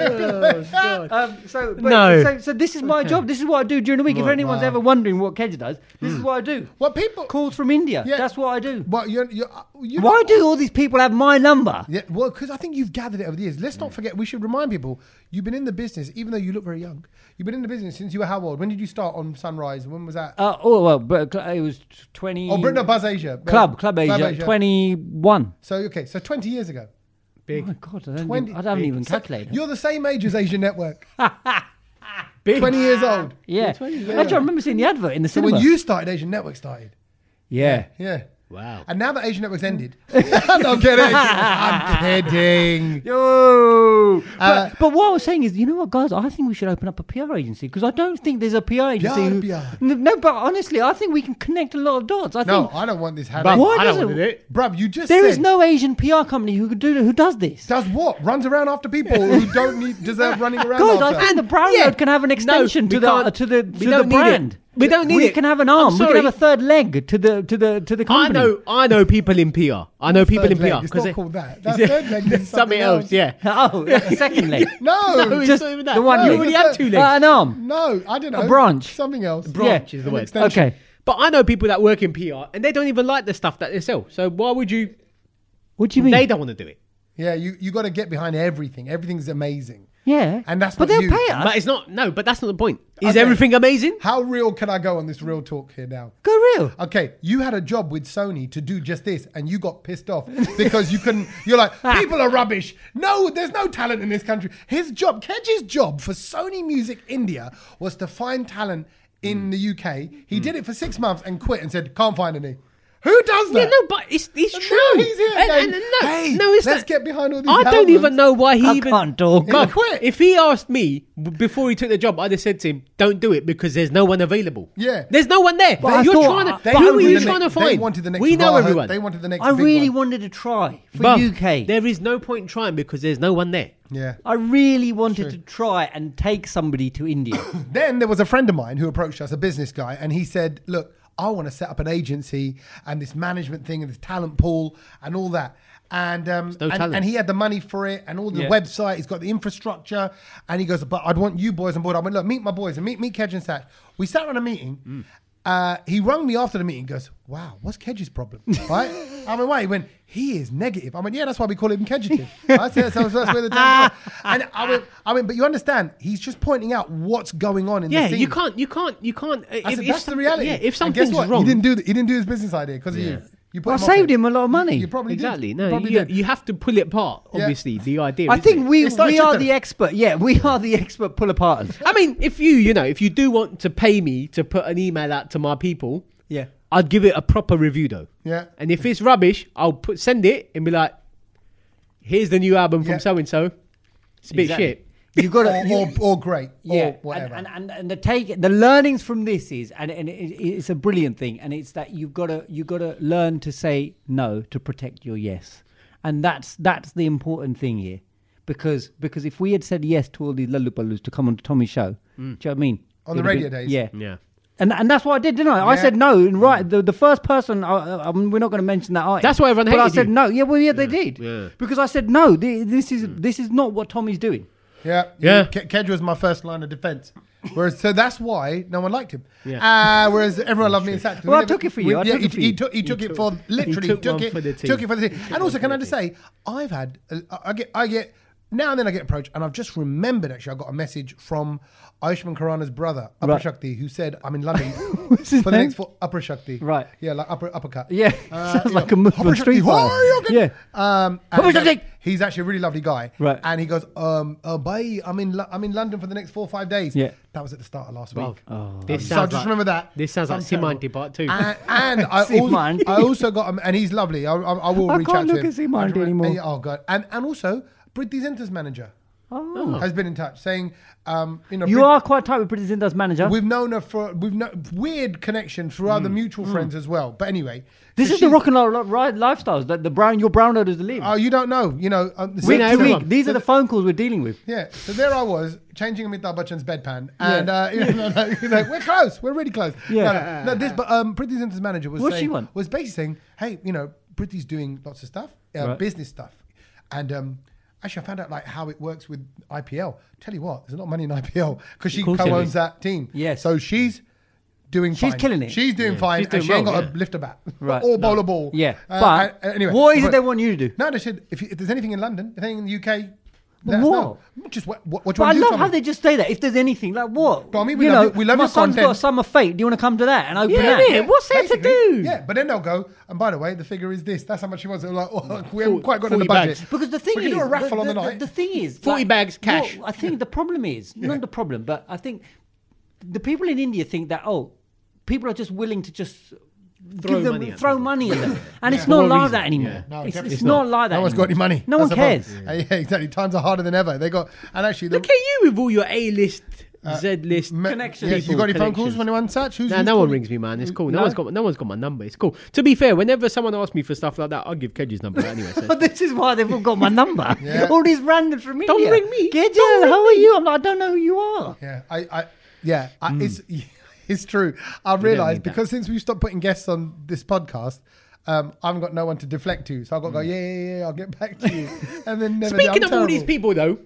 Speaker 3: Oh, God.
Speaker 2: Um, so, but,
Speaker 3: No.
Speaker 2: so, so this is my job. This is what I do during the week. if anyone's
Speaker 1: wow.
Speaker 2: ever wondering what Kedge does, this
Speaker 3: Hmm.
Speaker 2: is what I do.
Speaker 1: Well, people.
Speaker 2: Calls from India.
Speaker 1: Yeah.
Speaker 2: That's what I do.
Speaker 1: Well, you're, you're, you're
Speaker 2: Why do all these people have my number?
Speaker 1: Yeah, well, because I think you've gathered it over the years. Let's
Speaker 2: Mm.
Speaker 1: not forget, we should remind people you've been in the business, even though you look very young. You've been in the business since you were how old? When did you start on Sunrise? When was that?
Speaker 2: Uh, oh well, but cl- it was twenty.
Speaker 1: oh, Britain Buzz Asia.
Speaker 2: Club, Club Asia, twenty-one.
Speaker 1: So, okay, so 20 years ago.
Speaker 2: Oh
Speaker 3: Big,
Speaker 2: my god, I don't,
Speaker 1: 20,
Speaker 2: even, I don't even
Speaker 1: So
Speaker 2: calculate.
Speaker 1: You're the same age as Asia Network.
Speaker 3: big.
Speaker 1: 20
Speaker 2: [laughs]
Speaker 1: years old.
Speaker 2: Yeah,
Speaker 3: 20,
Speaker 2: actually,
Speaker 3: yeah.
Speaker 2: I remember seeing the advert in the
Speaker 1: So
Speaker 2: cinema.
Speaker 1: when you started, Asian Network started.
Speaker 2: yeah,
Speaker 1: Yeah.
Speaker 3: Wow.
Speaker 1: And now that Asian Network's
Speaker 2: [laughs]
Speaker 1: ended, [laughs] I'm kidding. I'm kidding.
Speaker 2: Yo,
Speaker 1: Uh,
Speaker 2: but, but what I was saying is, you know what, guys? I think we should open up a PR agency because I don't think there's a PR agency. who-
Speaker 1: PR.
Speaker 2: N- No, but honestly, I think we can connect a lot of dots. I
Speaker 1: No,
Speaker 2: think
Speaker 1: I don't want this
Speaker 3: But
Speaker 1: happening.
Speaker 2: Why
Speaker 3: I don't
Speaker 2: does
Speaker 3: want
Speaker 2: it-
Speaker 3: to do it.
Speaker 1: Bruv, you just
Speaker 2: there
Speaker 1: said,
Speaker 2: is no Asian PR company who could do who does this.
Speaker 1: does what? Runs around after people who don't need deserve running around
Speaker 2: Guys,
Speaker 1: after.
Speaker 2: I think the brown
Speaker 3: yeah.
Speaker 2: road can have an
Speaker 3: No,
Speaker 2: extension
Speaker 3: we
Speaker 2: to, the,
Speaker 3: can't.
Speaker 2: to the
Speaker 3: We
Speaker 2: to the
Speaker 3: don't need it.
Speaker 2: brand.
Speaker 3: We don't need
Speaker 2: We
Speaker 3: it.
Speaker 2: can have an
Speaker 3: I'm
Speaker 2: arm. We can
Speaker 3: sorry.
Speaker 2: have a third leg to the to the to the
Speaker 3: I
Speaker 2: company.
Speaker 3: know, I know people in PR. I know people
Speaker 1: Third
Speaker 3: in
Speaker 1: leg.
Speaker 3: PR
Speaker 1: It's
Speaker 3: because
Speaker 1: not called that. That third leg is something
Speaker 3: [laughs] something else.
Speaker 1: else.
Speaker 3: [laughs] Yeah.
Speaker 2: [laughs] Oh, the second leg.
Speaker 1: No,
Speaker 3: [laughs] No, it's
Speaker 2: Just
Speaker 3: not even that.
Speaker 2: the one
Speaker 3: No,
Speaker 2: leg.
Speaker 3: you already
Speaker 1: It's
Speaker 3: have
Speaker 1: a-
Speaker 3: two
Speaker 2: Uh,
Speaker 3: legs.
Speaker 2: an arm.
Speaker 1: no, I don't know.
Speaker 2: branch.
Speaker 1: Something else.
Speaker 3: Branch
Speaker 2: yeah.
Speaker 3: is the
Speaker 1: An
Speaker 3: word.
Speaker 1: extension.
Speaker 2: Okay.
Speaker 3: But I know people that work in PR and they don't even like the stuff that they sell. So why would you?
Speaker 2: What do you mean?
Speaker 3: They don't want to do it.
Speaker 1: Yeah, you, you got to get behind everything. Everything's amazing.
Speaker 2: yeah.
Speaker 1: And that's
Speaker 2: but
Speaker 1: not
Speaker 2: they'll
Speaker 1: you.
Speaker 2: pay us.
Speaker 3: But it's not. No, but that's not the point. Is
Speaker 1: Okay.
Speaker 3: everything amazing?
Speaker 1: How real can I go on this real talk here now?
Speaker 2: Go real.
Speaker 1: Okay, you had a job with Sony to do just this, and you got pissed off because you couldn't. You're
Speaker 3: [laughs]
Speaker 1: like, people are rubbish. No, there's no talent in this country. His job, Kedge's job for Sony Music India was to find talent in
Speaker 3: Hmm.
Speaker 1: the UK. He did it for six months and quit and said, can't find any. Who does that?
Speaker 3: Yeah, no, but it's it's
Speaker 1: And
Speaker 3: true.
Speaker 1: now he's here
Speaker 3: And-
Speaker 1: again.
Speaker 3: and no,
Speaker 1: Hey,
Speaker 3: no, it's
Speaker 1: let's
Speaker 3: not-
Speaker 1: get behind all these
Speaker 3: I don't
Speaker 1: albums.
Speaker 3: even know why he
Speaker 2: I
Speaker 3: even
Speaker 2: can't talk.
Speaker 1: He
Speaker 3: Look,
Speaker 1: quit.
Speaker 3: If he asked me b- before he took the job, I'd have said to him, "Don't do it because there's no one available.
Speaker 1: Yeah.
Speaker 3: there's no one there.
Speaker 2: But I
Speaker 3: you're
Speaker 2: thought-
Speaker 3: trying to.
Speaker 2: they
Speaker 3: who are
Speaker 1: wanted
Speaker 3: you
Speaker 1: the
Speaker 3: trying to
Speaker 1: next-
Speaker 3: find?
Speaker 1: They wanted the next
Speaker 3: we know
Speaker 1: Raha-
Speaker 3: everyone.
Speaker 1: They wanted the next.
Speaker 2: I
Speaker 1: big
Speaker 2: really
Speaker 1: one.
Speaker 2: wanted to try for
Speaker 3: But
Speaker 2: UK.
Speaker 3: There is no point in trying because there's no one there.
Speaker 1: Yeah.
Speaker 2: I really wanted to try and take somebody
Speaker 1: [coughs]
Speaker 2: to India.
Speaker 1: [clears throat] Then there was a friend of mine who approached us, a business guy, and he said, Look, I want to set up an agency and this management thing and this talent pool and all that. And um,
Speaker 3: no
Speaker 1: and,
Speaker 3: talent.
Speaker 1: and he had the money for it and all the
Speaker 2: Yeah.
Speaker 1: website. He's got the infrastructure, and he goes, "But I'd want you boys on board." I went, "Look, meet my boys and meet meet Kedge and Satch." We sat on a meeting.
Speaker 3: Mm.
Speaker 1: Uh, he rung me after the meeting. Goes, "Wow, what's Kedge's
Speaker 3: [laughs]
Speaker 1: problem?" Right? I went, "Why?" He went, "He is negative." I went, "Yeah, that's why we call him Kedgetive." I said, "That's, that's
Speaker 3: [laughs]
Speaker 1: where the damn." And I went, "I went, but you understand? He's just pointing out what's going on in
Speaker 3: Yeah,
Speaker 1: the scene.
Speaker 3: you can't. You can't. You can't. uh,
Speaker 1: I
Speaker 3: if-
Speaker 1: said,
Speaker 3: if
Speaker 1: that's the
Speaker 3: some-
Speaker 1: reality.
Speaker 3: Yeah, if
Speaker 1: And guess
Speaker 3: something's
Speaker 1: what?
Speaker 3: wrong,
Speaker 1: he didn't do th- he didn't do his business idea because of you. You put
Speaker 2: I
Speaker 1: off
Speaker 2: saved
Speaker 1: it.
Speaker 2: him a lot of money.
Speaker 1: You probably did.
Speaker 3: exactly. No,
Speaker 1: probably
Speaker 3: you,
Speaker 1: did.
Speaker 3: you have to pull it apart.
Speaker 1: Yeah.
Speaker 3: Obviously, the idea.
Speaker 2: I
Speaker 3: isn't
Speaker 2: think
Speaker 3: it?
Speaker 2: we
Speaker 1: It's like
Speaker 2: we are
Speaker 1: chicken.
Speaker 2: the expert. Yeah, we [laughs] are the expert pull aparters.
Speaker 3: I mean, if you, you know, if you do want to pay me to put an email out to my people,
Speaker 2: Yeah.
Speaker 3: I'd give it a proper review though.
Speaker 1: Yeah.
Speaker 3: And if it's rubbish, I'll put send it and be like, "Here's the new album
Speaker 1: Yeah.
Speaker 3: from so and so. It's a bit
Speaker 2: Exactly.
Speaker 3: shit."
Speaker 2: You got
Speaker 1: Or,
Speaker 2: to
Speaker 1: or, or great. Or whatever.
Speaker 2: And, and, and, and the take the learnings from this is, and, and it, it's a brilliant thing, and it's that you've got to you got to learn to say no to protect your yes, and that's that's the important thing here, because because if we had said yes to all these lullubalus to come on to Tommy's show, do you know what I mean?
Speaker 1: Mm. On the
Speaker 2: It'd have
Speaker 1: radio
Speaker 2: been-
Speaker 1: days.
Speaker 2: yeah,
Speaker 3: Yeah.
Speaker 2: and and that's what I did, didn't I? I
Speaker 1: Yeah.
Speaker 2: said no, and right, the, the first person, I, I mean, we're not going to mention that artist.
Speaker 3: That's why everyone
Speaker 2: But I
Speaker 3: hated
Speaker 2: said
Speaker 3: you.
Speaker 2: no. Yeah, well, yeah, they did.
Speaker 3: Yeah.
Speaker 2: Because I said no. thi- This is
Speaker 1: Mm.
Speaker 2: this is not what Tommy's doing.
Speaker 1: yeah.
Speaker 3: Yeah.
Speaker 1: Ke- Kedge was my first line of defense. Whereas, so that's why no one liked him.
Speaker 3: Yeah.
Speaker 1: Uh, whereas everyone loved me and Satch.
Speaker 2: Well, I took it for you. I
Speaker 1: yeah,
Speaker 2: took
Speaker 1: he,
Speaker 2: it for
Speaker 1: he
Speaker 2: you.
Speaker 1: took, he took it for literally
Speaker 3: took
Speaker 1: took,
Speaker 3: one
Speaker 1: it
Speaker 3: for the team.
Speaker 1: took it for the team. And also, can I just say, I've had I- I get I get now and then I get approached, and I've just remembered actually I got a message from Ayushman Khurrana's brother Upper
Speaker 2: Right.
Speaker 1: Shakti, who said I'm in London
Speaker 2: [laughs] What's his
Speaker 1: for the
Speaker 2: name?
Speaker 1: next four, Upper Shakti.
Speaker 2: Right.
Speaker 1: Yeah, like upper uppercut.
Speaker 2: Yeah, [laughs] sounds
Speaker 1: Uh, yeah.
Speaker 2: like a move
Speaker 1: Upper
Speaker 2: from Street
Speaker 1: Shakti, why
Speaker 2: Fighter.
Speaker 1: are you getting-
Speaker 2: Yeah,
Speaker 1: Um,
Speaker 2: Upper
Speaker 1: and, uh,
Speaker 2: Shakti!
Speaker 1: he's actually a really lovely guy.
Speaker 2: Right.
Speaker 1: And he goes, um, uh, bye, I'm in, Lo- I'm in London for the next four or five days.
Speaker 2: Yeah.
Speaker 1: That was at the start of last
Speaker 3: Well,
Speaker 1: week.
Speaker 3: Oh,
Speaker 1: Um,
Speaker 3: this
Speaker 1: so Oh, I
Speaker 3: sounds
Speaker 1: just
Speaker 3: like,
Speaker 1: remember that.
Speaker 3: This sounds like
Speaker 1: I'm
Speaker 3: Simanti
Speaker 1: terrible.
Speaker 3: part two.
Speaker 1: And, and
Speaker 2: [laughs]
Speaker 1: I, also,
Speaker 2: Simanti.
Speaker 1: I also got him, and he's lovely. I, I, I will
Speaker 2: I
Speaker 1: reach
Speaker 2: can't
Speaker 1: out to
Speaker 2: look
Speaker 1: him.
Speaker 2: at Simanti
Speaker 1: I just remember-
Speaker 2: anymore.
Speaker 1: Oh god. And and also, Britney Zinta's manager
Speaker 2: Oh.
Speaker 1: has been in touch, saying, um, you know,
Speaker 2: you
Speaker 1: Brit-
Speaker 2: are quite tight with British Zinda's manager.
Speaker 1: We've known her for we've no weird connection through other
Speaker 3: Mm.
Speaker 1: mutual friends as well. But anyway,
Speaker 2: this
Speaker 1: so
Speaker 2: is the
Speaker 1: she-
Speaker 2: rock and roll li- lifestyles that the brown your brown odors live.
Speaker 1: Oh, you don't know, you know. Um, so-
Speaker 2: week
Speaker 3: know
Speaker 2: to
Speaker 3: everyone.
Speaker 2: week, these are the phone calls we're dealing with.
Speaker 1: Yeah, so there I was changing Amitabh Bachchan's bedpan, and uh, you know, [laughs] like, he's like, we're close, we're really close. no,
Speaker 2: Yeah.
Speaker 1: no, no, this, but um, Priti Zinta's manager was
Speaker 2: What's she
Speaker 1: saying,
Speaker 2: want?
Speaker 1: was basically saying, hey, you know, Priti's doing lots of stuff, uh,
Speaker 2: Right.
Speaker 1: business stuff, and um, actually I found out like how it works with IPL. Tell you what, there's a lot of money in IPL because she
Speaker 3: course there
Speaker 1: co-owns
Speaker 3: is.
Speaker 1: that team.
Speaker 2: Yes.
Speaker 1: so she's. Doing
Speaker 2: She's
Speaker 1: fine.
Speaker 2: killing it.
Speaker 1: She's doing fine.
Speaker 3: She's
Speaker 1: and
Speaker 3: doing
Speaker 1: she ain't
Speaker 3: well,
Speaker 1: got
Speaker 3: yeah.
Speaker 1: a lift [laughs] about.
Speaker 2: Right.
Speaker 1: Or bowl a ball.
Speaker 2: Yeah,
Speaker 1: Uh,
Speaker 2: but
Speaker 1: uh, anyway.
Speaker 2: what is
Speaker 1: but-
Speaker 2: it they want you to do?
Speaker 1: no, they said if, you- if there's anything in London, if anything in the UK, let us
Speaker 2: what?
Speaker 1: know. Just what, what, what do
Speaker 2: But
Speaker 1: you
Speaker 2: I
Speaker 1: want to do?
Speaker 2: love how
Speaker 1: Tommy?
Speaker 2: they just say that. If there's anything, like what?
Speaker 1: Tommy, we love you- we love
Speaker 2: my
Speaker 1: your
Speaker 2: son's got a
Speaker 1: content.
Speaker 2: summer fate. Do you want to come to that and open
Speaker 3: Yeah,
Speaker 2: that?
Speaker 3: yeah, what's there to
Speaker 1: Basically,
Speaker 3: do?
Speaker 1: Yeah, but then they'll go. And by the way, the figure is this. That's how much he wants. They're like, oh, we haven't
Speaker 3: Forty-
Speaker 1: quite got in the
Speaker 3: 40
Speaker 1: budget.
Speaker 3: bags.
Speaker 2: Because the thing
Speaker 1: we
Speaker 2: is,
Speaker 1: can do a raffle
Speaker 2: the,
Speaker 1: on the,
Speaker 2: the-
Speaker 1: night.
Speaker 2: the thing is,
Speaker 3: 40 bags cash.
Speaker 2: what I think the problem is not the problem, but I think the people in India think that oh, people are just willing to just
Speaker 3: Throw
Speaker 2: give them,
Speaker 3: money at
Speaker 2: throw
Speaker 3: people.
Speaker 2: money at
Speaker 1: [laughs]
Speaker 2: them. And it's
Speaker 3: For
Speaker 2: not
Speaker 3: what
Speaker 2: like
Speaker 3: reason?
Speaker 2: that anymore.
Speaker 3: Yeah.
Speaker 1: No,
Speaker 2: it's,
Speaker 1: definitely
Speaker 2: it's
Speaker 1: not.
Speaker 2: not like that.
Speaker 1: No one's got
Speaker 2: anymore.
Speaker 1: any money.
Speaker 2: No one
Speaker 1: That's the problem.
Speaker 2: cares.
Speaker 1: Uh, yeah, exactly. Times are harder than ever. They got, and actually, the
Speaker 3: Look at you with all your A list, Z list
Speaker 1: Uh, me-
Speaker 2: connections.
Speaker 1: Yes, you got any phone calls
Speaker 3: Connections.
Speaker 1: from anyone such? Who's
Speaker 3: Nah,
Speaker 1: who's
Speaker 3: no one
Speaker 1: calling?
Speaker 3: rings me, man.
Speaker 1: Mm,
Speaker 3: It's cool. No,
Speaker 2: No?
Speaker 3: one's got no one's got my number. It's cool. To be fair, whenever someone asks me for stuff like that, I'll give Kedge's number anyway. So
Speaker 2: But this is why they've all
Speaker 1: [laughs]
Speaker 2: got my number.
Speaker 1: Yeah.
Speaker 2: All these random from India.
Speaker 3: ring me.
Speaker 2: Gidget, how are you? I'm like, I don't know who you are.
Speaker 1: Yeah, I, I yeah, I, it's [laughs] it's true. I've realised
Speaker 3: Mm. need that.
Speaker 1: because since we've stopped putting guests on this podcast, um, I haven't got no one to deflect to, so I've got to go. Yeah, yeah, yeah. I'll get back to
Speaker 3: [laughs]
Speaker 1: you, and then never. do.
Speaker 3: Mm. Speaking
Speaker 1: I'm
Speaker 3: of all these
Speaker 1: terrible.
Speaker 3: people, though,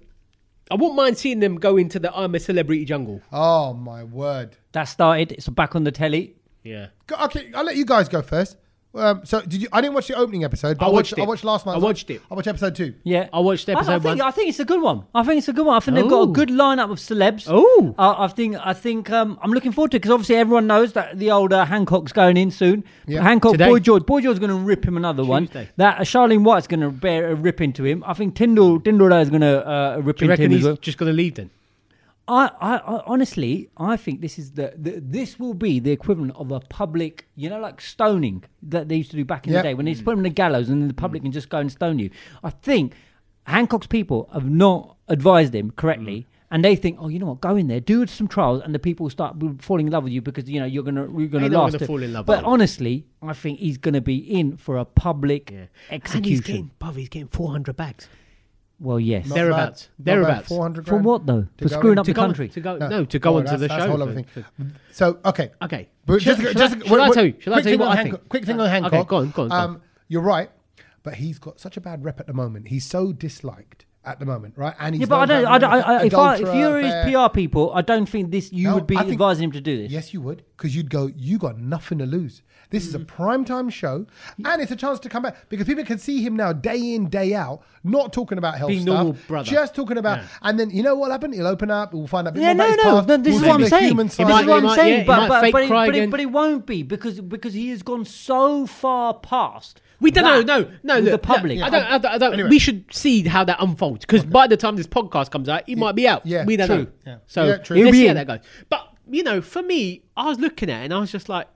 Speaker 3: I wouldn't mind seeing them go into the I'm a celebrity jungle.
Speaker 1: Oh my word!
Speaker 2: That started. It's back on the telly.
Speaker 3: Yeah,
Speaker 1: Go- Okay, I'll let you guys go first. Um, so did you? I didn't watch the opening episode. But
Speaker 3: I
Speaker 1: I watched.
Speaker 3: watched it.
Speaker 1: I watched last night.
Speaker 3: I watched it.
Speaker 1: I watched episode two.
Speaker 2: Yeah,
Speaker 3: I watched episode
Speaker 2: I, I think,
Speaker 3: one.
Speaker 2: I think it's a good one. I think it's a good one. I think they've got a
Speaker 3: Oh.
Speaker 2: good lineup of celebs.
Speaker 3: Oh.
Speaker 2: Uh, I think I think um, I'm looking forward to it because obviously everyone knows that the old uh, Hancock's going in soon.
Speaker 1: Yeah.
Speaker 2: Hancock,
Speaker 3: Today.
Speaker 2: Boy George, Boy George's going to rip him another one.
Speaker 3: Tuesday.
Speaker 2: That uh, Charlene White's going to bear a rip into him. I think Tyndall Tyndall is going to uh, rip
Speaker 3: do you
Speaker 2: into
Speaker 3: reckon
Speaker 2: him as
Speaker 3: he's
Speaker 2: well.
Speaker 3: just gonna leave then?
Speaker 2: I, I, I honestly, I think this is the, the this will be the equivalent of a public, you know, like stoning that they used to do back in
Speaker 1: Yep.
Speaker 2: the day when they
Speaker 3: Mm.
Speaker 2: used to put them in the gallows and then the public can just go and stone you. I think Hancock's people have not advised him
Speaker 3: Mm.
Speaker 2: correctly. And they think, oh, you know what? Go in there, do some trials, and the people will start b- falling in love with you because you know you're gonna you're gonna
Speaker 3: They're not
Speaker 2: last.
Speaker 3: gonna
Speaker 2: it."
Speaker 3: fall in love
Speaker 2: But
Speaker 3: with him.
Speaker 2: honestly, I think he's gonna be in for a public
Speaker 3: And he's
Speaker 2: execution.
Speaker 3: getting, Bob, he's getting 400 bags
Speaker 2: Well, yes.
Speaker 1: Not
Speaker 3: Thereabouts.
Speaker 1: bad. Not
Speaker 3: Thereabouts.
Speaker 1: bad. 400
Speaker 2: For
Speaker 1: grand.
Speaker 2: what though?
Speaker 1: To
Speaker 2: For
Speaker 1: go
Speaker 2: screwing
Speaker 1: in-
Speaker 2: up
Speaker 3: to
Speaker 2: the
Speaker 3: go
Speaker 2: country.
Speaker 3: to go. No, to go
Speaker 1: Oh,
Speaker 3: onto
Speaker 1: that's-
Speaker 3: the
Speaker 1: that's
Speaker 3: show.
Speaker 1: a whole other
Speaker 3: for-
Speaker 1: thing. So okay,
Speaker 3: Okay.
Speaker 1: But just,
Speaker 3: Shall-
Speaker 1: just,
Speaker 3: shall I- shall I
Speaker 1: what-
Speaker 3: tell you? Shall I
Speaker 1: quick
Speaker 3: tell you
Speaker 1: thing
Speaker 3: what
Speaker 1: on
Speaker 3: I
Speaker 1: Hancock-
Speaker 3: think?
Speaker 1: Quick thing on
Speaker 3: Okay,
Speaker 1: Hancock. Um,
Speaker 3: go on, go on, go on.
Speaker 1: you're right, but he's got such a bad rep at the moment. He's so disliked at the moment, right? And he's
Speaker 2: Yeah, but I
Speaker 1: known
Speaker 2: don't.
Speaker 1: to
Speaker 2: I
Speaker 1: have
Speaker 2: don't I, I, if, I, if
Speaker 1: adulterer,
Speaker 2: you're his
Speaker 1: affair.
Speaker 2: PR people, I don't think this. You
Speaker 1: No,
Speaker 2: would be
Speaker 1: I think-
Speaker 2: advising him to do this.
Speaker 1: Yes, you would, because you'd go. You got nothing to lose. This is a
Speaker 2: Mm-hmm.
Speaker 1: prime time show, and it's a chance to come back because people can see him now, day in, day out, not talking about health
Speaker 3: Being normal
Speaker 1: stuff,
Speaker 3: brother.
Speaker 1: just talking about.
Speaker 3: Yeah.
Speaker 1: And then you know what happened? He'll open up. We'll find out. a bit
Speaker 2: Yeah,
Speaker 1: more about
Speaker 2: no,
Speaker 1: his
Speaker 2: no,
Speaker 1: past.
Speaker 2: no. This
Speaker 1: We'll
Speaker 2: is
Speaker 1: see
Speaker 2: what I'm
Speaker 1: the
Speaker 2: saying.
Speaker 1: human
Speaker 2: This
Speaker 1: side.
Speaker 2: is
Speaker 3: He
Speaker 2: what I'm
Speaker 3: might- yeah,
Speaker 2: saying.
Speaker 3: he
Speaker 2: But
Speaker 3: might
Speaker 2: but
Speaker 3: fake
Speaker 2: but it-
Speaker 3: cry
Speaker 2: but it-
Speaker 3: again.
Speaker 2: but it won't be because because he has gone so far past.
Speaker 3: We don't
Speaker 2: that
Speaker 3: know. No, no.
Speaker 2: with
Speaker 3: Look,
Speaker 2: the public.
Speaker 3: Look, I don't. I don't, I don't
Speaker 1: Anyway.
Speaker 3: We should see how that unfolds because by the time this podcast comes out, he might be out.
Speaker 1: yeah,
Speaker 3: we don't
Speaker 1: true.
Speaker 3: know.
Speaker 1: Yeah.
Speaker 3: So
Speaker 1: Yeah, true.
Speaker 2: He'll
Speaker 3: let's
Speaker 2: be
Speaker 3: see how
Speaker 2: in.
Speaker 3: that goes. But you know, for me, I was looking at it and I was just like,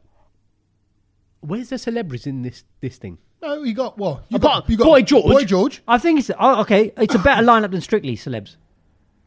Speaker 3: "Where's the celebrities in this this thing?"
Speaker 1: No, you got what? You
Speaker 3: Apart-
Speaker 1: got, you got
Speaker 3: Boy George.
Speaker 1: Boy George.
Speaker 2: I think it's oh, okay. It's a better lineup than Strictly celebs.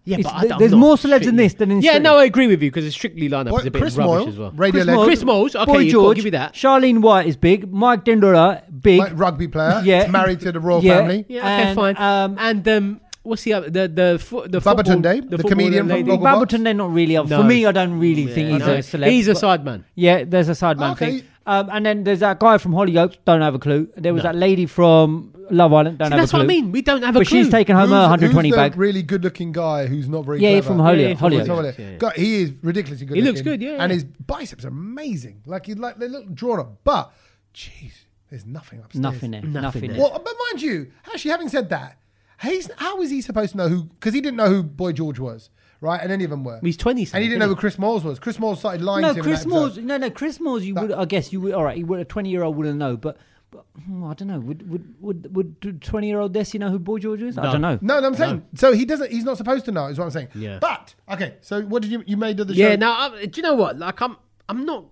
Speaker 3: Yeah,
Speaker 2: It's-
Speaker 3: but I
Speaker 2: th-
Speaker 3: don't-
Speaker 2: there's
Speaker 3: I'm not
Speaker 2: more celebs in this than in
Speaker 3: Yeah,
Speaker 2: Strictly.
Speaker 3: no, I agree with you because it's strictly lineup
Speaker 1: Boy-
Speaker 3: is a bit
Speaker 1: Chris
Speaker 3: rubbish
Speaker 1: Moyle.
Speaker 3: as well.
Speaker 1: Radio
Speaker 2: Chris
Speaker 1: Leg-
Speaker 2: Moyle,
Speaker 3: Chris Moyles, okay,
Speaker 2: Boy
Speaker 3: you've got to
Speaker 2: George,
Speaker 3: give you that.
Speaker 2: Charlene White is big. Mike Dendora, big.
Speaker 1: Like rugby player.
Speaker 2: [laughs] Yeah.
Speaker 1: He's married to the royal
Speaker 2: Yeah.
Speaker 1: family.
Speaker 3: Yeah, okay,
Speaker 2: And,
Speaker 3: fine.
Speaker 2: um,
Speaker 3: and um, what's the other? The the fo- the
Speaker 1: Babatunde,
Speaker 3: football-
Speaker 1: the
Speaker 3: footballer
Speaker 1: comedian from
Speaker 3: lady.
Speaker 1: Gogglebox.
Speaker 2: Babbleton, they're not really. up
Speaker 3: No.
Speaker 2: For me, I don't really think he's
Speaker 3: No,
Speaker 2: a celeb.
Speaker 3: He's a
Speaker 2: but-
Speaker 3: side man.
Speaker 2: Yeah, there's a sideman
Speaker 1: Okay.
Speaker 2: thing. Um, and then there's that guy from Hollyoaks, don't have a clue. There was that lady from Love Island, don't
Speaker 3: See,
Speaker 2: have
Speaker 3: that's
Speaker 2: a clue.
Speaker 3: what I mean. We don't have a
Speaker 2: But
Speaker 3: clue.
Speaker 2: she's taken home
Speaker 1: Who's-
Speaker 2: her 120
Speaker 1: who's the
Speaker 2: bag.
Speaker 1: Really good-looking guy who's not very.
Speaker 2: Yeah,
Speaker 1: clever.
Speaker 2: he's from Hollyoaks.
Speaker 3: Yeah, from
Speaker 1: He's
Speaker 2: Hollyoaks.
Speaker 1: not
Speaker 3: Hollyoaks.
Speaker 1: really-
Speaker 3: Yeah, yeah.
Speaker 1: God, he is ridiculously good.
Speaker 3: He looks
Speaker 1: looking.
Speaker 3: good, yeah,
Speaker 1: and
Speaker 3: yeah.
Speaker 1: his biceps are amazing. Like he like they look drawn up, but jeez, there's nothing upstairs.
Speaker 2: Nothing there. Nothing,
Speaker 3: Nothing
Speaker 2: there.
Speaker 3: there.
Speaker 1: Well, but mind you, actually, having said that, he's how is he supposed to know who? Because he didn't know who Boy George was, right? And any of them were.
Speaker 3: He's 20
Speaker 1: and he didn't know who Chris Moyles was. Chris Moyles started lying
Speaker 2: No,
Speaker 1: to him. in
Speaker 2: Chris
Speaker 1: that episode.
Speaker 2: Moore's. No, no, Chris Moore's. You would, I guess, you would. All right, you would. A 20 year old wouldn't know, but. but, hmm, I don't know. Would would would would twenty year old Desi know who Boy George is? I
Speaker 3: No.
Speaker 2: don't know.
Speaker 1: No, no, I'm saying. So he doesn't. He's not supposed to know. Is what I'm saying.
Speaker 3: Yeah.
Speaker 1: But okay. So what did you you made of the show?
Speaker 3: Yeah. Now, I, do you know what? Like, I'm. I'm not.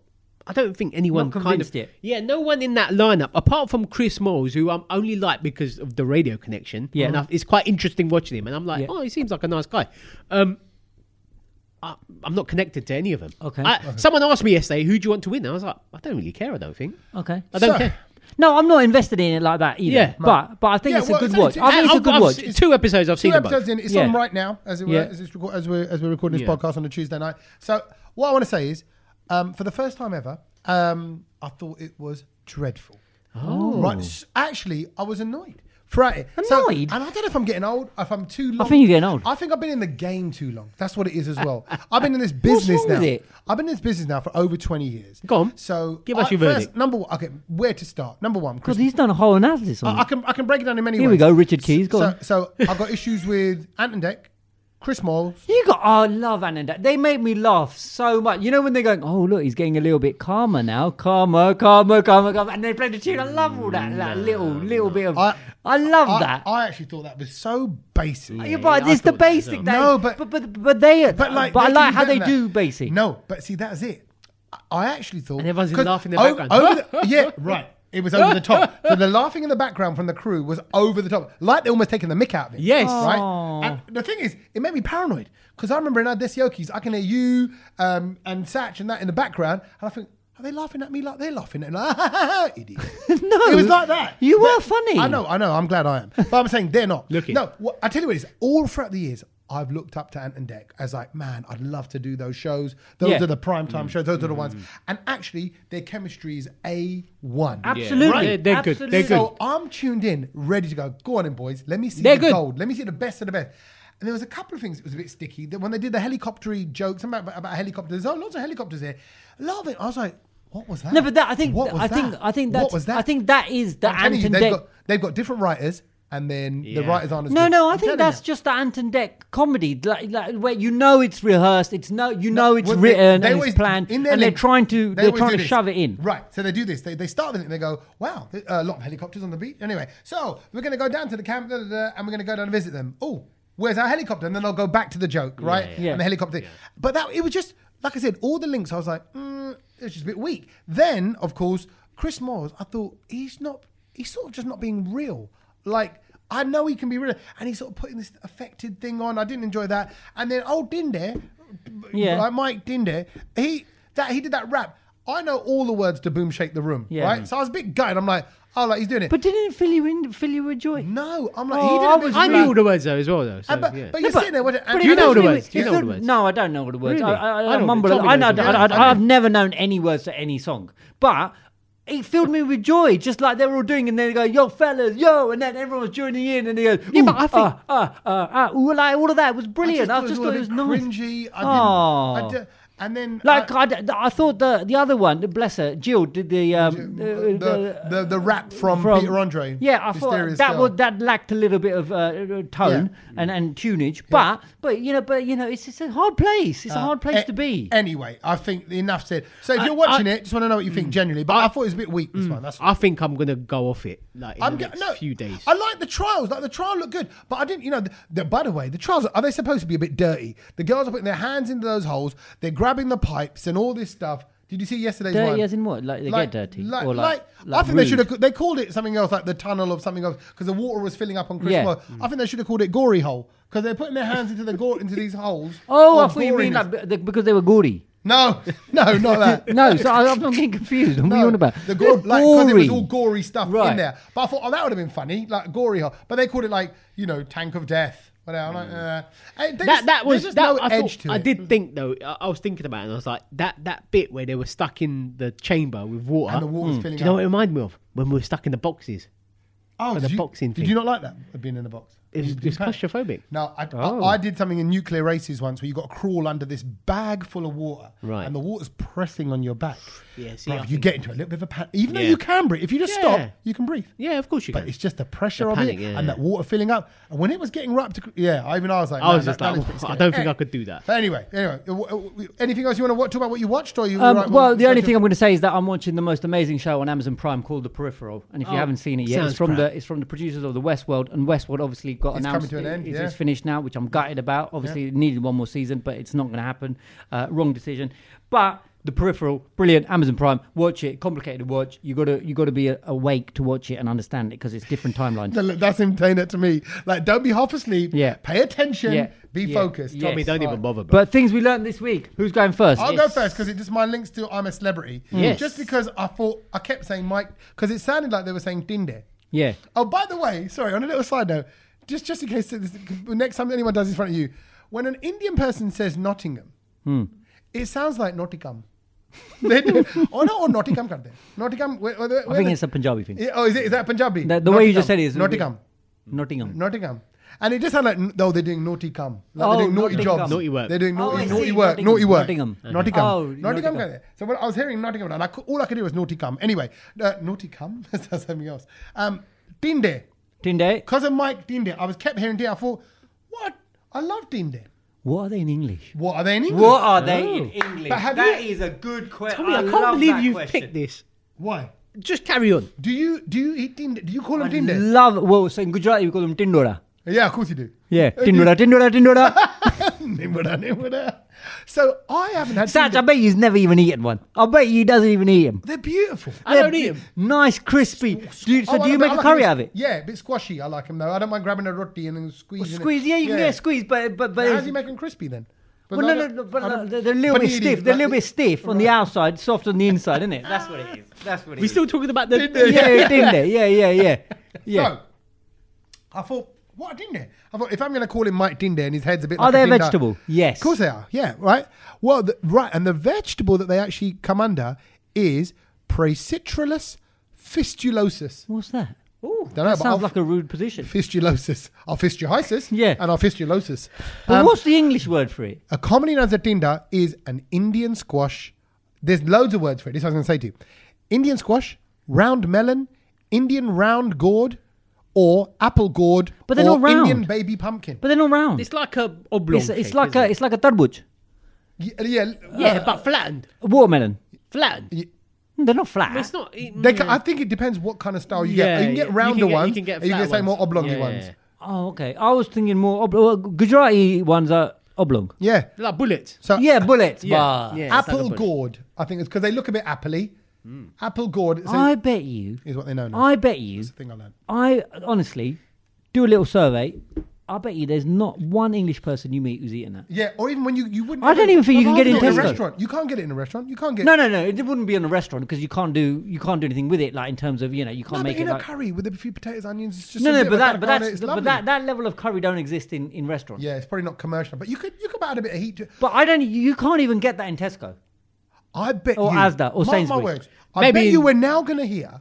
Speaker 3: I don't think anyone
Speaker 2: Not
Speaker 3: kind of.
Speaker 2: convinced yet.
Speaker 3: Yeah. No one in that lineup, apart from Chris Moyles, who I'm only like because of the radio connection.
Speaker 2: Yeah.
Speaker 3: And I, it's quite interesting watching him, and I'm like,
Speaker 2: Yeah.
Speaker 3: oh, he seems like a nice guy. Um. I, I'm not connected to any of them.
Speaker 2: Okay.
Speaker 3: I, Someone asked me yesterday, "Who do you want to win?" I was like, "I don't really care. I don't think.
Speaker 2: Okay.
Speaker 3: I don't
Speaker 1: So-
Speaker 3: care."
Speaker 2: No, I'm not invested in it like that either.
Speaker 3: Yeah.
Speaker 2: but but I think
Speaker 1: Yeah,
Speaker 2: it's
Speaker 1: well,
Speaker 2: a good
Speaker 1: it's only
Speaker 2: watch.
Speaker 1: two-
Speaker 2: I think it's a
Speaker 3: I've-
Speaker 2: good
Speaker 3: I've
Speaker 2: watch.
Speaker 3: s- Two episodes I've
Speaker 1: two
Speaker 3: seen. them both.
Speaker 1: episodes in. It's
Speaker 2: Yeah.
Speaker 1: on right now as, it were,
Speaker 2: Yeah.
Speaker 1: as, it's record, as we're as we're recording this
Speaker 3: Yeah.
Speaker 1: podcast on a Tuesday night. So what I want to say is, um, for the first time ever, um, I thought it was dreadful. Oh, right. S- Actually, I was annoyed. Throughout it. So-
Speaker 2: Annoyed?
Speaker 1: and I don't know if I'm getting old, if I'm too long.
Speaker 2: think you're getting old.
Speaker 1: I think I've been in the game too long. That's what it is as
Speaker 2: [laughs]
Speaker 1: well. I've been in this business
Speaker 2: wrong
Speaker 1: now.
Speaker 2: with it?
Speaker 1: I've been in this business now for over 20 years.
Speaker 3: Go on.
Speaker 1: So
Speaker 3: Give us
Speaker 1: I-
Speaker 3: your
Speaker 1: first,
Speaker 3: verdict.
Speaker 1: Number one, okay, where to start? Number one, Chris
Speaker 2: Because he's done a whole analysis on
Speaker 1: I, I
Speaker 2: it.
Speaker 1: can I can break it down in many
Speaker 2: Here we
Speaker 1: ways.
Speaker 2: go, Richard Keys, go
Speaker 1: so,
Speaker 2: on.
Speaker 1: So I've got issues with Anton Deck, Chris Moyles.
Speaker 2: You got, oh, I love Ananda. They make me laugh so much. You know when they're going, oh, look, he's getting a little bit calmer now. Calmer, calmer, calmer, calmer. And they play the tune. I love all that, that little, little bit of, I,
Speaker 1: I-
Speaker 2: love
Speaker 1: I,
Speaker 2: that.
Speaker 1: I actually thought that was so basic.
Speaker 2: Yeah, but
Speaker 3: yeah, I
Speaker 2: it's the
Speaker 3: thought that as
Speaker 2: basic.
Speaker 1: well.
Speaker 2: that-
Speaker 1: No, but-
Speaker 2: but, but, but they,
Speaker 1: But like,
Speaker 2: but I
Speaker 1: they
Speaker 2: like
Speaker 1: can
Speaker 2: how they [laughs]
Speaker 1: better
Speaker 2: do
Speaker 1: that.
Speaker 2: basic.
Speaker 1: No, but see, that's it. I actually thought
Speaker 3: And everyone's
Speaker 1: 'cause
Speaker 3: laughing in the
Speaker 1: o-
Speaker 3: background.
Speaker 1: over
Speaker 3: [laughs]
Speaker 1: the- yeah, right. It was over the top. So the laughing in the background from the crew was over the top, like they almost taking the mick out of it.
Speaker 3: Yes.
Speaker 2: Oh.
Speaker 1: right. And the thing is, it made me paranoid because I remember in our Desiokis, I can hear you um, and Satch and that in the background, and I think. Are they laughing at me like they're laughing at? Like, [laughs] idiot. no, it was like that.
Speaker 2: You
Speaker 1: They-
Speaker 2: were funny.
Speaker 1: I know, I know. I'm glad I am, but I'm saying they're not.
Speaker 3: Looking.
Speaker 1: No, what, I tell you what it is. All throughout the years, I've looked up to Ant and Deck as like, man, I'd love to do those shows. Those
Speaker 2: Yeah. Mm.
Speaker 1: are the prime time shows. Those are the ones. And actually, their chemistry is a one.
Speaker 2: Absolutely.
Speaker 3: Right. They're- they're good. They're good.
Speaker 1: So I'm tuned in, ready to go. Go on in, boys. Let me see
Speaker 3: They're
Speaker 1: the
Speaker 3: good.
Speaker 1: gold. Let me see the best of the best. And there was a couple of things that was a bit sticky. That when they did the helicopter jokes about, about helicopters, oh, lots of helicopters here. A lot of it, I was like, what was that?
Speaker 2: No, but that I think
Speaker 1: What was
Speaker 2: I think
Speaker 1: that?
Speaker 2: I think
Speaker 1: What
Speaker 2: that's
Speaker 1: was that?
Speaker 2: I think that is the
Speaker 1: I'm telling you,
Speaker 2: Anton
Speaker 1: they've
Speaker 2: Deck.
Speaker 1: got, they've got different writers, and then the
Speaker 3: Yeah.
Speaker 1: writers aren't as
Speaker 2: No,
Speaker 1: good.
Speaker 2: no, I
Speaker 1: I'm
Speaker 2: think
Speaker 1: telling
Speaker 2: that's
Speaker 1: you.
Speaker 2: just the Anton Deck comedy, like, like where you know it's rehearsed, it's no, you know it's
Speaker 1: Well, they-
Speaker 2: written
Speaker 1: they
Speaker 2: and
Speaker 1: always-
Speaker 2: it's planned,
Speaker 1: in
Speaker 2: and
Speaker 1: their
Speaker 2: they're
Speaker 1: link,
Speaker 2: trying to
Speaker 1: they
Speaker 2: they are
Speaker 1: always
Speaker 2: trying
Speaker 1: do
Speaker 2: to
Speaker 1: this.
Speaker 2: shove it in.
Speaker 1: Right. So they do this. They, they start with it and they go, wow, th- uh, a lot of helicopters on the beach. Anyway, so we're going to go down to the camp da, da, da, and we're going to go down and visit them. Oh, where's our helicopter? And then I'll go back to the joke, right?
Speaker 3: yeah.
Speaker 2: Yeah.
Speaker 1: And the helicopter. But that it was just, like I said, all the links, I was like, mm, it's just a bit weak. Then, of course, Chris Moores, I thought, he's not, he's sort of just not being real. Like, I know he can be real. And he's sort of putting this affected thing on. I didn't enjoy that. And then old Dinder,
Speaker 2: Yeah.
Speaker 1: like Mike Dinder, he that he did that rap. I know all the words to boom shake the room,
Speaker 2: Yeah.
Speaker 1: right? So I was a bit gutted. I'm like, oh, like he's doing it.
Speaker 2: But didn't it fill you in, fill you with
Speaker 1: Mm.
Speaker 2: joy?
Speaker 1: no, I'm like,
Speaker 2: Oh,
Speaker 1: he didn't.
Speaker 2: I
Speaker 1: do
Speaker 2: was
Speaker 1: it.
Speaker 3: I
Speaker 2: Right.
Speaker 3: knew all the words though as well though. So,
Speaker 1: Uh, but,
Speaker 3: yeah.
Speaker 1: but you're sitting there. watching- and
Speaker 3: you
Speaker 2: it
Speaker 3: know all the
Speaker 2: fills
Speaker 3: words,
Speaker 2: with-
Speaker 3: you
Speaker 2: it
Speaker 3: know all
Speaker 2: filled-
Speaker 3: the words.
Speaker 2: No, I don't know all the words.
Speaker 3: Really?
Speaker 2: I, I, I,
Speaker 3: I know,
Speaker 2: mumble.
Speaker 3: tell me
Speaker 2: I know.
Speaker 3: those
Speaker 2: I,
Speaker 3: words.
Speaker 2: I,
Speaker 1: Yeah, I
Speaker 2: I've
Speaker 1: know.
Speaker 2: never known any words to any song, but it filled me with joy, just like they were all doing. And they go, "Yo, fellas, yo!" And then everyone was joining in, and they go,
Speaker 3: Yeah, but
Speaker 2: "Ooh,
Speaker 3: I think-
Speaker 2: ah, ah, ah, ah," ooh, like, all of that was brilliant. I just, thought it was
Speaker 1: all a
Speaker 2: nice.
Speaker 1: bit cringy. I
Speaker 2: Oh.
Speaker 1: didn't. I di- and then
Speaker 2: Like uh,
Speaker 1: I-
Speaker 2: I, d- I thought the the other one, bless her, Jill did the um uh,
Speaker 1: the,
Speaker 2: uh,
Speaker 1: the the rap from,
Speaker 2: from-
Speaker 1: Peter Andre.
Speaker 2: Yeah, I
Speaker 1: Mysterious
Speaker 2: thought that
Speaker 1: Girl. Mm.
Speaker 2: would that lacked a little bit of uh, uh, tone and, and tunage, but but you know, but you know, it's it's a hard place. It's a hard place
Speaker 1: A-
Speaker 2: to be.
Speaker 1: Anyway, I think enough said. So if
Speaker 3: I-
Speaker 1: you're watching
Speaker 3: I-
Speaker 1: it, just want to know what you think
Speaker 2: Mm.
Speaker 1: genuinely. But I, thought it was a bit weak this one. That's
Speaker 3: I think I'm gonna go off it like in
Speaker 1: I'm
Speaker 3: the
Speaker 1: get-
Speaker 3: next
Speaker 1: no,
Speaker 3: few days.
Speaker 1: I like the trials. Like the trial looked good, but I didn't. You know, the, the, by the way, the trials are they supposed to be a bit dirty? The girls are putting their hands into those holes. They're grabbing the pipes and all this stuff. Did you see yesterday's
Speaker 2: Dirty
Speaker 1: one?
Speaker 2: as in what? Like they get dirty,
Speaker 1: like,
Speaker 2: or like,
Speaker 1: I
Speaker 2: like
Speaker 1: think
Speaker 2: rude.
Speaker 1: they should have. They called it something else, like the tunnel of something else, because the water was filling up on Chris.
Speaker 2: Yeah.
Speaker 1: Moore. I think they should have called it gory hole because they're putting their hands into the gore into these holes.
Speaker 2: Oh, I
Speaker 1: of
Speaker 2: thought you mean
Speaker 1: goriness.
Speaker 2: like be- the- because they were gory.
Speaker 1: no, no, not
Speaker 2: [laughs]
Speaker 1: that.
Speaker 2: No, so I, I'm not getting confused. What
Speaker 1: [laughs]
Speaker 2: are
Speaker 1: No,
Speaker 2: you on about?
Speaker 1: The gore, like, 'cause it
Speaker 2: Gory.
Speaker 1: was all gory stuff in
Speaker 2: Right.
Speaker 1: there. But I thought, oh, that would have been funny, like gory. hole. But they called it like, you know, tank of death. Whatever. I'm like, uh, and they
Speaker 3: Mm. that
Speaker 1: just-
Speaker 3: that was
Speaker 1: there's just
Speaker 3: that,
Speaker 1: no
Speaker 3: I,
Speaker 1: edge
Speaker 3: thought-
Speaker 1: to
Speaker 3: I
Speaker 1: it.
Speaker 3: did think though. I, I was thinking about it, and I was like that that bit where they were stuck in the chamber with water. Mm.
Speaker 1: And the water's filling
Speaker 3: Do you know
Speaker 1: up.
Speaker 3: what it reminded me of? When we were stuck in the boxes.
Speaker 1: Oh,
Speaker 3: the
Speaker 1: did you,
Speaker 3: boxing
Speaker 1: Did
Speaker 3: thing.
Speaker 1: you not like that being in the box?
Speaker 3: It was, it was claustrophobic.
Speaker 1: No, I,
Speaker 3: Oh.
Speaker 1: I, I did something in nuclear races once where you got to crawl under this bag full of water,
Speaker 3: Right.
Speaker 1: And the water's pressing on your back.
Speaker 3: Yeah, see,
Speaker 1: Bruv,
Speaker 3: I
Speaker 1: you
Speaker 3: think-
Speaker 1: get into a little bit of a panic, even though
Speaker 3: Yeah.
Speaker 1: you can breathe. If you just
Speaker 3: Yeah.
Speaker 1: stop, you can breathe.
Speaker 3: Yeah, of course you
Speaker 1: But
Speaker 3: can.
Speaker 1: it's just the pressure
Speaker 3: The
Speaker 1: of
Speaker 3: panic,
Speaker 1: it
Speaker 3: yeah,
Speaker 1: and
Speaker 3: yeah.
Speaker 1: that water filling up. And when it was getting right up to, yeah, I even I was like,
Speaker 3: I
Speaker 1: "Man,
Speaker 3: was just
Speaker 1: that- that
Speaker 3: like,
Speaker 1: is pretty
Speaker 3: I
Speaker 1: scary."
Speaker 3: don't think
Speaker 1: Eh.
Speaker 3: I could do that.
Speaker 1: But anyway, anyway, uh, w- w- anything else you want to watch, talk about what you watched, or you?
Speaker 2: Um,
Speaker 1: right,
Speaker 2: well,
Speaker 1: we'll
Speaker 2: the
Speaker 1: go
Speaker 2: only
Speaker 1: to- [laughs]
Speaker 2: thing I'm going to say is that I'm watching the most amazing show on Amazon Prime called The Peripheral, and if you
Speaker 3: Oh,
Speaker 2: haven't seen it yet,
Speaker 3: sounds
Speaker 2: it's from
Speaker 3: crap.
Speaker 2: the it's from the producers of the Westworld, and Westworld obviously got
Speaker 1: It's
Speaker 2: announced
Speaker 1: coming to an end,
Speaker 2: it's,
Speaker 1: yeah.
Speaker 2: it's finished now, which I'm gutted about. Obviously, it needed one more season, but it's not going to happen. Uh, wrong decision, but. The Peripheral, brilliant, Amazon Prime. Watch it, complicated to watch. You gotta, you gotta be a- awake to watch it and understand it because it's
Speaker 1: [laughs]
Speaker 2: different timelines.
Speaker 1: No, look, that's him saying that to me. Like, don't be half asleep.
Speaker 2: Yeah.
Speaker 1: Pay attention.
Speaker 2: Yeah.
Speaker 1: Be
Speaker 2: Yeah.
Speaker 1: focused.
Speaker 2: Yeah.
Speaker 3: Tommy,
Speaker 2: Yes.
Speaker 3: don't even
Speaker 1: Alright.
Speaker 3: bother. But
Speaker 2: But things we learned this week. Who's going first?
Speaker 1: I'll go
Speaker 3: Yes.
Speaker 1: first because it just my links to I'm a celebrity.
Speaker 2: Mm.
Speaker 3: Yes.
Speaker 1: Just because I thought I kept saying Mike because it sounded like they were saying Dinder.
Speaker 2: Yeah.
Speaker 1: Oh, by the way, sorry. On a little side note, just just in case this, next time anyone does this in front of you, when an Indian person says Nottingham,
Speaker 2: Hmm.
Speaker 1: it sounds like Nottingham. [laughs] they do. Oh no, or Nottingham, [laughs] can't they? Nottingham. Where, where,
Speaker 2: I think it's a Punjabi thing.
Speaker 1: Yeah, Oh, is, it, is that Punjabi?
Speaker 2: The, the way you just said it is
Speaker 1: Nottingham.
Speaker 2: Nottingham.
Speaker 1: Nottingham. And it just sounded like, no, they're doing naughty cum. Like
Speaker 2: Oh,
Speaker 1: they're doing naughty
Speaker 2: Nottingham.
Speaker 1: jobs.
Speaker 3: Naughty work.
Speaker 1: They're doing
Speaker 2: Oh,
Speaker 1: naughty,
Speaker 2: I see.
Speaker 1: naughty work, naughty
Speaker 2: Nottingham.
Speaker 1: work.
Speaker 2: Nottingham. Okay.
Speaker 1: Nottingham.
Speaker 2: Oh,
Speaker 1: Nottingham.
Speaker 2: Nottingham.
Speaker 1: okay. So when I was hearing Nottingham, and I cou- all I could do was naughty cum. Anyway, uh, naughty cum. [laughs] That's something else. Um, Dinde.
Speaker 2: Tinde,
Speaker 1: Because of Mike Dinde, I was kept hearing Dinde. I thought, what? I love Dinde.
Speaker 2: what are they in English? Oh.
Speaker 1: What are they in English?
Speaker 2: What are they in English?
Speaker 1: But have
Speaker 2: That is
Speaker 1: you-
Speaker 2: a good question.
Speaker 3: Tommy, I, can't believe you've picked this.
Speaker 1: Why?
Speaker 3: Just carry on.
Speaker 1: Do you do you eat Dinde? Do you call him
Speaker 2: I
Speaker 1: Dinde?
Speaker 2: love well, so in Gujarati we call them Tindora.
Speaker 1: [laughs] yeah, of course you do.
Speaker 2: Yeah,
Speaker 1: Uh, do you- [laughs]
Speaker 2: Tindora, Tindora, Tindora.
Speaker 1: Nimbada, nimbada. So I haven't had.
Speaker 2: Satch, I
Speaker 1: ginger-
Speaker 2: bet you's never even eaten one. I bet you doesn't even eat them.
Speaker 1: They're beautiful.
Speaker 3: I
Speaker 2: [laughs]
Speaker 3: don't eat 'em.
Speaker 2: Nice, crispy. Do you, so
Speaker 1: Oh, I
Speaker 2: do you
Speaker 1: like-
Speaker 2: make
Speaker 1: I
Speaker 2: a
Speaker 1: like
Speaker 2: curry
Speaker 1: them-
Speaker 2: out of it?
Speaker 1: Yeah, a bit squashy. I like them though. I don't mind grabbing a roti and then squeezing. it.
Speaker 2: Squeeze, yeah, you can get squeezed, but but but.
Speaker 1: How
Speaker 2: it's-
Speaker 1: do you make them crispy then? But
Speaker 2: well,
Speaker 1: I
Speaker 2: no, no,
Speaker 1: don't-
Speaker 2: no,
Speaker 1: I
Speaker 2: but
Speaker 1: don't-
Speaker 2: uh, they're a little bit
Speaker 1: panini,
Speaker 2: stiff. They're a
Speaker 1: like
Speaker 2: little bit
Speaker 1: this.
Speaker 2: stiff on the outside, soft on the inside, isn't it? That's what it is. That's what it
Speaker 3: We're
Speaker 2: is.
Speaker 3: still talking about the.
Speaker 2: yeah,
Speaker 3: [laughs]
Speaker 2: yeah, didn't it? Yeah, yeah, yeah, yeah.
Speaker 1: So, I thought, what a Dinder? I thought if I'm going to call him Mike Dinder and his head's a bit.
Speaker 2: Are
Speaker 1: like
Speaker 2: they a
Speaker 1: Dinder-
Speaker 2: vegetable? Yes.
Speaker 1: Of course they are. Yeah. Right. Well, the, right, and the vegetable that they actually come under is Praecitrulus fistulosus.
Speaker 2: What's that? Ooh,
Speaker 1: Dunno,
Speaker 2: that
Speaker 1: but Um,
Speaker 2: sounds
Speaker 1: I'll-
Speaker 2: like a rude position.
Speaker 1: Fistulosis, or fistulosis,
Speaker 2: Yeah.
Speaker 1: and or fistulosis.
Speaker 2: But
Speaker 1: Um,
Speaker 2: what's the English word for it?
Speaker 1: A commonly known as a dinda is an Indian squash. There's loads of words for it. This is what I was going to say to you. Indian squash, round melon, Indian round gourd, or apple gourd,
Speaker 2: But they're
Speaker 1: or
Speaker 2: not round.
Speaker 1: Indian baby pumpkin.
Speaker 2: But they're not round. It's,
Speaker 3: It's like a oblong.
Speaker 2: it's,
Speaker 3: shape,
Speaker 2: like
Speaker 3: isn't
Speaker 2: a
Speaker 3: it?
Speaker 2: it's like a tarbuj,
Speaker 1: Y- yeah, uh,
Speaker 3: Yeah, but flattened.
Speaker 2: watermelon.
Speaker 3: Flattened.
Speaker 2: They're not flat.
Speaker 3: It's not.
Speaker 1: They ca I think it depends what kind of style you get.
Speaker 3: Yeah,
Speaker 1: You can
Speaker 3: yeah.
Speaker 1: get
Speaker 3: You
Speaker 1: rounder
Speaker 3: can get- you
Speaker 1: ones,
Speaker 3: can get
Speaker 1: or you
Speaker 3: flat
Speaker 1: can say more
Speaker 3: ones.
Speaker 1: oblongy
Speaker 3: Yeah,
Speaker 1: ones.
Speaker 3: yeah.
Speaker 2: Oh, okay. I was thinking more ob- well, Gujarati ones are oblong.
Speaker 1: Yeah.
Speaker 3: Like bullets.
Speaker 1: So
Speaker 2: yeah, bullets.
Speaker 3: yeah,
Speaker 2: but
Speaker 3: yeah. it's like a
Speaker 1: apple
Speaker 3: bullet.
Speaker 1: gourd, I think it's because they look a bit appley. Apple gourd so
Speaker 2: I bet you.
Speaker 1: is what they know now.
Speaker 2: I bet you.
Speaker 1: It's the thing I learned.
Speaker 2: I honestly do a little survey. I bet you there's not one English person you meet who's eating that.
Speaker 1: Yeah, or even when you you wouldn't.
Speaker 2: I don't even think you can get it
Speaker 1: Not
Speaker 2: in
Speaker 1: a
Speaker 2: Tesco.
Speaker 1: restaurant. You can't get it in a restaurant. You can't get
Speaker 2: No, no, no. It wouldn't be in a restaurant because you can't do you can't do anything with it. Like in terms of you know you can't
Speaker 1: No,
Speaker 2: make
Speaker 1: but in
Speaker 2: it.
Speaker 1: a
Speaker 2: Like,
Speaker 1: curry with a few potatoes, onions, it's just
Speaker 2: no,
Speaker 1: a
Speaker 2: no.
Speaker 1: bit
Speaker 2: But
Speaker 1: of a
Speaker 2: that, but
Speaker 1: panna
Speaker 2: that's,
Speaker 1: cotta, it's
Speaker 2: but
Speaker 1: lovely.
Speaker 2: that, that level of curry don't exist in in restaurants.
Speaker 1: Yeah, it's probably not commercial, but you could you could add a bit of heat. to it.
Speaker 2: But I don't. You can't even get that in Tesco.
Speaker 1: I bet
Speaker 2: Or
Speaker 1: you,
Speaker 2: Asda, or
Speaker 1: mark
Speaker 2: Sainsbury's.
Speaker 1: My words, I
Speaker 3: Maybe
Speaker 1: bet you
Speaker 3: in-
Speaker 1: we're now going to hear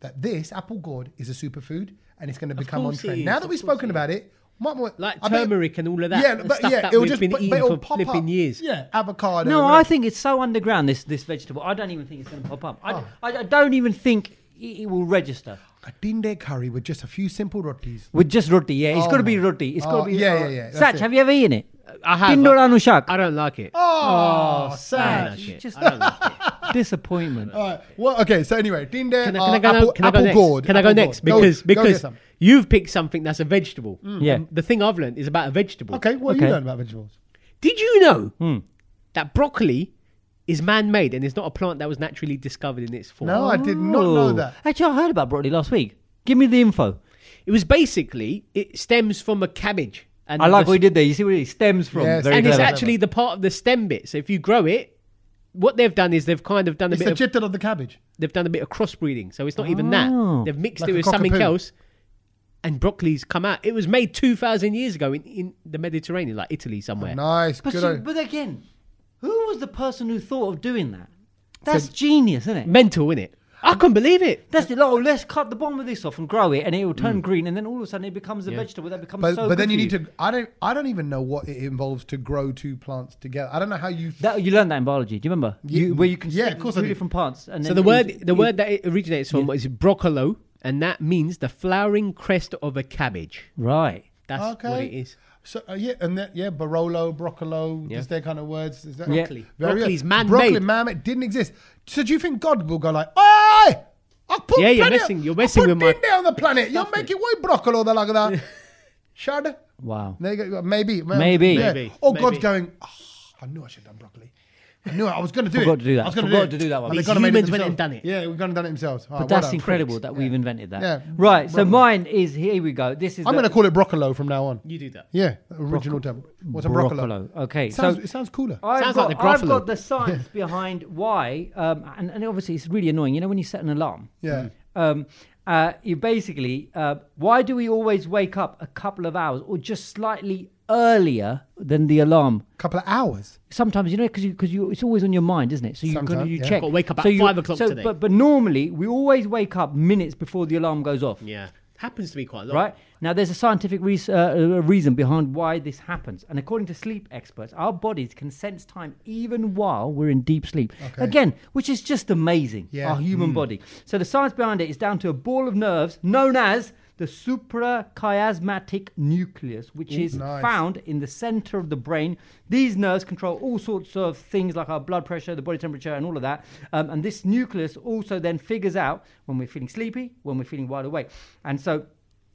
Speaker 1: that this apple gourd is a superfood and it's going to become on
Speaker 3: course it
Speaker 1: trend.
Speaker 3: is,
Speaker 1: Now that
Speaker 3: of
Speaker 1: we've
Speaker 3: course
Speaker 1: spoken
Speaker 3: it
Speaker 1: about it, mark my words,
Speaker 3: Like
Speaker 1: I bet-
Speaker 3: turmeric and all of that
Speaker 1: Yeah,
Speaker 3: and
Speaker 1: but
Speaker 3: stuff
Speaker 1: yeah,
Speaker 3: that
Speaker 1: it'll
Speaker 3: we've
Speaker 1: just
Speaker 3: been
Speaker 1: but- but
Speaker 3: eating
Speaker 1: it'll
Speaker 3: for
Speaker 1: pop
Speaker 3: flipping
Speaker 1: up.
Speaker 3: years.
Speaker 1: Yeah, avocado.
Speaker 2: No,
Speaker 1: whatever.
Speaker 2: I think it's so underground. This this vegetable. I don't even think it's going to pop up. I,
Speaker 1: Oh.
Speaker 2: I, I don't even think it, it will register
Speaker 1: a dinde curry with just a few simple rotis.
Speaker 2: with just roti. Yeah, it's
Speaker 1: Oh
Speaker 2: got to be
Speaker 1: my-
Speaker 2: roti. It's got
Speaker 1: oh,
Speaker 2: to be.
Speaker 1: yeah,
Speaker 2: uh,
Speaker 1: yeah, yeah, that's
Speaker 2: Sach,
Speaker 1: it.
Speaker 2: have you ever eaten it?
Speaker 3: I have.
Speaker 2: Dindo
Speaker 3: I,
Speaker 2: anushak.
Speaker 3: I don't like it.
Speaker 1: Oh,
Speaker 3: I
Speaker 1: sad.
Speaker 3: don't like it.
Speaker 2: Ah, Just-
Speaker 3: I don't like
Speaker 2: [laughs]
Speaker 3: it.
Speaker 2: Disappointment.
Speaker 1: All right. Well, okay. So anyway, dinde.
Speaker 3: Can I,
Speaker 1: uh,
Speaker 3: can I go,
Speaker 1: apple,
Speaker 3: now- can I go
Speaker 1: apple
Speaker 3: next?
Speaker 1: gourd.
Speaker 3: Can I go
Speaker 1: apple
Speaker 3: next?
Speaker 1: gourd. Go-
Speaker 3: Because
Speaker 1: go get
Speaker 3: because
Speaker 1: some.
Speaker 3: you've picked something that's a vegetable.
Speaker 2: Yeah.
Speaker 3: Mm. The thing I've learned is about a vegetable.
Speaker 1: Okay, what have
Speaker 2: Okay.
Speaker 1: you learned about vegetables?
Speaker 3: Did you know that broccoli is man-made and is not a plant that was naturally discovered in its form?
Speaker 1: No, I did not know
Speaker 2: Oh.
Speaker 1: that.
Speaker 2: Actually, I heard about broccoli last week. Give me the info.
Speaker 3: It was basically it stems from a cabbage. And
Speaker 2: I like
Speaker 3: the-
Speaker 2: what he did there. You see where it stems from.
Speaker 1: Yes.
Speaker 2: Very
Speaker 3: and it's
Speaker 2: clever.
Speaker 3: actually the part of the stem bit. So if you grow it, what they've done is they've kind of done a
Speaker 1: It's
Speaker 3: bit.
Speaker 1: the
Speaker 3: of,
Speaker 1: chittle of the cabbage.
Speaker 3: they've done a bit of crossbreeding. So it's not even
Speaker 2: Oh.
Speaker 3: that. They've mixed
Speaker 1: Like
Speaker 3: it
Speaker 1: a
Speaker 3: with something
Speaker 1: cockapoo.
Speaker 3: else, and broccoli's come out. It was made two thousand years ago in, in the Mediterranean, like Italy somewhere.
Speaker 1: Nice.
Speaker 2: But,
Speaker 1: good
Speaker 2: see-
Speaker 1: on-
Speaker 2: but again, who was the person who thought of doing that? That's
Speaker 1: So-
Speaker 2: genius, isn't it?
Speaker 3: Mental, innit? I couldn't believe it.
Speaker 2: That's the oh, let's cut the bottom of this off and grow it, and it will turn green, and then all of a sudden it becomes a vegetable that becomes
Speaker 1: Mm. But,
Speaker 2: so.
Speaker 1: but then
Speaker 2: good
Speaker 1: you
Speaker 2: for
Speaker 1: need to. I don't. I don't even know what it involves to grow two plants together. I don't know how you.
Speaker 2: That you learned that in biology. Do you remember? You, where you can
Speaker 1: yeah, of course I do.
Speaker 2: two different parts. And
Speaker 3: So
Speaker 2: then
Speaker 3: the
Speaker 2: you-
Speaker 3: word the
Speaker 2: you-
Speaker 3: word that it originates from is broccolo, and that means the flowering crest of a cabbage.
Speaker 2: right.
Speaker 3: That's what
Speaker 1: Okay.
Speaker 3: it is.
Speaker 1: So uh, yeah, and that, yeah, Barolo, broccolo,
Speaker 3: Yeah.
Speaker 1: is their kind of words. Is that
Speaker 2: Yeah.
Speaker 3: Broccoli.
Speaker 1: Very-
Speaker 3: Broccoli's man-made.
Speaker 1: Broccoli man-made didn't exist. So do you think God will go like, "Oi, I put
Speaker 3: Yeah, you're
Speaker 1: plenty-
Speaker 3: messing- you're
Speaker 1: I
Speaker 3: messing
Speaker 1: put
Speaker 3: with my-
Speaker 1: dinner on the planet. You're making way broccolo the like that.
Speaker 3: [laughs]
Speaker 1: Shad.
Speaker 2: Wow.
Speaker 1: There you go. Maybe.
Speaker 2: Maybe.
Speaker 3: Maybe.
Speaker 1: Or
Speaker 3: Maybe.
Speaker 1: God's going. "Ah, I knew I should have done broccoli. I knew it. I was going to do
Speaker 2: Forgot
Speaker 1: it.
Speaker 2: to do that.
Speaker 1: I was gonna
Speaker 2: Forgot
Speaker 1: it."
Speaker 2: to do that one.
Speaker 1: And they
Speaker 3: These
Speaker 1: gone made
Speaker 3: humans went and
Speaker 1: themselves.
Speaker 3: done it.
Speaker 1: Yeah, we've gone and done it themselves. All right,
Speaker 2: But
Speaker 1: well
Speaker 2: that's
Speaker 1: done.
Speaker 2: incredible that we've invented that.
Speaker 1: Yeah.
Speaker 2: Right. So
Speaker 1: Well done.
Speaker 2: mine is here. We go. This is.
Speaker 1: I'm
Speaker 2: the-
Speaker 1: going to call it broccolo from now on.
Speaker 3: You do that.
Speaker 1: Yeah, original term. What's a broccolo?
Speaker 2: Okay.
Speaker 1: It sounds,
Speaker 2: so
Speaker 1: it sounds cooler.
Speaker 2: I've
Speaker 3: Sounds
Speaker 2: got,
Speaker 3: like the
Speaker 2: I've
Speaker 3: Gruffalo.
Speaker 2: got
Speaker 1: [laughs]
Speaker 2: the science behind why, um, and, and obviously it's really annoying. You know when you set an alarm,
Speaker 1: yeah.
Speaker 2: um, uh, you basically uh, why do we always wake up a couple of hours or just slightly earlier than the alarm?
Speaker 1: couple of hours.
Speaker 2: Sometimes you know because because you, it's always on your mind, isn't it? So you
Speaker 1: Sometimes,
Speaker 2: kind you
Speaker 1: yeah.
Speaker 2: check.
Speaker 3: Gotta wake up at
Speaker 2: So you-
Speaker 3: 5 o'clock
Speaker 2: so-
Speaker 3: today.
Speaker 2: But but normally we always wake up minutes before the alarm goes off.
Speaker 3: Yeah. Happens to me quite a lot.
Speaker 2: Right now, there's a scientific res- uh, uh, reason behind why this happens, and according to sleep experts, our bodies can sense time even while we're in deep sleep.
Speaker 1: Okay.
Speaker 2: Again, which is just amazing.
Speaker 1: Yeah.
Speaker 2: Our human
Speaker 3: Mm.
Speaker 2: body. So the science behind it is down to a ball of nerves known as the suprachiasmatic nucleus, which is
Speaker 1: nice.
Speaker 2: found in the center of the brain. These nerves control all sorts of things like our blood pressure, the body temperature, and all of that. Um, and this nucleus also then figures out when we're feeling sleepy, when we're feeling wide awake, and so.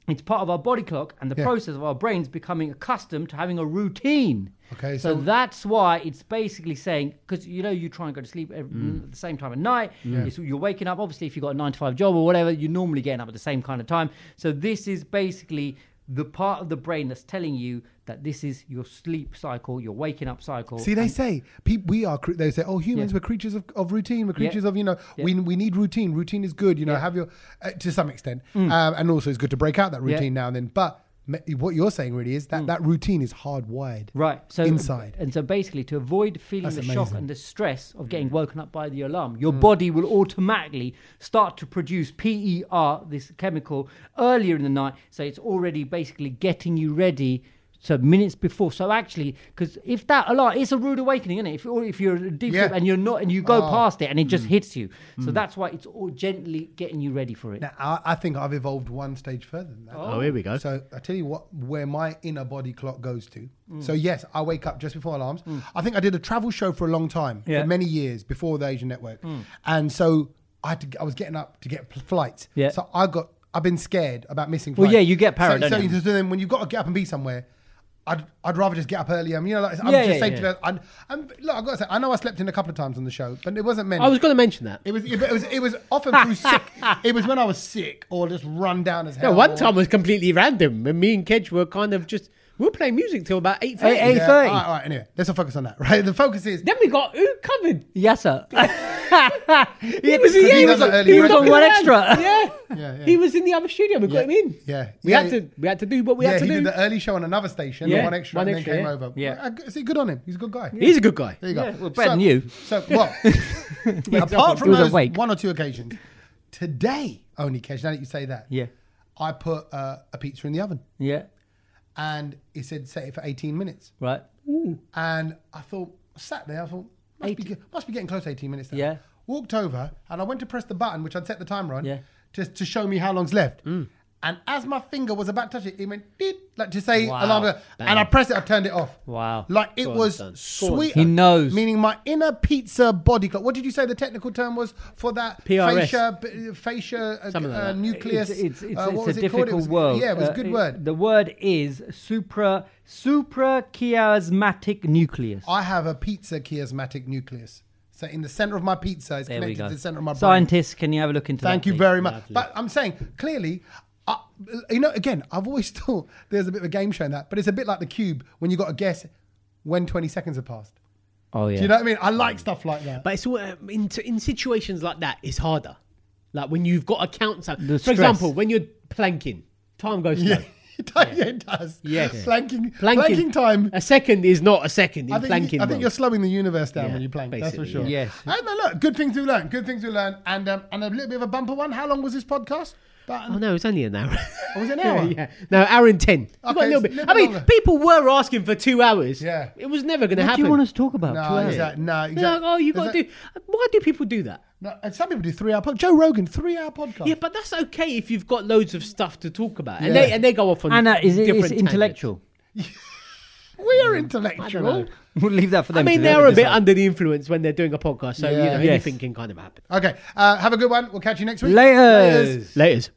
Speaker 2: It's part of our body clock and the
Speaker 1: Yeah.
Speaker 2: process of our brains becoming accustomed to having a routine.
Speaker 1: Okay,
Speaker 2: So,
Speaker 1: so-
Speaker 2: that's why it's basically saying because you know you try and go to sleep every, mm, at the same time at night. It's, you're waking up. Obviously, if you've got a nine to five job or whatever, you're normally getting up at the same kind of time. So this is basically the part of the brain that's telling you that this is your sleep cycle, your waking up cycle.
Speaker 1: See, they say peop we are. cre- They say, "Oh, humans,
Speaker 2: Yeah.
Speaker 1: we're creatures of, of routine. We're creatures of you know.
Speaker 2: Yeah.
Speaker 1: We we need routine. Routine is good. You know, have your uh, to some extent, um, and also it's good to break out that
Speaker 2: Mm. Yeah. Mm.
Speaker 1: routine now and then. But me- what you're saying really is that that routine is hardwired.
Speaker 2: Right. So
Speaker 1: Inside.
Speaker 2: And so basically to avoid feeling
Speaker 1: That's
Speaker 2: the shock
Speaker 1: amazing. Mm.
Speaker 2: and the stress of getting woken up by the alarm, your body will automatically start to produce PER, this chemical, earlier in the night. So it's already basically getting you ready. So minutes before, so actually, because if that alarm, it's a rude awakening, isn't it? If, or if you're in deep
Speaker 1: Yeah.
Speaker 2: sleep and you're not, and you go
Speaker 1: Oh.
Speaker 2: past it, and it just hits you, so that's why it's all gently getting you ready for it.
Speaker 1: Now, I, I think I've evolved one stage further than that.
Speaker 3: Oh, here we go.
Speaker 1: So I tell you what, where my inner body clock goes to.
Speaker 2: Mm.
Speaker 1: So yes, I wake up just before alarms. I think I did a travel show for a long time,
Speaker 2: Yeah. Mm.
Speaker 1: for many years before the Asian Network, and so I had to, I was getting up to get pl- flights.
Speaker 2: Yeah.
Speaker 1: So I got I've been scared about missing.
Speaker 2: Well,
Speaker 1: flights.
Speaker 2: yeah, you get paranoid,
Speaker 1: So, so,
Speaker 2: don't you?
Speaker 1: so then when you've got to get up and be somewhere. I'd, I'd rather just get up early. I mean, you know, like, I'm
Speaker 2: Yeah,
Speaker 1: just
Speaker 2: yeah,
Speaker 1: safe
Speaker 2: yeah.
Speaker 1: to be. I'm, I'm, look, I've got to say, I know I slept in a couple of times on the show, but it wasn't meant.
Speaker 3: I was going to mention that.
Speaker 1: It was, it was it was often through
Speaker 2: [laughs]
Speaker 1: sick. It was when I was sick or just run down as hell.
Speaker 3: No, one
Speaker 1: or-
Speaker 3: time was completely random, and me and Kedge were kind of just we were playing music till about eight thirty.
Speaker 2: Eight- eight-
Speaker 1: Yeah, all
Speaker 2: 8:30.
Speaker 1: right, all right, anyway, let's not focus on that. [laughs] Right, the focus is
Speaker 3: Then we got who covered.
Speaker 1: [laughs]
Speaker 2: Yes, sir. [laughs]
Speaker 3: He was,
Speaker 1: he
Speaker 3: he
Speaker 1: done
Speaker 3: was,
Speaker 1: that
Speaker 3: on-
Speaker 1: early
Speaker 3: he was
Speaker 1: record.
Speaker 3: on one extra.
Speaker 2: Yeah.
Speaker 3: Yeah.
Speaker 1: [laughs] Yeah, yeah.
Speaker 3: he was in the other studio. We
Speaker 1: Yeah.
Speaker 3: got him in.
Speaker 1: Yeah.
Speaker 3: we
Speaker 1: Yeah,
Speaker 3: had
Speaker 1: he-
Speaker 3: to we had to do what we
Speaker 1: yeah,
Speaker 3: had to
Speaker 1: he
Speaker 3: do.
Speaker 1: did the early show on another station,
Speaker 3: Yeah,
Speaker 1: one extra,
Speaker 3: one
Speaker 1: and
Speaker 3: extra,
Speaker 1: then came
Speaker 3: yeah.
Speaker 1: over.
Speaker 2: Yeah.
Speaker 1: I- see, good on him. He's a good guy.
Speaker 3: He's a good guy.
Speaker 1: There you go.
Speaker 2: Yeah, well, better than you.
Speaker 1: [laughs] So, well, apart
Speaker 2: He
Speaker 1: from
Speaker 2: was
Speaker 1: those
Speaker 2: awake.
Speaker 1: one or two occasions, today only, Kesh. Now that you say that,
Speaker 2: Yeah.
Speaker 1: I put uh, a pizza in the oven,
Speaker 2: Yeah.
Speaker 1: and it said set it for eighteen minutes.
Speaker 2: Right.
Speaker 1: And I thought, I sat there, I thought, must, be, ge- must be getting close to 18 minutes now.
Speaker 2: Yeah.
Speaker 1: Walked over and I went to press the button, which I'd set the timer on,
Speaker 2: Yeah. Mm.
Speaker 1: just to show me how long's left. And as my finger was about to touch it, it went, "Beep," like to say
Speaker 2: Wow.
Speaker 1: alarm. go- And I pressed it, I turned it off.
Speaker 2: Wow.
Speaker 1: Like it
Speaker 3: Go on,
Speaker 1: was
Speaker 3: son. Go on,
Speaker 1: sweet.
Speaker 2: son. He knows.
Speaker 1: Meaning my inner pizza body clock. What did you say the technical term was for that?
Speaker 3: PRS.
Speaker 1: Fascia, b- fascia uh,
Speaker 3: Something like
Speaker 1: uh,
Speaker 3: that.
Speaker 1: nucleus.
Speaker 2: It's, it's, it's,
Speaker 1: uh, what was
Speaker 2: it's a
Speaker 1: it called? It
Speaker 2: difficult
Speaker 1: was-
Speaker 2: word.
Speaker 1: Yeah, it was a
Speaker 2: Uh,
Speaker 1: good word.
Speaker 2: The word is supra suprachiasmatic nucleus.
Speaker 1: I have a pizza chiasmatic nucleus. So in the center of my pizza is
Speaker 2: There we
Speaker 1: connected
Speaker 2: go.
Speaker 1: to the center of my brain.
Speaker 2: Scientists, can you have a look into
Speaker 1: Thank
Speaker 2: that?
Speaker 1: you
Speaker 2: please?
Speaker 1: very much. But I'm saying clearly, I, you know, again, I've always [laughs] thought there's a bit of a game show in that, but it's a bit like the cube when you got to guess when 20 seconds have passed.
Speaker 2: Oh yeah.
Speaker 1: Do you know what I mean? I like stuff like that.
Speaker 3: But it's all, um, in in situations like that, it's harder. Like when you've got to count something.
Speaker 2: The
Speaker 3: For
Speaker 2: stress.
Speaker 3: example, when you're planking, time goes slow.
Speaker 1: yeah, [laughs] it does- yeah, it does.
Speaker 3: Yes.
Speaker 1: Planking, planking, time.
Speaker 3: A second is not a second in
Speaker 1: I think,
Speaker 3: planking.
Speaker 1: you, I think
Speaker 3: world.
Speaker 1: you're slowing the universe down
Speaker 3: Yeah,
Speaker 1: when you plank. That's for
Speaker 3: basically,
Speaker 1: sure.
Speaker 2: yeah. Yes.
Speaker 1: And uh, look, good things we learn. Good things we learn. And um, and a little bit of a bumper one. How long was this podcast? About
Speaker 3: Oh
Speaker 1: an,
Speaker 3: no, it's only an hour.
Speaker 1: was it an hour?
Speaker 3: [laughs] yeah, no, hour and ten. We've got
Speaker 1: Oh, Okay,
Speaker 3: a little
Speaker 1: it's
Speaker 3: bit.
Speaker 1: a little
Speaker 3: I mean,
Speaker 1: longer.
Speaker 3: people were asking for two hours.
Speaker 1: Yeah.
Speaker 3: it was never going
Speaker 2: What
Speaker 3: to
Speaker 2: do
Speaker 3: happen.
Speaker 2: you want us to talk about?
Speaker 1: No,
Speaker 2: Two hours?
Speaker 1: exact- no,
Speaker 3: They're like,
Speaker 1: exactly.
Speaker 3: oh, you
Speaker 1: There's
Speaker 3: got
Speaker 1: a-
Speaker 3: to do. Why do people do that?
Speaker 1: No, and some people do three hour podcast. Joe Rogan, three hour podcast.
Speaker 3: Yeah, but that's okay if you've got loads of stuff to talk about, and
Speaker 1: Yeah.
Speaker 3: they and they go off on.
Speaker 2: Anna is
Speaker 3: different
Speaker 2: it's
Speaker 3: tangents.
Speaker 2: intellectual.
Speaker 1: we are
Speaker 3: I
Speaker 1: intellectual.
Speaker 3: don't know.
Speaker 2: [laughs] We'll leave that for
Speaker 3: I
Speaker 2: them.
Speaker 3: mean,
Speaker 2: to
Speaker 3: they're a bit
Speaker 2: decide.
Speaker 3: under the influence when they're doing a podcast, so you
Speaker 1: Yeah.
Speaker 3: know,
Speaker 2: Yes.
Speaker 3: anything can kind of happen.
Speaker 1: Okay, uh, have a good one. We'll catch you next week.
Speaker 2: Laters.
Speaker 3: Laters.